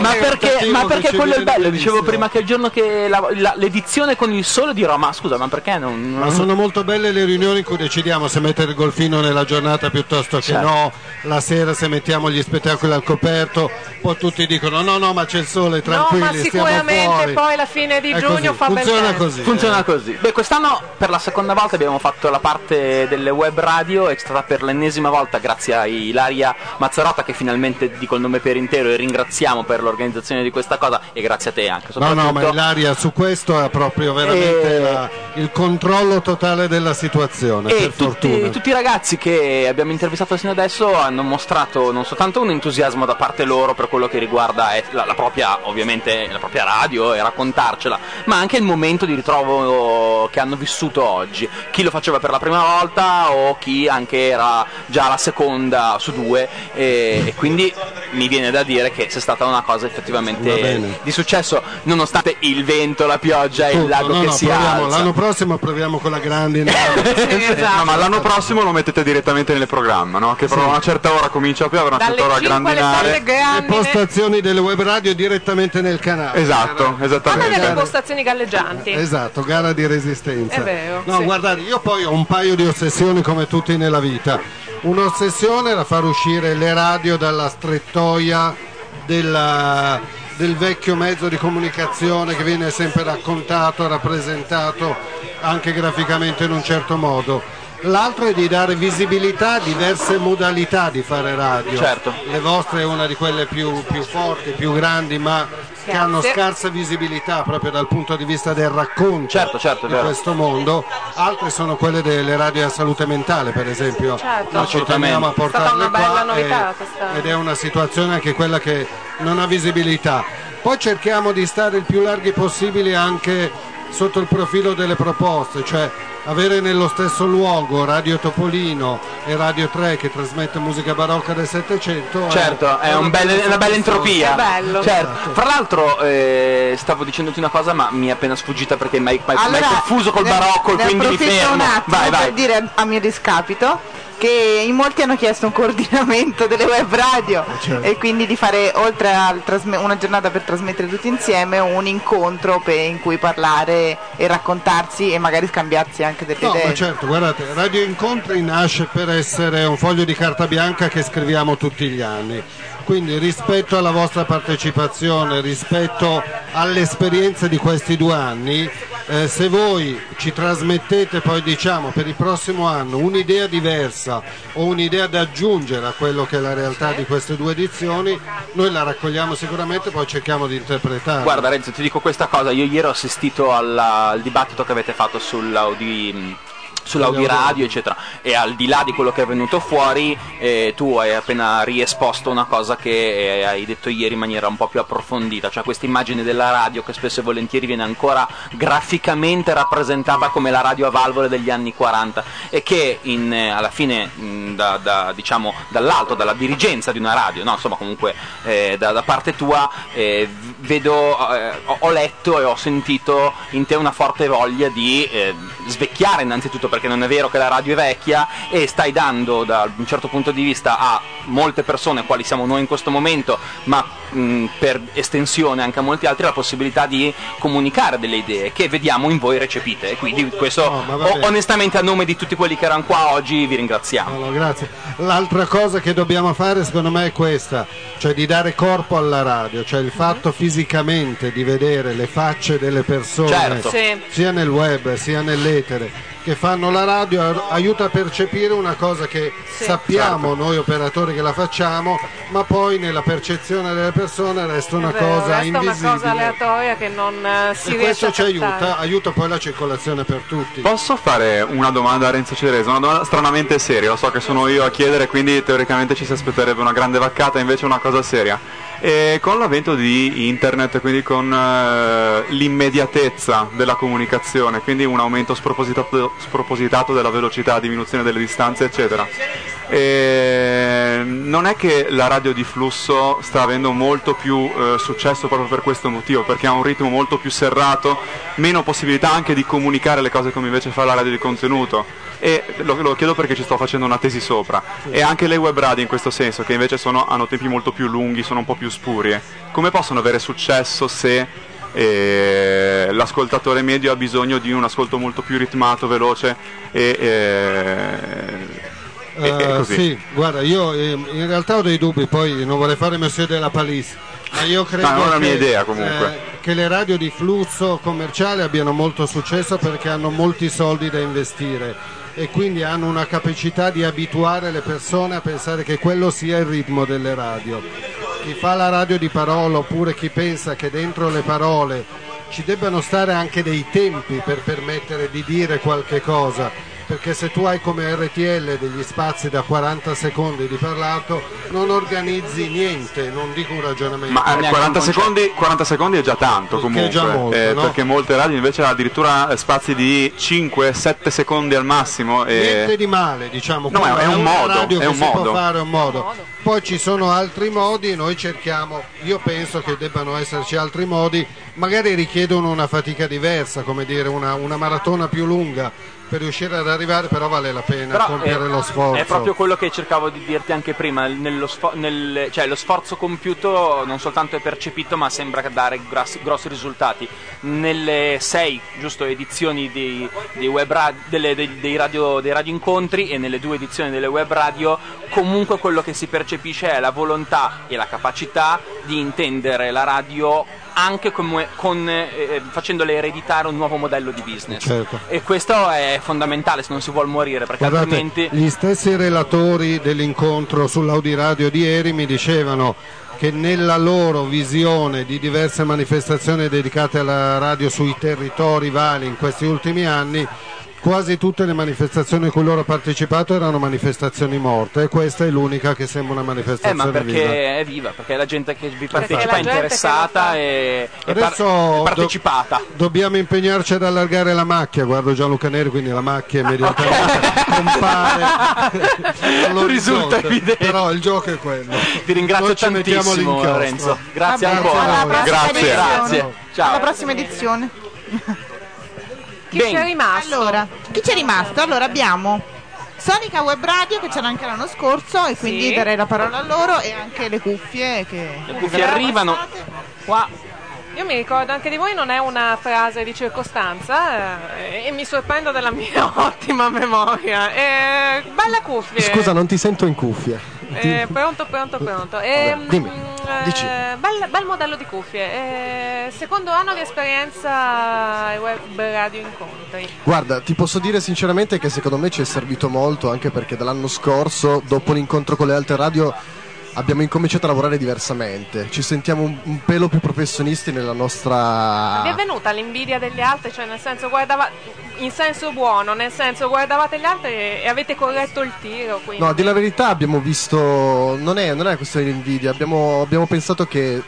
S4: ma perché, ma perché
S28: Tentativo
S4: quello è
S28: che ci
S4: il bello,
S28: viene
S4: dicevo prima che il giorno che la- la- l'edizione con il sole dirò ma scusa ma perché non...
S28: Ma sono molto belle le riunioni in cui decidiamo se mettere il golfino nella giornata piuttosto che
S4: Certo.
S28: no, la sera se mettiamo gli spettacoli al coperto, poi tutti dicono no no ma c'è il sole, tranquilli,
S3: no, ma
S28: stiamo
S3: sicuramente
S28: fuori.
S3: poi la fine di
S28: È
S3: giugno
S28: così, eh.
S3: fa bel tempo.
S4: Funziona così. Beh, quest'anno per la seconda volta abbiamo fatto la parte delle web radio. È stata per l'ennesima volta, grazie a Ilaria Mazzarotta, che finalmente dico il nome per intero e ringraziamo per l'organizzazione di questa cosa. E grazie a te anche.
S28: No, no, ma
S4: soprattutto. Eh,
S28: Ilaria su questo ha proprio veramente
S4: E-
S28: la- il controllo totale della situazione,
S4: E
S28: per fortuna.
S4: eh, tutti, tutti i ragazzi che abbiamo intervistato fino adesso hanno mostrato non soltanto un entusiasmo da parte loro per quello che riguarda eh, la, la propria ovviamente ovviamente la propria radio e raccontarcela, ma anche il momento di ritrovo che hanno vissuto oggi. Chi lo faceva per la prima volta o chi anche era già la seconda su due e, e quindi mi viene da dire che c'è stata una cosa
S28: Va
S4: effettivamente
S28: bene.
S4: di successo, nonostante il vento, la pioggia e il
S28: Tutto,
S4: lago
S28: no,
S4: che
S28: no,
S4: si
S28: proviamo,
S4: alza.
S28: L'anno prossimo proviamo con la grande. no?
S9: No, ma l'anno prossimo lo mettete direttamente nel programma, no? Che per una certa ora comincia a piovere, una
S28: Dalle
S9: certa ora a
S28: 5 alle
S9: grandinare.
S28: Le postazioni delle web radio direttamente nel canale.
S9: Esatto,
S3: Una
S9: esattamente.
S3: delle postazioni galleggianti.
S28: Esatto, gara di resistenza.
S3: È vero,
S28: No,
S3: sì.
S28: guardate, io poi ho un paio di ossessioni come tutti nella vita. Un'ossessione è la far uscire le radio dalla strettoia della- del vecchio mezzo di comunicazione che viene sempre raccontato, rappresentato anche graficamente in un certo modo. L'altro è di dare visibilità a diverse modalità di fare radio.
S4: Certo.
S28: Le vostre è una di quelle più, più forti, più grandi, ma che hanno
S4: Grazie.
S28: scarsa visibilità proprio dal punto di vista del racconto
S4: certo, è
S28: di
S4: vero.
S28: questo mondo. Altre sono quelle delle radio a salute mentale, per esempio.
S3: Certo.
S28: Noi ci teniamo a
S3: È stata
S28: portarle
S3: una bella
S28: qua eh,
S3: novità
S28: e-
S3: questa.
S28: ed è una situazione anche quella che non ha visibilità. Poi cerchiamo di stare il più larghi possibile anche sotto il profilo delle proposte, cioè avere nello stesso luogo Radio Topolino e Radio 3 che trasmette musica barocca del Settecento.
S5: Cioè,
S4: Certo, è, un bel- è una bella entropia. Certo. Fra l'altro, eh, stavo dicendoti una cosa, ma mi è appena sfuggita perché mi hai mi hai confuso col
S5: ne-
S4: barocco e
S5: ne
S4: quindi mi
S5: approfitto
S4: fermo.
S5: un attimo
S4: vai, vai.
S5: per dire a mio discapito che in molti hanno chiesto un coordinamento delle web radio
S28: Eh,
S4: Certo.
S5: e quindi di fare oltre a una giornata per trasmettere tutti insieme un incontro per- in cui parlare e raccontarsi e magari scambiarsi anche delle
S28: No,
S5: idee.
S28: ma certo, guardate, Radio Incontri nasce per essere un foglio di carta bianca che scriviamo tutti gli anni. Quindi rispetto alla vostra partecipazione, rispetto alle esperienze di questi due anni, eh, se voi ci trasmettete poi diciamo per il prossimo anno un'idea diversa o un'idea da aggiungere a quello che è la realtà di queste due edizioni, noi la raccogliamo sicuramente e poi cerchiamo di interpretarla.
S4: Guarda Renzo, ti dico questa cosa, io ieri ho assistito alla- al dibattito che avete fatto sull'Audi mh, sull'Audi radio eccetera e al di là di quello che è venuto fuori eh, tu hai appena riesposto una cosa che eh, hai detto ieri in maniera un po' più approfondita cioè questa immagine della radio che spesso e volentieri viene ancora graficamente rappresentata come la radio a valvole degli anni 40 e che in, eh, alla fine mh, da- da, diciamo, dall'alto, dalla dirigenza di una radio, no? insomma comunque eh, da, da parte tua eh, v- vedo, eh, ho, ho letto e ho sentito in te una forte voglia di eh, svecchiare innanzitutto perché non è vero che la radio è vecchia e stai dando da un certo punto di vista a molte persone, quali siamo noi in questo momento, ma mh, per estensione anche a molti altri, la possibilità di comunicare delle idee che vediamo in voi recepite e quindi questo
S28: ma va
S4: o-
S28: bene.
S4: onestamente a nome di tutti quelli che erano qua oggi vi ringraziamo.
S28: Allora, grazie. L'altra cosa che dobbiamo fare secondo me è questa, cioè di dare corpo alla radio, cioè il fatto fisicamente di vedere le facce delle persone,
S4: Certo. Sì.
S28: sia nel web sia nell'etere, che fanno la radio a- aiuta a percepire una cosa che sappiamo noi operatori che la facciamo, ma poi nella percezione delle persone resta una
S3: È vero,
S28: cosa
S3: resta
S28: invisibile.
S3: una cosa aleatoria che non eh, si
S28: e
S3: riesce
S28: questo
S3: a
S28: ci aiuta,
S3: captare.
S28: aiuta poi la circolazione per tutti.
S9: Posso fare una domanda a Renzo Ceresa? Una domanda stranamente seria, lo so che sono io a chiedere, quindi teoricamente ci si aspetterebbe una grande vaccata, invece una cosa seria. E con l'avvento di internet, quindi con eh, l'immediatezza della comunicazione, quindi un aumento spropositato, spropositato della velocità, diminuzione delle distanze, eccetera, e non è che la radio di flusso sta avendo molto più eh, successo proprio per questo motivo, perché ha un ritmo molto più serrato, meno possibilità anche di comunicare le cose come invece fa la radio di contenuto. E lo, lo chiedo perché ci sto facendo una tesi sopra. E anche le web radio in questo senso, che invece sono- hanno tempi molto più lunghi, sono un po' più spurie. Come possono avere successo se eh, l'ascoltatore medio ha bisogno di un ascolto molto più ritmato, veloce e... eh, e- e
S28: Eh,
S9: così.
S28: Sì, guarda, io ehm, in realtà ho dei dubbi, poi non vorrei fare Monsieur della Palisse, ma io credo
S9: No, non è la
S28: che,
S9: Ah, mia idea, comunque.
S28: eh, che le radio di flusso commerciale abbiano molto successo perché hanno molti soldi da investire e quindi hanno una capacità di abituare le persone a pensare che quello sia il ritmo delle radio. Chi fa la radio di parola oppure chi pensa che dentro le parole ci debbano stare anche dei tempi per permettere di dire qualche cosa perché se tu hai come RTL degli spazi da 40 secondi di parlato non organizzi niente, non dico un ragionamento.
S9: Ma eh, 40, secondi, 40 secondi è già tanto comunque,
S28: è già molto,
S9: eh,
S28: no?
S9: perché molte radio invece hanno addirittura eh, spazi di 5-7 secondi al massimo. E...
S28: Niente di male, diciamo.
S9: Eh, No, ma è
S28: quella
S9: un
S28: una
S9: modo,
S28: radio
S9: è
S28: che
S9: un
S28: si
S9: modo.
S28: può fare è un modo. Poi ci sono altri modi, noi cerchiamo, io penso che debbano esserci altri modi, magari richiedono una fatica diversa, come dire, una, una maratona più lunga per riuscire ad arrivare, però vale la pena
S4: Però
S28: compiere
S9: eh,
S4: è-
S28: lo sforzo.
S4: È proprio quello che cercavo di dirti anche prima, nello sfo- nel- cioè lo sforzo compiuto non soltanto è percepito ma sembra dare gras- grossi risultati. Nelle sei giusto, edizioni dei, dei web ra- delle- dei, dei radio, dei radio incontri e nelle due edizioni delle web radio comunque quello che si percepisce è la volontà e la capacità di intendere la radio anche come- con, eh, facendole ereditare un nuovo modello di business.
S28: Certo.
S4: E questo è fondamentale se non si vuole morire, perché
S28: Guardate,
S4: altrimenti.
S28: gli stessi relatori dell'incontro sull'Audiradio di ieri mi dicevano che nella loro visione di diverse manifestazioni dedicate alla radio sui territori vari in questi ultimi anni, quasi tutte le manifestazioni a cui loro hanno partecipato erano manifestazioni morte e questa è l'unica che sembra una
S4: Eh,
S28: manifestazione
S4: ma perché
S28: viva.
S4: è viva, perché la gente che vi
S28: Perché
S4: partecipa
S28: la
S4: è
S28: gente che lo
S4: interessata e, e par-
S28: Adesso
S4: e
S28: do-
S4: partecipata.
S28: Dobbiamo impegnarci ad allargare la macchia, guardo Gianluca Neri, quindi la macchia
S4: Ah,
S28: immediatamente compare. all'orizzonte.
S4: Risulta evidente.
S28: Però il gioco è quello.
S4: Ti ringrazio
S28: Noi ci mettiamo
S4: tantissimo
S28: l'inchiostro.
S4: Renzo. Grazie
S28: Vabbè, alla
S4: ancora.
S28: prossima
S4: Grazie.
S28: edizione.
S4: Grazie.
S5: Alla
S4: Ciao.
S5: prossima edizione.
S4: Chi Bene. c'è
S5: rimasto? Allora, chi c'è rimasto? Allora abbiamo Sonica Web Radio che c'era anche l'anno scorso e quindi darei la parola a loro e anche le cuffie che...
S4: Le cuffie arrivano. Qua.
S3: Io mi ricordo anche di voi, non è una frase di circostanza eh, e mi sorprendo della mia ottima memoria. Eh, bella cuffie.
S14: Scusa, non ti sento in cuffia.
S3: Eh, pronto, pronto, pronto. Eh,
S14: Dimmi.
S3: eh,
S14: Dici.
S3: bel, bel modello di cuffie. Eh, secondo anno di esperienza ai web radio incontri.
S14: Guarda, ti posso dire sinceramente che secondo me ci è servito molto, anche perché dall'anno scorso, dopo l'incontro con le altre radio, abbiamo incominciato a lavorare diversamente. Ci sentiamo un, un pelo più professionisti nella
S3: Vi è
S14: nostra...
S3: venuta l'invidia degli altri, cioè nel senso guardava in senso buono, nel senso guardavate gli altri e e avete corretto il tiro, quindi
S14: No, a dire la verità abbiamo visto... Non è, non è una questione di invidia, abbiamo, abbiamo pensato che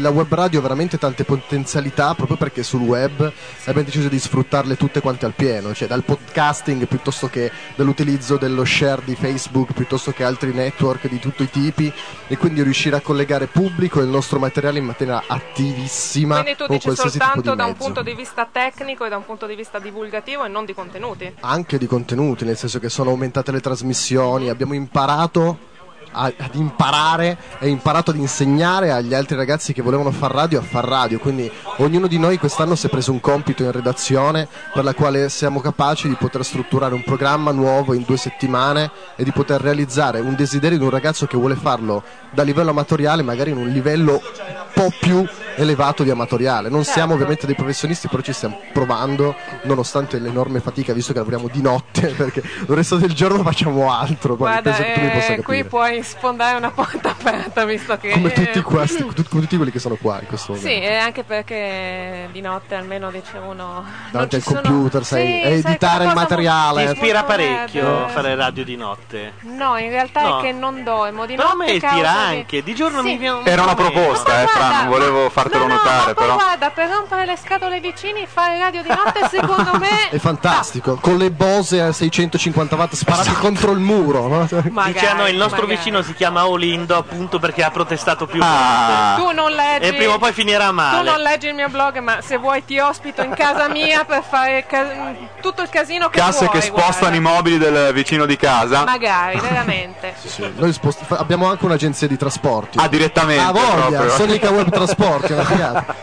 S14: la web radio ha veramente tante potenzialità proprio perché sul web abbiamo deciso di sfruttarle tutte quante al pieno, cioè dal podcasting piuttosto che dall'utilizzo dello share di Facebook piuttosto che altri network di tutti i tipi e quindi riuscire a collegare pubblico e il nostro materiale in maniera attivissima
S3: Quindi tu
S14: con
S3: dici
S14: qualsiasi tipo
S3: soltanto
S14: di
S3: da un
S14: mezzo.
S3: punto di vista tecnico e da un punto di vista divulgativo e non di contenuti.
S14: anche di contenuti, nel senso che sono aumentate le trasmissioni, abbiamo imparato a- ad imparare e imparato ad insegnare agli altri ragazzi che volevano far radio a far radio, quindi ognuno di noi quest'anno si è preso un compito in redazione per la quale siamo capaci di poter strutturare un programma nuovo in due settimane e di poter realizzare un desiderio di un ragazzo che vuole farlo da livello amatoriale magari in un livello un po' più elevato di amatoriale. Non
S3: Certo.
S14: siamo ovviamente dei professionisti, però ci stiamo provando, nonostante l'enorme fatica, visto che lavoriamo di notte, perché il resto del giorno facciamo altro. poi
S3: Guarda,
S14: penso che tu mi possa
S3: eh, qui
S14: capire.
S3: puoi sfondare una porta aperta, visto che...
S14: Come tutti,
S3: eh,
S14: questi, tut- come tutti quelli che sono qua in questo momento.
S3: Sì, eh, anche perché di notte almeno dice uno...
S14: Davanti
S3: non
S14: al
S3: ci sono-
S14: computer, sai,
S3: Sì,
S14: e
S3: sai,
S14: editare il
S3: quella cosa
S14: materiale.
S3: molto-
S14: Ti ispira
S3: molto
S14: parecchio
S3: leve.
S19: fare radio di notte.
S3: No, in realtà
S19: No.
S3: è che non dormo. Di
S19: Però a
S3: notte
S19: me
S3: causa
S19: tira
S3: di-
S19: anche, di giorno mi viene un
S9: Era una
S19: po' meno.
S9: proposta, eh, Fran, volevo fartelo notare,
S3: Poi
S9: però.
S3: guarda, per rompere le scatole ai vicini, fare radio di notte secondo me
S14: È fantastico, con le Bose a 650 watt sparate
S2: Esatto.
S14: contro il muro. No?
S19: Dice a noi, il nostro vicino si chiama Olindo appunto perché ha protestato più volte.
S29: Ah.
S3: tu non leggi.
S19: E prima o poi finirà
S3: Tu non
S19: male.
S3: leggi il mio blog, ma se vuoi ti ospito in casa mia per fare ca- tutto il casino che
S9: Casse
S3: vuoi.
S9: che spostano i mobili del vicino di casa.
S3: Magari, veramente.
S14: Noi spost- fa- abbiamo anche un'agenzia di trasporti.
S9: Ah, direttamente
S14: Ah, voglia,
S9: proprio.
S14: Sonica Web Trasporti, una figata.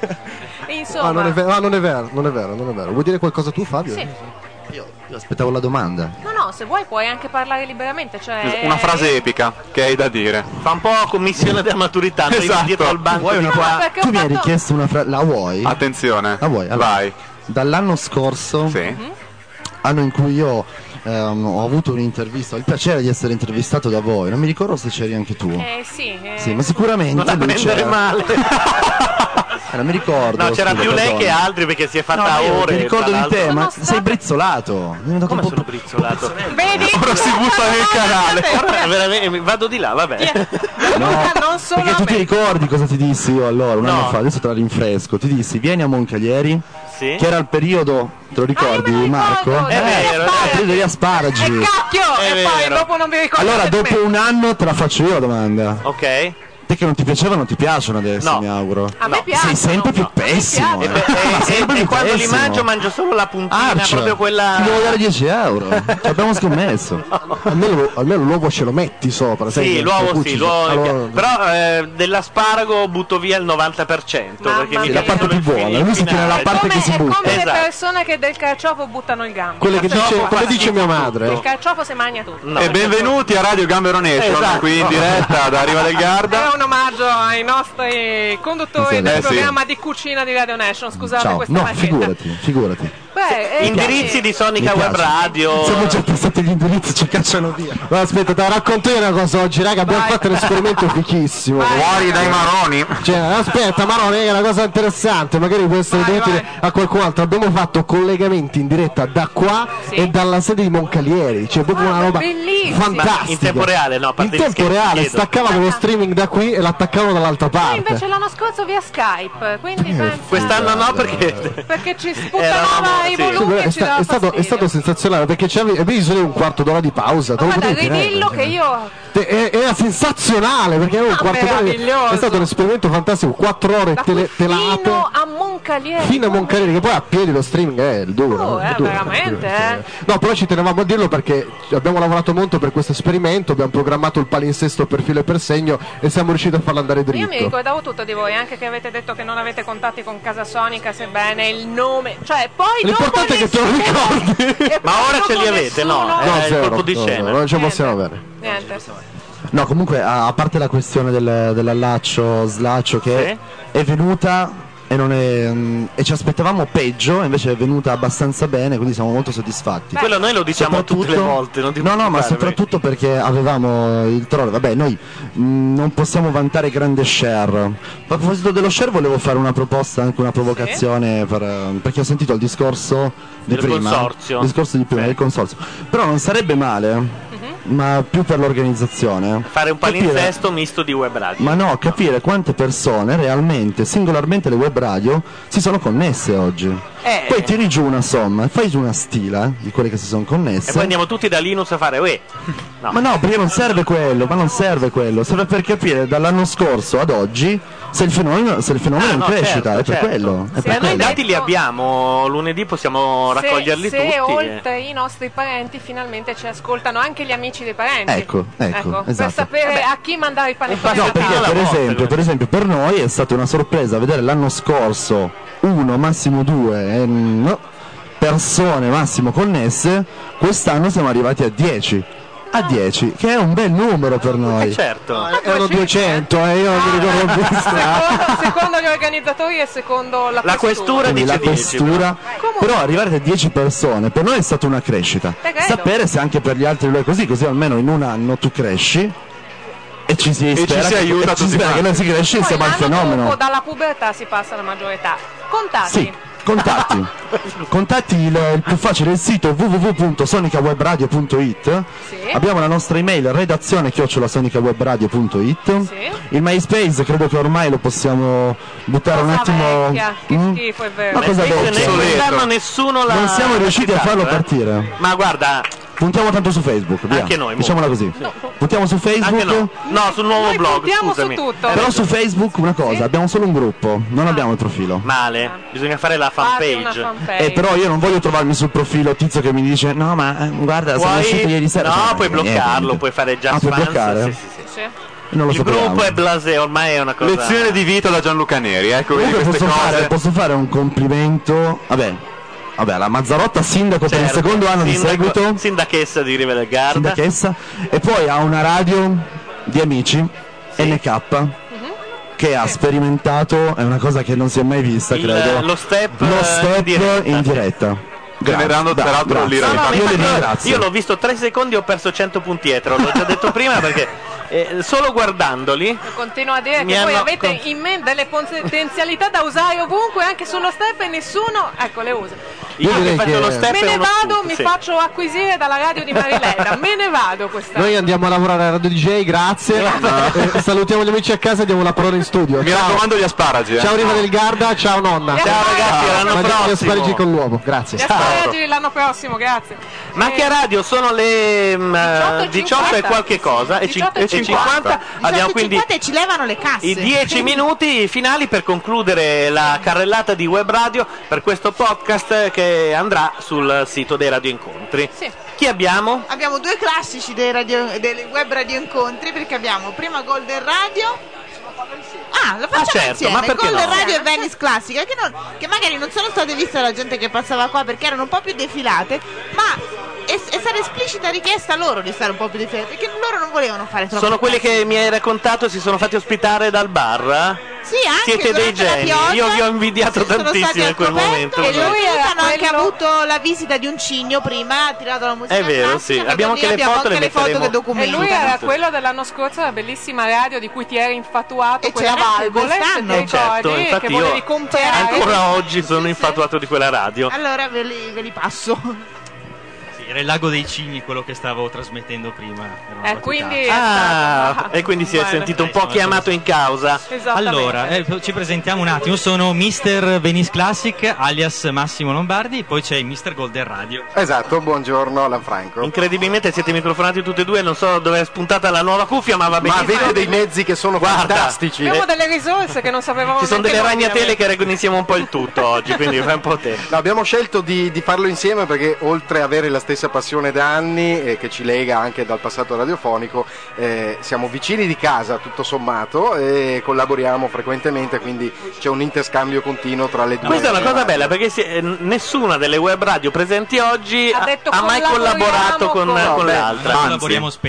S14: Ah, non
S3: Insomma,
S14: è vero, ah, non è vero, non è vero, non è vero. Vuoi dire qualcosa tu, Fabio?
S3: Sì.
S14: Io aspettavo la domanda.
S3: no, no, se vuoi puoi anche parlare liberamente. Cioè,
S9: Una frase epica che hai da dire.
S19: Fa un po' commissione della maturità, noi
S29: Esatto.
S19: dietro al banco di qua.
S3: perché ho
S29: tu mi hai
S3: fatto-
S29: richiesto una frase. La vuoi?
S9: Attenzione.
S29: La vuoi? Allora,
S9: Vai.
S29: Dall'anno scorso, anno in cui io ehm, ho avuto un'intervista, ho il piacere di essere intervistato da voi. Non mi ricordo se c'eri anche tu.
S3: Eh sì, eh,
S29: Sì, ma sicuramente.
S19: Non la
S29: lui
S19: prendere
S29: c'era.
S19: male.
S29: Eh, non mi ricordo.
S2: No, c'era
S29: scusa,
S2: più lei
S29: perdona.
S2: che altri perché si è fatta
S29: No, è vero,
S2: ore.
S29: Mi ricordo
S2: tra
S29: di te,
S2: l'altro.
S29: ma sei brizzolato. Come
S2: sono brizzolato?
S3: Vedi?
S2: Ora si butta nel canale. Ora veramente- Vado di là, vabbè.
S3: non solo
S29: Perché tu ti ricordi cosa ti dissi io allora, un
S2: No.
S29: anno fa, adesso te la rinfresco. Ti dissi, vieni a Moncalieri,
S2: Sì. Ah,
S29: che era il periodo, te lo ricordi Marco?
S3: È vero,
S29: eh, il periodo degli asparagi.
S3: Cacchio!
S2: È
S3: e poi
S2: vero.
S3: dopo non vi ricordo
S29: Allora,
S3: per me.
S29: dopo un anno te la faccio io la domanda.
S2: Ok.
S29: Te che non ti piacevano, ti piacciono adesso, mi auguro.
S2: A me
S29: Sei
S2: piacciono.
S29: sempre più pessimo.
S2: E,
S29: eh.
S2: beh,
S29: Sempre
S2: e- e
S29: più
S2: quando li
S29: pessimo.
S2: mangio mangio solo la puntina,
S29: Arcio,
S14: Eh.
S2: proprio quella...
S29: Ti devo dare 10 euro. Ci abbiamo scommesso.
S14: Almeno, almeno l'uovo ce lo metti sopra. sai,
S2: Sì,
S14: che- che
S2: l'uovo
S14: cucini.
S2: sì, l'uovo mi
S14: Allora,
S2: piace. Però eh, dell'asparago butto via il 90%. perché mi
S29: la parte più buona, lui si tiene la parte che si
S3: Come
S2: butta.
S3: le
S2: Esatto.
S3: persone che del carciofo buttano il gambo.
S29: Quelle che
S3: Cazzo,
S29: dice-
S3: no,
S29: quelle
S3: guarda,
S29: dice
S3: sì,
S29: mia
S3: tutto.
S29: madre. eh.
S3: Il carciofo si magna tutto.
S2: No.
S9: e benvenuti a Radio Gambero Nation,
S3: Esatto.
S9: qui in diretta da Riva del Garda.
S3: È un omaggio ai nostri conduttori
S29: Eh,
S3: del
S29: sì.
S3: programma di cucina di Radio Nation. Scusate
S29: Ciao.
S3: questa
S29: No,
S3: macchinetta.
S29: figurati, figurati.
S3: Beh, eh,
S2: Indirizzi di Sonica
S29: Mi
S2: Web
S29: piace.
S2: Radio.
S29: Siamo già passati gli indirizzi, ci cacciano via.
S14: No, aspetta, te la racconto io una cosa oggi, raga. Abbiamo fatto un esperimento fichissimo.
S9: Fuori dai maroni.
S14: Cioè, aspetta, ma no, raga, una cosa interessante, magari può essere di utile a qualcun altro. Abbiamo fatto collegamenti in diretta da qua e dalla sede di Moncalieri. Cioè, proprio una roba
S3: Ah, bellissimo.
S14: fantastica.
S2: Ma in tempo reale, no, a
S14: In
S2: parte gli
S14: tempo
S2: scherzi,
S14: reale,
S2: chiedo.
S14: staccavano lo streaming da qui e l'attaccavano dall'altra
S3: Noi
S14: parte.
S3: Eh, invece l'anno scorso via Skype,
S14: Eh,
S3: quindi pensa-
S2: Quest'anno no perché...
S3: perché ci sputtanava i
S14: Sì, guarda,
S3: volumi
S14: è,
S3: e ci
S14: sta-
S3: dava
S14: è stato, è
S3: fastidio.
S14: stato sensazionale perché c'avevi avevi solo un quarto d'ora di pausa. te lo
S3: Guarda,
S14: potevi tenere.
S3: ridillo che io
S14: Te- e- Era sensazionale perché era un
S3: Ah,
S14: quarto d'ora. di-
S3: meraviglioso.
S14: È stato un esperimento fantastico. Quattro ore
S3: Da
S14: tele-
S3: fino
S14: telate
S3: a Moncalieri.
S14: fino a Moncalieri, che poi a piedi lo streaming è il duro.
S3: Oh,
S14: eh,
S3: eh,
S14: duro,
S3: veramente,
S14: duro.
S3: eh.
S14: No, però ci tenevamo a dirlo perché abbiamo lavorato molto per questo esperimento. Abbiamo programmato il palinsesto per filo e per segno e siamo riusciti a farlo andare
S3: Io mi
S14: dritto.
S3: ricordavo tutto di voi, anche che avete detto che non avete contatti con Casa Sonica, sebbene il nome. Cioè, poi dopo
S14: L'importante è che te lo ricordi.
S2: Ma ora ce li avete, no?
S14: No,
S2: Eh, il
S14: zero,
S2: colpo di
S14: no, no,
S2: scena. Eh,
S14: non ce lo possiamo avere.
S3: Niente.
S29: No, comunque, a, a parte la questione del- dell'allaccio, slaccio, che è venuta e, non è, mm, e ci aspettavamo peggio, invece è venuta abbastanza bene, quindi siamo molto soddisfatti.
S2: Quello noi lo diciamo tutte le volte, non ti
S29: No, no, ma
S2: preoccupare,
S29: soprattutto perché avevamo il troll. Vabbè, noi mh, non possiamo vantare grande share. A proposito dello share, volevo fare una proposta, anche una provocazione, per, eh, perché ho sentito il discorso di
S2: Del
S29: prima.
S2: consorzio.
S29: Il discorso di prima, del consorzio. Però non sarebbe male, ma più per l'organizzazione.
S2: Mhm. Fare un
S29: Capire-
S2: palinsesto misto di web radio.
S29: ma no, capire quante persone realmente, singolarmente le web radio, si sono connesse oggi.
S2: Eh.
S29: Poi tiri giù una somma, fai giù una stila di quelle che si sono
S2: E
S29: connesse.
S2: poi andiamo tutti da Linux a fare, uè. No.
S29: Ma no, perché non serve quello, ma non serve quello, serve per capire dall'anno scorso ad oggi se il fenomeno, se il fenomeno
S2: Ah,
S29: è in
S2: no,
S29: crescita,
S2: certo,
S29: è per
S2: certo.
S29: quello. È
S2: Sì,
S29: per
S2: ma noi i
S29: quello.
S2: dati li abbiamo, lunedì possiamo
S3: Se-
S2: raccoglierli
S3: se,
S2: tutti. eh.
S3: oltre i nostri parenti finalmente ci ascoltano anche gli amici dei parenti.
S29: Ecco, ecco,
S3: Per
S29: esatto.
S3: sapere a chi mandare i panettoni.
S29: No,
S3: a
S29: perché
S3: tavola.
S29: per esempio, per esempio per noi è stata una sorpresa vedere l'anno scorso uno, massimo due ehm, persone massimo connesse, quest'anno siamo arrivati a 10. A 10, che è un bel numero per noi.
S2: certo.
S14: Erano 200 e eh, io non mi ricordo più.
S3: Secondo, secondo gli organizzatori e secondo la,
S29: Quindi la questura, però arrivare a 10 persone per noi è stata una crescita.
S3: Te credo.
S29: Sapere se anche per gli altri lo è così, così almeno in un anno tu cresci e ci si
S9: E ci
S29: spera
S9: si
S29: che-
S9: aiuta
S29: e ci
S9: tutti
S29: spera che
S9: quanti.
S29: non si cresce
S3: Poi
S29: insieme al
S3: l'anno
S29: fenomeno.
S3: dopo dalla pubertà si passa alla maggiore età. Contatti.
S29: Sì, contatti. contatti il, il più facile il sito www.sonicawebradio.it. Abbiamo la nostra email redazione chiocciolasonica.webradio.it. Il MySpace credo che ormai lo possiamo buttare un attimo.
S3: Vecchia, che schifo, è vero.
S29: Ma cosa
S2: Invece
S29: vecchia?
S2: ne- quest'anno nessuno l'ha
S29: Non siamo riusciti a
S2: citato,
S29: farlo
S2: eh.
S29: partire.
S2: Ma guarda,
S29: Puntiamo tanto su Facebook, via.
S2: Anche noi, mo.
S29: Diciamola così. Puntiamo su Facebook.
S2: anche no. No, sul nuovo blog,
S3: puntiamo su
S2: scusami.
S3: tutto. Ah.
S2: Eh,
S29: Però su Facebook una cosa, abbiamo solo un gruppo, non abbiamo il profilo.
S2: Male, bisogna fare la fanpage.
S29: Eh, però io non voglio trovarmi sul profilo tizio che mi dice no ma eh, guarda sono
S2: Puoi-
S29: uscito ieri sera
S2: No,
S29: Cioè,
S2: puoi
S29: niente.
S2: bloccarlo, puoi fare just
S29: Ah, puoi
S2: fans,
S29: bloccare?
S2: sì, sì, sì.
S29: non lo
S2: Il
S29: sapevo.
S2: gruppo è blasé, ormai è una cosa.
S9: Lezione di vita da Gianluca Neri, ecco, vedi
S29: Comunque
S9: queste
S29: posso
S9: cose.
S29: fare, posso fare un complimento vabbè vabbè la Mazzarotta sindaco per il
S2: Certo,
S29: secondo anno di
S2: sindaco-
S29: seguito
S2: Sindachessa di Riva del Garda.
S29: sindachessa e poi ha una radio di amici NK
S2: Mhm.
S29: che ha sperimentato è una cosa che non si è mai vista
S2: Il-
S29: credo
S2: lo step, eh,
S29: lo step
S2: in diretta.
S29: in diretta Grazie,
S9: Generando,
S29: dai,
S9: peraltro,
S29: grazie.
S9: l'ira di
S2: No, no,
S29: io le
S2: infatti io-
S29: ringrazio
S2: io l'ho visto 3 secondi e ho perso 100 punti dietro, l'ho già detto prima perché eh, solo guardandoli
S3: Continuo a dire
S2: Mi
S3: che voi
S2: hanno-
S3: avete
S2: con-
S3: in me delle potenzialità da usare ovunque, anche sullo step e nessuno ecco, le usa.
S2: Io direi
S14: che-
S2: lo step
S3: me
S2: è
S3: ne
S2: uno
S3: vado,
S2: scoop,
S3: mi
S2: sì.
S3: faccio acquisire dalla radio di Marilena, me ne vado quest'anno.
S14: Noi andiamo a lavorare a Radio DJ, grazie. Eh, salutiamo gli amici a casa e diamo la parola in studio.
S9: Mi
S14: Ciao.
S9: raccomando gli asparagi. eh.
S14: Ciao Riva del Garda, ciao nonna.
S3: Ciao, ragazzi,
S2: all'anno
S14: Mangiate gli
S2: prossimo.
S14: asparagi con l'uovo, grazie.
S3: Gli
S2: Ah.
S3: asparagi l'anno prossimo, grazie.
S2: Ma anche a radio sono le mm, 18,
S5: 18
S2: e qualche cosa e, cin-
S5: 18
S2: e 50. Abbiamo quindi
S5: 18.50 Diciamo e ci levano le casse.
S2: i 10 minuti finali per concludere la carrellata di web radio per questo podcast che andrà sul sito dei Radio Incontri.
S5: Sì.
S2: Chi abbiamo?
S5: Abbiamo due classici dei, radio- dei web radio incontri perché abbiamo prima Golden Radio. Ah, lo facciamo
S2: Ah, certo,
S5: insieme.
S2: ma perché
S5: Golden
S2: no?
S5: Radio e Venice Classica che, non- che magari non sono state viste dalla gente che passava qua perché erano un po' più defilate, ma è, è stata esplicita richiesta loro di stare un po' più defilate perché loro non volevano fare troppo.
S2: Sono quelli che mi hai raccontato si sono fatti ospitare dal bar?
S5: Sì, anche
S2: Siete dei
S5: durante la
S2: geni,
S5: pioggia
S2: io vi ho invidiato
S5: sono stati
S2: tantissimo
S5: al
S2: in quel momento.
S5: coperto E lui
S3: era
S5: hanno anche
S3: quello-
S5: avuto la visita di un cigno prima, ha tirato la musica.
S2: È vero, sì.
S5: classica,
S2: Abbiamo
S5: così
S2: anche le foto, le
S5: anche
S2: metteremo.
S5: che
S3: E
S5: documentano.
S3: lui era quello dell'anno scorso, la bellissima radio di cui ti eri infatuato.
S5: E
S3: quella
S5: ce la
S3: valvola, se ti
S5: quest'anno.
S3: ricordi,
S2: Certo,
S3: che
S2: infatti
S3: volevi
S2: io
S3: comprare.
S2: ancora oggi sono infatuato di quella radio.
S5: Allora ve li, ve li passo.
S19: Sì, era il lago dei cigni quello che stavo trasmettendo prima. Era una
S5: Eh,
S19: battutata.
S5: quindi è
S2: Ah, e quindi si è
S19: Bene.
S2: sentito un po'
S19: Insomma,
S2: chiamato in causa.
S3: Esatto.
S19: Allora, eh, ci presentiamo un attimo. Sono Mister Venice Classic, alias Massimo Lombardi, poi c'è il Mister Golden Radio.
S30: Esatto, buongiorno Lanfranco.
S2: Incredibilmente siete microfonati tutti e due, non so dove è spuntata la nuova cuffia, ma va
S30: Ma
S2: benissimo.
S30: avete dei mezzi che sono
S2: Guarda,
S30: fantastici.
S3: Abbiamo
S2: eh,
S3: delle risorse che non sapevamo
S2: ci sono
S3: neanche
S2: delle
S3: noi di
S2: ragnatele
S3: avere.
S2: che reggono insieme un po' il tutto oggi, quindi fai un po' te.
S30: No, abbiamo scelto di, di farlo insieme perché oltre ad avere la stessa passione da anni eh, che ci lega anche dal passato radiofonico, eh, siamo vicini di casa tutto sommato e collaboriamo frequentemente, quindi c'è un interscambio continuo tra le due.
S2: Questa è una cosa bella perché si- eh, nessuna delle web radio presenti oggi ha,
S30: detto
S2: ha mai collaborato con,
S30: No,
S2: con
S30: beh,
S2: l'altra.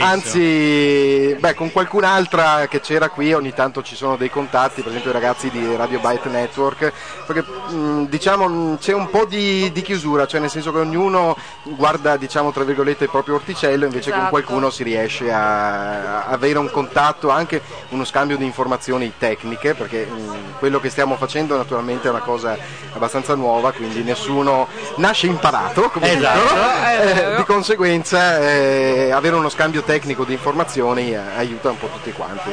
S30: Anzi, anzi, beh, con qualcun'altra che c'era qui ogni tanto ci sono dei contatti, per esempio i ragazzi di Radio Byte Network, perché mh, diciamo mh, c'è un po' di, di chiusura, cioè nel senso che ognuno guarda diciamo tra virgolette il proprio orticello, invece
S31: Esatto.
S30: con qualcuno si riesce a, a avere un contatto, anche uno scambio di informazioni tecniche, perché mh, quello che stiamo facendo naturalmente è una cosa abbastanza nuova, quindi nessuno nasce imparato, come
S2: Esatto,
S30: dicono.
S2: è
S30: Eh,
S2: vero.
S30: di conseguenza eh, avere uno scambio tecnico di informazioni eh, aiuta un po' tutti quanti.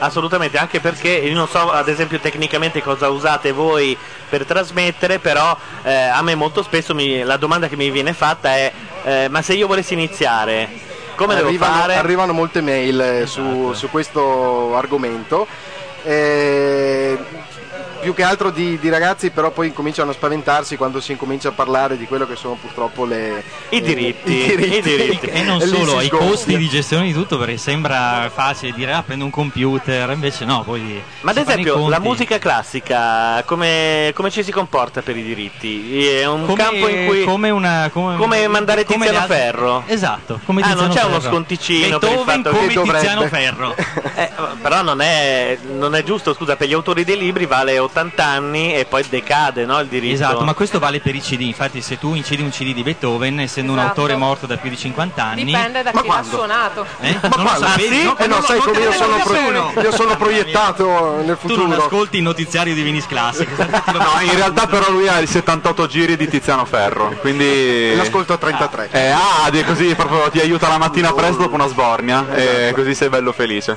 S2: Assolutamente, anche perché io non so ad esempio tecnicamente cosa usate voi per trasmettere, però eh, a me molto spesso mi- la domanda che mi viene fatta è eh, ma se io volessi iniziare, come devo
S30: arrivano,
S2: fare? Esatto.
S30: arrivano molte mail eh, su, su questo argomento. Eh, più che altro di, di ragazzi, però poi incominciano a spaventarsi quando si incomincia a parlare di quello che sono purtroppo le,
S2: I
S30: eh,
S2: diritti,
S30: i diritti.
S2: i diritti.
S19: E non
S30: lì si
S19: solo, i
S30: sgonfia.
S19: costi di gestione di tutto, perché sembra facile dire ah prendo un computer, invece no, poi.
S2: Ma ad
S19: si fanno i
S2: esempio la
S19: conti.
S2: musica classica, come, come ci si comporta per i diritti? È un
S19: Come-
S2: campo in cui...
S19: come una come,
S2: come mandare
S19: come
S2: Tiziano
S19: le altre-
S2: Ferro.
S19: esatto come
S2: Ah, non
S19: Tiziano
S2: c'è uno
S19: Ferro.
S2: sconticino per il
S19: Beethoven
S2: fatto che-
S19: come
S2: Che dovrebbe.
S19: Tiziano Ferro
S2: Eh, però non è, non è giusto, scusa, per gli autori dei libri vale 80 anni e poi decade no, il diritto.
S19: Esatto, ma questo vale per i CD. Infatti, se tu incidi un CD di Beethoven, essendo un
S3: Esatto.
S19: autore morto da più di 50 anni,
S3: Dipende da chi l'ha suonato.
S19: Eh? non lo sapevi? No,
S30: Eh no,
S19: non lo-
S30: sai
S19: non
S30: come
S19: te
S30: io
S19: ne
S30: sono, pro-
S19: sapevo.
S30: io sono proiettato nel
S19: Tu non
S30: futuro.
S19: ascolti il notiziario di Vinis Classic.
S9: No, in realtà però lui ha i 78 giri di Tiziano Ferro, quindi...
S30: L'ascolto a 33.
S9: Eh, ah, di- così proprio ti aiuta la mattina presto dopo una sbornia
S28: Esatto.
S9: e così sei bello felice.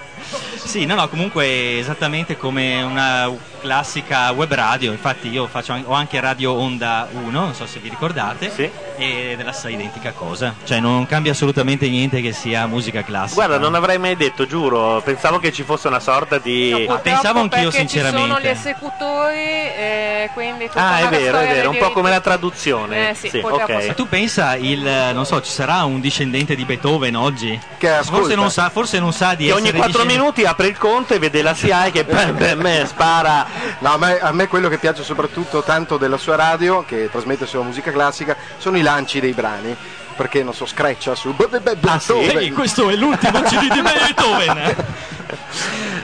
S19: Sì, no, no, comunque esattamente come una classica web radio, infatti io faccio an- ho anche Radio Onda 1, non so se vi ricordate, ed è la stessa identica cosa, cioè non cambia assolutamente niente che sia musica classica.
S2: Guarda, non avrei mai detto, giuro, pensavo che ci fosse una sorta di...
S19: No,
S3: Troppo
S19: pensavo anch'io,
S3: perché Ci sono
S19: sinceramente.
S3: gli esecutori, eh, quindi tutta una
S2: Ah, è vero, è
S3: storia
S2: vero,
S3: dei
S2: un po'
S3: diritti.
S2: come la traduzione.
S3: Eh, sì, purtroppo
S19: Ma
S2: ok.
S19: tu pensa il eh, non so, ci sarà un discendente di Beethoven oggi?
S2: ascolta.
S19: forse non sa, forse non sa di
S2: Che
S19: essere
S2: ogni 4
S19: discendente-
S2: minuti apre il conto e vede la SIAE che bam, bam, bam, spara.
S30: No, a me, a me quello che piace soprattutto tanto della sua radio, che trasmette solo musica classica, sono i lanci dei brani. Perché non so, screccia su. Ah,
S19: Ehi, questo è l'ultimo CD di eh? Beethoven.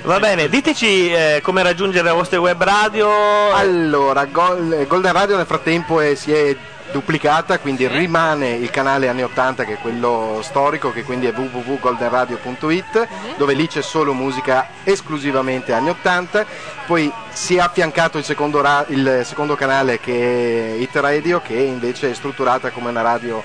S2: Va bene, diteci eh, come raggiungere la vostra web radio.
S30: Allora, Gol- Golden Radio nel frattempo è- si è duplicata, quindi rimane il canale anni 80 che è quello storico, che quindi è www.goldenradio.it,
S2: Mhm.
S30: dove lì c'è solo musica esclusivamente anni 80, poi si è affiancato il secondo, ra- il secondo canale che è Hit Radio, che invece è strutturata come una radio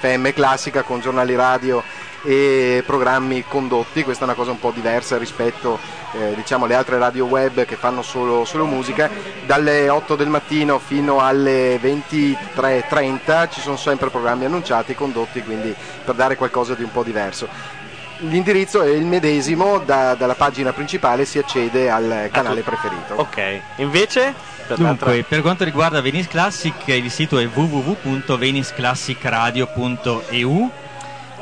S30: FM classica con giornali radio e programmi condotti, questa è una cosa un po' diversa rispetto eh, diciamo alle altre radio web che fanno solo, solo musica, dalle 8 del mattino fino alle 23.30 ci sono sempre programmi annunciati e condotti, quindi per dare qualcosa di un po' diverso. L'indirizzo è il medesimo, da- dalla pagina principale si accede al canale preferito.
S2: Ecco. Ok, invece? per l'altra-
S19: Dunque, per quanto riguarda Venice Classic, il sito è www.veniceclassicradio.eu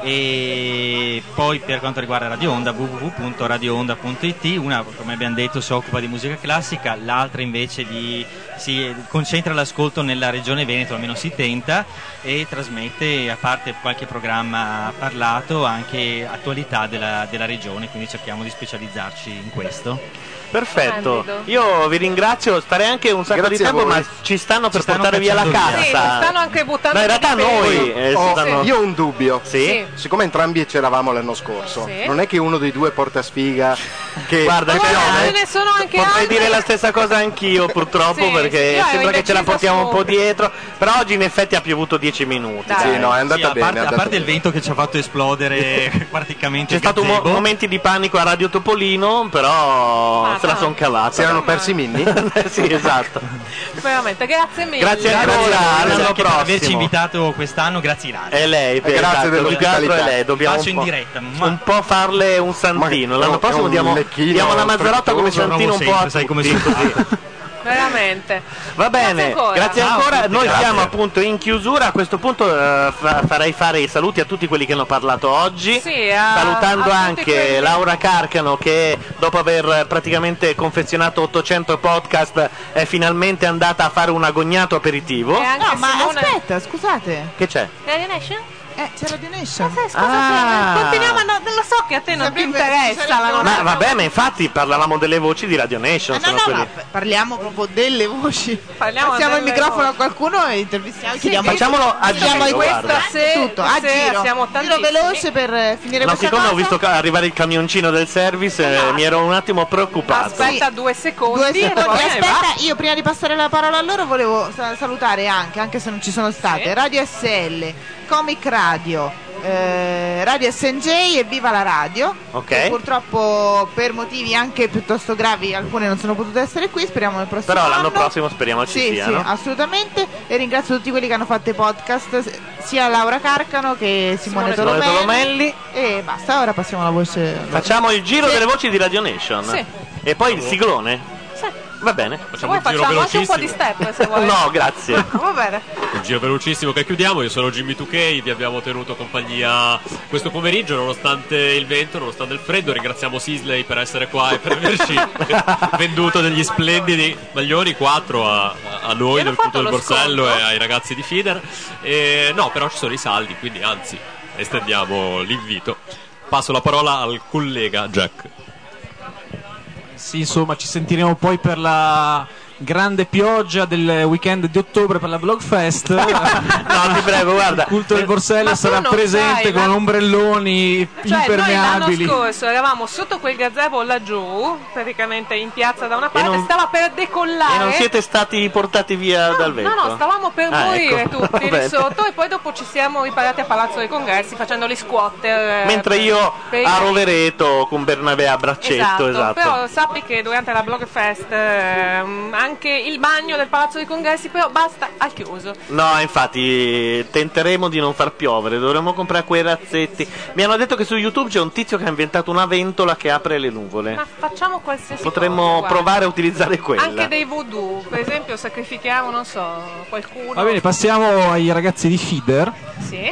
S19: e poi per quanto riguarda Radio Onda www.radioonda.it una come abbiamo detto si occupa di musica classica l'altra invece di, si concentra l'ascolto nella regione Veneto almeno si tenta e trasmette a parte qualche programma parlato anche attualità della, della regione quindi cerchiamo di specializzarci in questo
S2: Perfetto, io vi ringrazio, starei anche un sacco
S19: Grazie
S2: di
S19: a
S2: tempo,
S19: voi.
S2: ma ci stanno per
S19: stanno
S2: portare via la
S19: cacciando via.
S2: cassa.
S3: Sì, stanno anche buttando
S2: No, in realtà
S3: di pezzi.
S2: noi, eh,
S19: Oh,
S30: Ho-
S2: stanno-
S30: Oh, Io ho un dubbio.
S3: Sì.
S30: Siccome entrambi c'eravamo l'anno scorso,
S3: Sì.
S30: non è che uno dei due porta sfiga che Cioè, guarda
S3: Guarda, ce ne sono anche
S2: eh, Potrei
S3: altri.
S2: dire la stessa cosa anch'io purtroppo
S3: Sì, sì,
S2: perché
S3: io
S2: sembra
S3: ero
S2: che ce la
S3: indecisa
S2: portiamo un po'
S3: sopra.
S2: dietro, però oggi in effetti ha piovuto 10 minuti.
S19: Dai. Eh, Sì, no, è andata
S2: a
S19: bene,
S2: parte-
S19: è andata
S2: a parte
S19: il vento che ci ha fatto esplodere praticamente
S2: c'è
S19: il
S2: stato un mo-
S19: gazebo.
S2: momenti di panico a Radio Topolino, però se la son cavata. Si erano persi i
S30: minni?
S2: sì, esatto.
S3: Veramente, grazie mille.
S19: Grazie anche per averci
S2: prossimo.
S19: invitato quest'anno, Eh, grazie Ilaria.
S2: È lei, per esatto, più che altro è lei. Dobbiamo
S19: Faccio
S2: un
S19: in
S2: po'-
S19: diretta. ma-
S2: Un po' farle un santino. L'anno
S19: è
S2: prossimo
S19: un
S2: diamo,
S19: lecchino
S2: diamo la Mazzarotta come
S19: frettoloso,
S2: santino un po'
S19: sempre,
S2: a
S19: sai come
S2: tutti,
S19: sono
S2: così.
S3: Veramente.
S2: Va bene, grazie ancora.
S3: Ciao a tutti,
S2: Noi
S3: grazie.
S2: siamo appunto in chiusura. A questo punto eh, fa- farei fare i saluti a tutti quelli che hanno parlato oggi.
S3: Sì, eh. a-
S2: salutando
S3: a tutti
S2: anche
S3: quelli-
S2: Laura Carcano che dopo aver eh, praticamente confezionato 800 podcast è finalmente andata a fare un agognato aperitivo.
S5: no, ma aspetta, scusate.
S2: Che c'è?
S5: Radio Nation? Eh, c'è Radio Nation. Ma sai, scusa,
S2: Ah.
S5: te-
S3: Continuiamo a no- lo so che a te non ti interessa la
S2: Ma
S3: nostra.
S2: vabbè, ma infatti parlavamo delle voci di Radio Nation. sono quelli-
S5: Parliamo proprio delle voci.
S3: Parliamo
S5: Passiamo il
S3: delle
S5: microfono
S3: voci.
S5: a qualcuno e intervistiamo. Chiediamo
S2: Facciamolo a
S5: chiediamo
S2: giro,
S5: questa
S2: guarda.
S5: se- tutto, a
S3: se
S5: giro.
S3: siamo
S5: Giro
S3: tantissimi.
S5: veloce per eh, finire
S2: No,
S5: questa
S2: siccome
S5: cosa.
S2: ho visto ca- arrivare il camioncino del service, eh, mi ero un attimo preoccupato.
S3: Aspetta due secondi.
S5: Due secondi.
S3: e va bene,
S5: Aspetta,
S3: va.
S5: io prima di passare la parola a loro volevo sa- salutare anche, anche se non ci sono state, Radio SL, Comic Radio, eh, Radio SNJ e Viva la Radio.
S2: Ok.
S5: Che Purtroppo per motivi anche piuttosto gravi alcune non sono potute essere qui, speriamo nel prossimo
S2: Però l'anno
S5: anno.
S2: prossimo speriamo ci
S5: sì,
S2: sia.
S5: sì,
S2: no?
S5: assolutamente. E ringrazio tutti quelli che hanno fatto i podcast, s- sia Laura Carcano che Simone,
S2: Simone Tolomelli.
S5: E basta, ora passiamo alla voce.
S2: Facciamo il giro delle voci di Radio Nation.
S5: Sì.
S2: E poi il siglone. Va bene.
S3: Vuoi facciamo anche un po' di step se vuoi. Ah,
S2: No, grazie.
S3: Va bene.
S23: Un giro velocissimo che chiudiamo, io sono Jimmy 2K, vi abbiamo tenuto compagnia questo pomeriggio nonostante il vento, nonostante il freddo, ringraziamo Sisley per essere qua e per averci venduto degli splendidi maglioni, 4 a, a noi del punto del
S3: lo
S23: borsello
S3: sconto?
S23: e ai ragazzi di Feeder. E, no, però ci sono i saldi, quindi anzi estendiamo l'invito. Passo la parola al collega Jack.
S4: Sì, insomma, ci sentiremo poi per la grande pioggia del weekend di ottobre per la Blogfest. no, ti
S2: prego, guarda.
S4: Il culto del
S3: Ma
S4: Borsello
S3: tu
S4: sarà
S3: non
S4: presente
S3: sai,
S4: con
S3: ma-
S4: ombrelloni
S3: Cioè, noi l'anno
S4: impermeabili.
S3: scorso eravamo sotto quel gazebo laggiù, praticamente in piazza da una parte,
S2: non-
S3: stava per decollare.
S2: E non siete stati portati via dal vento?
S3: No, no, stavamo per
S2: Ah,
S3: morire
S2: ecco. Va
S3: tutti lì
S2: bene.
S3: sotto e poi dopo ci siamo riparati a Palazzo dei Congressi facendo gli squatter. eh,
S2: Mentre
S3: per-
S2: io
S3: per-
S2: a Rovereto con Bernabé a braccetto, esatto.
S3: Però sappi che durante la Blogfest ehm, anche il bagno del Palazzo dei Congressi però basta al chiuso.
S2: No, infatti tenteremo di non far piovere, dovremmo comprare quei razzetti. Mi hanno detto che su YouTube c'è un tizio che ha inventato una ventola che apre le nuvole.
S3: Ma facciamo qualsiasi
S2: Eh. Potremmo
S3: cosa, guarda.
S2: provare a utilizzare quella.
S3: Anche dei voodoo, per esempio sacrifichiamo, non so, qualcuno.
S4: Va bene, passiamo ai ragazzi di Feeder.
S3: Sì.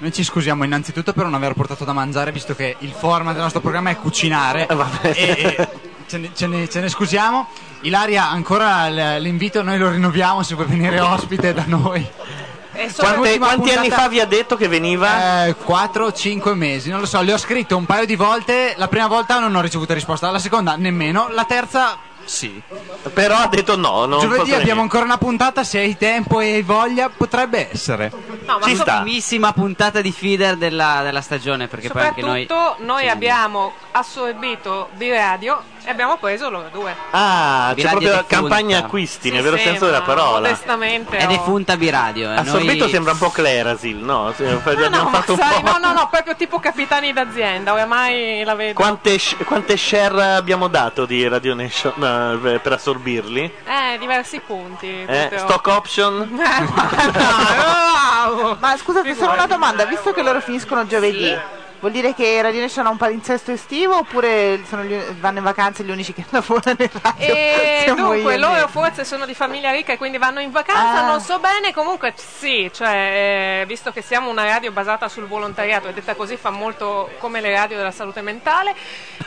S26: Noi ci scusiamo innanzitutto per non aver portato da mangiare, visto che il format del nostro programma è cucinare.
S2: Eh,
S26: e, e ce, ne, ce ne- ce ne scusiamo. Ilaria, ancora l- l'invito, noi lo rinnoviamo se vuoi venire ospite da noi.
S3: E
S26: solo
S2: Quante-
S26: l'ultima
S2: quanti
S26: puntata-
S2: anni fa vi ha detto che veniva?
S26: 4 o 5 mesi, non lo so, le ho scritto un paio di volte, la prima volta non ho ricevuto risposta, la seconda nemmeno, la terza
S2: sì. Però ha detto no. Non posso
S27: Giovedì
S2: venire.
S27: abbiamo ancora una puntata, se hai tempo e hai voglia potrebbe essere.
S1: No, ma
S27: Ci
S1: la
S27: sta.
S1: primissima puntata di feeder della, della stagione, perché poi anche noi...
S3: Soprattutto noi abbiamo assorbito di radio e abbiamo preso loro due.
S2: Ah,
S1: Vi
S2: c'è
S1: radio
S2: proprio la
S1: defunta.
S2: campagna acquisti, nel vero
S3: sì,
S2: senso
S3: ma
S2: della parola.
S3: Onestamente. oh.
S1: È
S3: ho-
S1: defunta Biradio. Eh.
S2: Assorbito
S1: Noi-
S2: sembra un po' Clerasil, no? Cioè, Sì, abbiamo
S3: No, ma
S2: fatto un
S3: sai,
S2: po'.
S3: no, no, no, proprio tipo capitani d'azienda, oramai la vedo.
S2: Quante, sh- quante share abbiamo dato di Radio Nation eh, per- per assorbirli?
S3: Eh, diversi punti.
S2: Eh,
S3: proprio.
S2: stock option?
S5: Ma scusate, solo una domanda, visto che loro finiscono giovedì, vuol dire che Radio Nation ha un palinsesto estivo oppure sono gli- vanno in vacanza gli unici che lavorano in radio?
S3: E
S5: Siamo io
S3: Eh, dunque
S5: e
S3: loro
S5: lei.
S3: forse sono di famiglia ricca e quindi vanno in vacanza,
S5: Ah.
S3: non so bene, comunque sì, cioè eh, visto che siamo una radio basata sul volontariato, è detta così fa molto come le radio della salute mentale,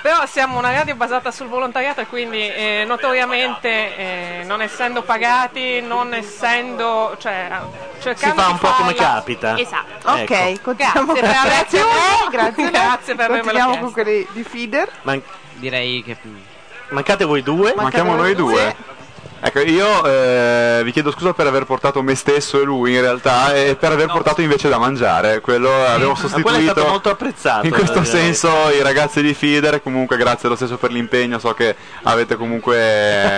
S3: però siamo una radio basata sul volontariato e quindi eh, notoriamente eh, non essendo pagati, non essendo, cioè eh, cercando
S2: Si fa
S3: di
S2: un po' come
S3: farla-
S2: capita.
S3: Esatto.
S5: Ok,
S2: Ecco.
S5: continuiamo.
S3: Grazie per aver
S5: Grazie a lei,
S3: chiuso.
S5: grazie, a lei.
S3: Grazie per avermelo
S5: Continuiamo
S3: chiesto.
S5: con quelli di feeder.
S2: Man-
S1: Direi che...
S2: Mancate voi due?
S9: Manchiamo noi due. Ecco, io eh, vi chiedo scusa per aver portato me stesso e lui in realtà e per aver portato invece da mangiare. Quello avevo
S2: Ma quello è stato
S9: Ah, sostituito.
S2: molto apprezzato.
S9: In questo
S2: eh,
S9: senso i ragazzi di Feeder, comunque grazie lo stesso per l'impegno, so che avete comunque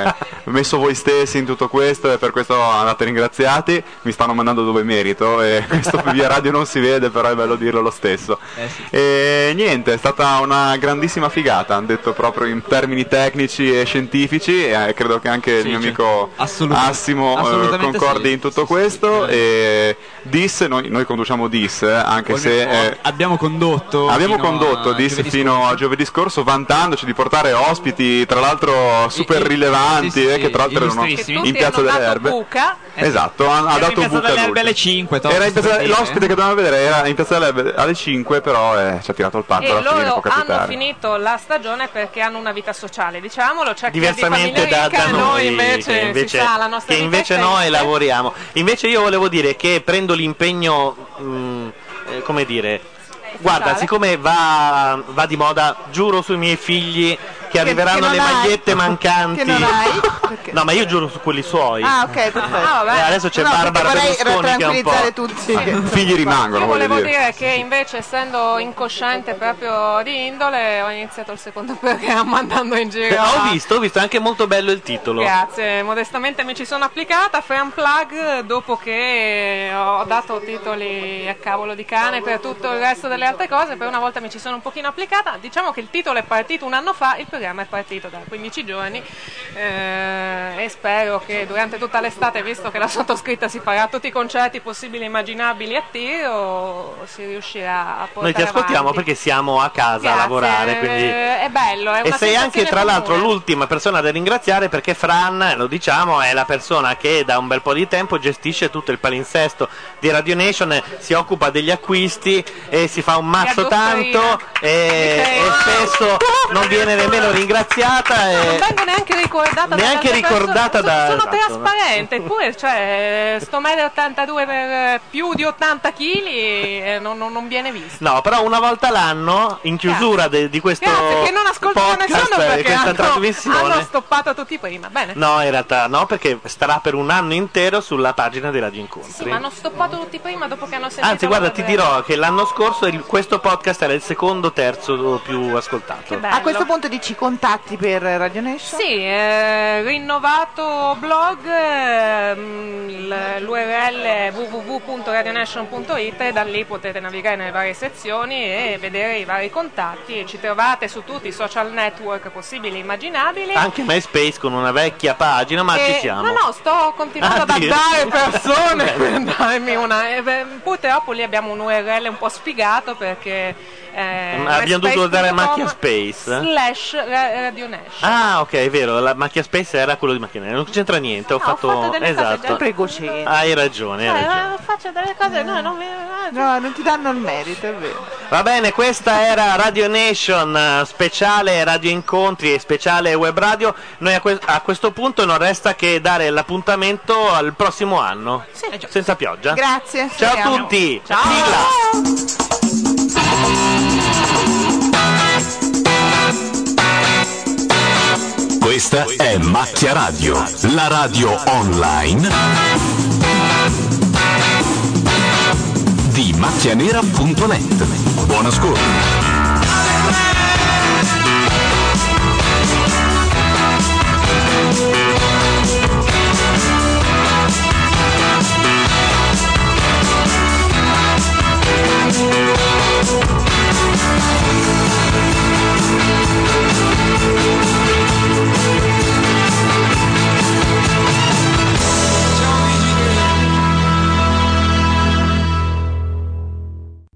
S9: eh, messo voi stessi in tutto questo e per questo andate ringraziati, mi stanno mandando dove merito e questo via radio non si vede però è bello dirlo lo stesso.
S12: Eh,
S9: E niente, è stata una grandissima figata, hanno detto proprio in termini tecnici e scientifici e eh, credo che anche il mio amico Massimo eh,
S12: cioè, assolutamente
S9: concordi
S12: sì.
S9: in tutto questo e Dis, noi, noi conduciamo Dis eh, anche se... eh,
S12: Abbiamo condotto.
S9: Abbiamo
S12: fino a
S9: condotto Dis
S12: giovedì
S9: fino a giovedì scorso vantandoci di portare ospiti tra l'altro super
S12: I- i-
S9: rilevanti
S12: sì, sì,
S9: eh,
S12: sì,
S9: che tra l'altro erano
S12: illustrissimi. Che
S9: in
S12: tutti
S9: Piazza
S12: hanno
S9: delle
S12: dato
S9: Erbe.
S3: Buca.
S9: Esatto, ha, ha
S12: Era in
S9: dato
S12: Piazza
S9: buca
S12: delle Erbe
S9: lui.
S12: alle 5, to,
S9: Era in
S12: per
S9: piazza,
S12: dire.
S9: l'ospite che dovevamo vedere era in Piazza delle Erbe alle 5 però eh, ci ha tirato il patto
S3: E
S9: alla fine può
S3: loro hanno
S9: capitare.
S3: finito la stagione perché hanno una vita sociale, diciamolo, c'è chi è di
S2: Diversamente
S3: famiglia
S2: da,
S3: ricca,
S2: da noi,
S3: invece,
S2: che
S3: si
S2: invece,
S3: sa, la nostra
S2: che
S3: vita
S2: invece
S3: è
S2: noi
S3: semplice.
S2: lavoriamo. Invece io volevo dire che prendo l'impegno, mm, eh, come dire, guarda,
S19: Sociale.
S2: siccome va, va di moda, giuro sui miei figli che, arriveranno
S19: che non
S2: le
S19: hai.
S2: magliette mancanti.
S5: Che non hai?
S2: No, ma io giuro su quelli suoi.
S5: Ah, ok, perfetto.
S3: Ah, vabbè.
S2: Eh, adesso c'è
S5: No, perché
S2: Barbara
S5: vorrei
S2: Berlusconi che è un po'.
S5: tranquillizzare tutti.
S9: Figli rimangono,
S3: Io volevo
S9: voglio dire.
S3: dire che invece essendo incosciente proprio di indole ho iniziato il secondo programma andando in giro.
S2: Ah, Ho visto, ho visto, è anche molto bello il titolo.
S3: Grazie, modestamente mi ci sono applicata, fai un plug dopo che ho dato titoli a cavolo di cane per tutto il resto delle altre cose, per una volta mi ci sono un pochino applicata, diciamo che il titolo è partito un anno fa, il programma è partito da 15 giorni eh, e spero che durante tutta l'estate, visto che la sottoscritta si farà a tutti i concerti possibili e immaginabili a tiro, si riuscirà a portare
S2: Noi ti ascoltiamo
S3: avanti.
S2: perché siamo a casa a lavorare, quindi...
S3: Eh, è bello, è
S2: E
S3: una
S2: sei anche
S3: sensazione
S2: tra l'altro
S3: comune.
S2: l'ultima persona da ringraziare perché Fran, lo diciamo, è la persona che da un bel po' di tempo gestisce tutto il palinsesto di Radio Nation, eh, si occupa degli acquisti e si fa un mazzo
S3: addossarina.
S2: tanto e, e spesso non viene nemmeno ringraziata
S3: non
S2: e
S3: vengo neanche ricordata
S2: Neanche
S3: dalle persone.
S2: ricordata
S3: Sono-
S2: da-
S3: sono,
S2: esatto, no?
S3: trasparente eppure cioè sto medio 82 per eh, più di 80 kg non, non- non viene visto
S2: No, però una volta l'anno, in chiusura de- di questo
S3: grazie che non ascolto
S2: podcast,
S3: nessuno
S2: eh,
S3: perché
S2: questa
S3: hanno,
S2: trasmissione,
S3: hanno stoppato tutti prima bene
S2: No, in realtà no, perché starà per un anno intero sulla pagina dei Radio Incontri.
S3: sì ma hanno stoppato tutti prima dopo che hanno sentito
S2: Anzi, guarda, ti
S3: la-
S2: dirò che l'anno scorso il- questo podcast era il secondo terzo più ascoltato.
S5: A questo punto dici contatti per Radio Nation?
S3: Sì, eh, rinnovato blog, ehm, il- l'URL è www.radionation.it e da lì potete navigare nelle varie sezioni e vedere i vari contatti. Ci trovate su tutti i social network possibili e immaginabili.
S2: Anche MySpace con una vecchia pagina, ma
S3: E-
S2: ci
S3: Eh,
S2: siamo.
S3: No, no, sto continuando
S2: Ah,
S3: ad
S2: Dio.
S3: andare persone per
S2: Bene.
S3: darmi una. eh, beh, purtroppo lì abbiamo un URL un po' sfigato perché. eh,
S2: Ma abbiamo dovuto dare a
S3: myspace.com
S2: Macchia Space.
S3: Slash Ra- Radio Nation.
S2: Ah, ok, è vero, la macchia space era quello di macchina, non c'entra niente, ho
S3: Ah, No, ho
S2: fatto...
S3: fatto delle cose
S2: esatto.
S3: già
S5: precocenti.
S2: Hai ragione, hai
S3: Cioè,
S2: ragione.
S3: eh, faccio delle cose, no, non mi-
S5: No, non ti danno il merito, è vero.
S2: Va bene, questa era Radio Nation eh, speciale Radio Incontri e speciale Web Radio. Noi a, que- a questo punto non resta che dare l'appuntamento al prossimo anno. Senza pioggia.
S5: Grazie.
S2: Ciao
S5: speriamo.
S2: a tutti.
S20: Questo
S32: Questa è Macchia Radio, la radio online di macchianera.net. Buon ascolto.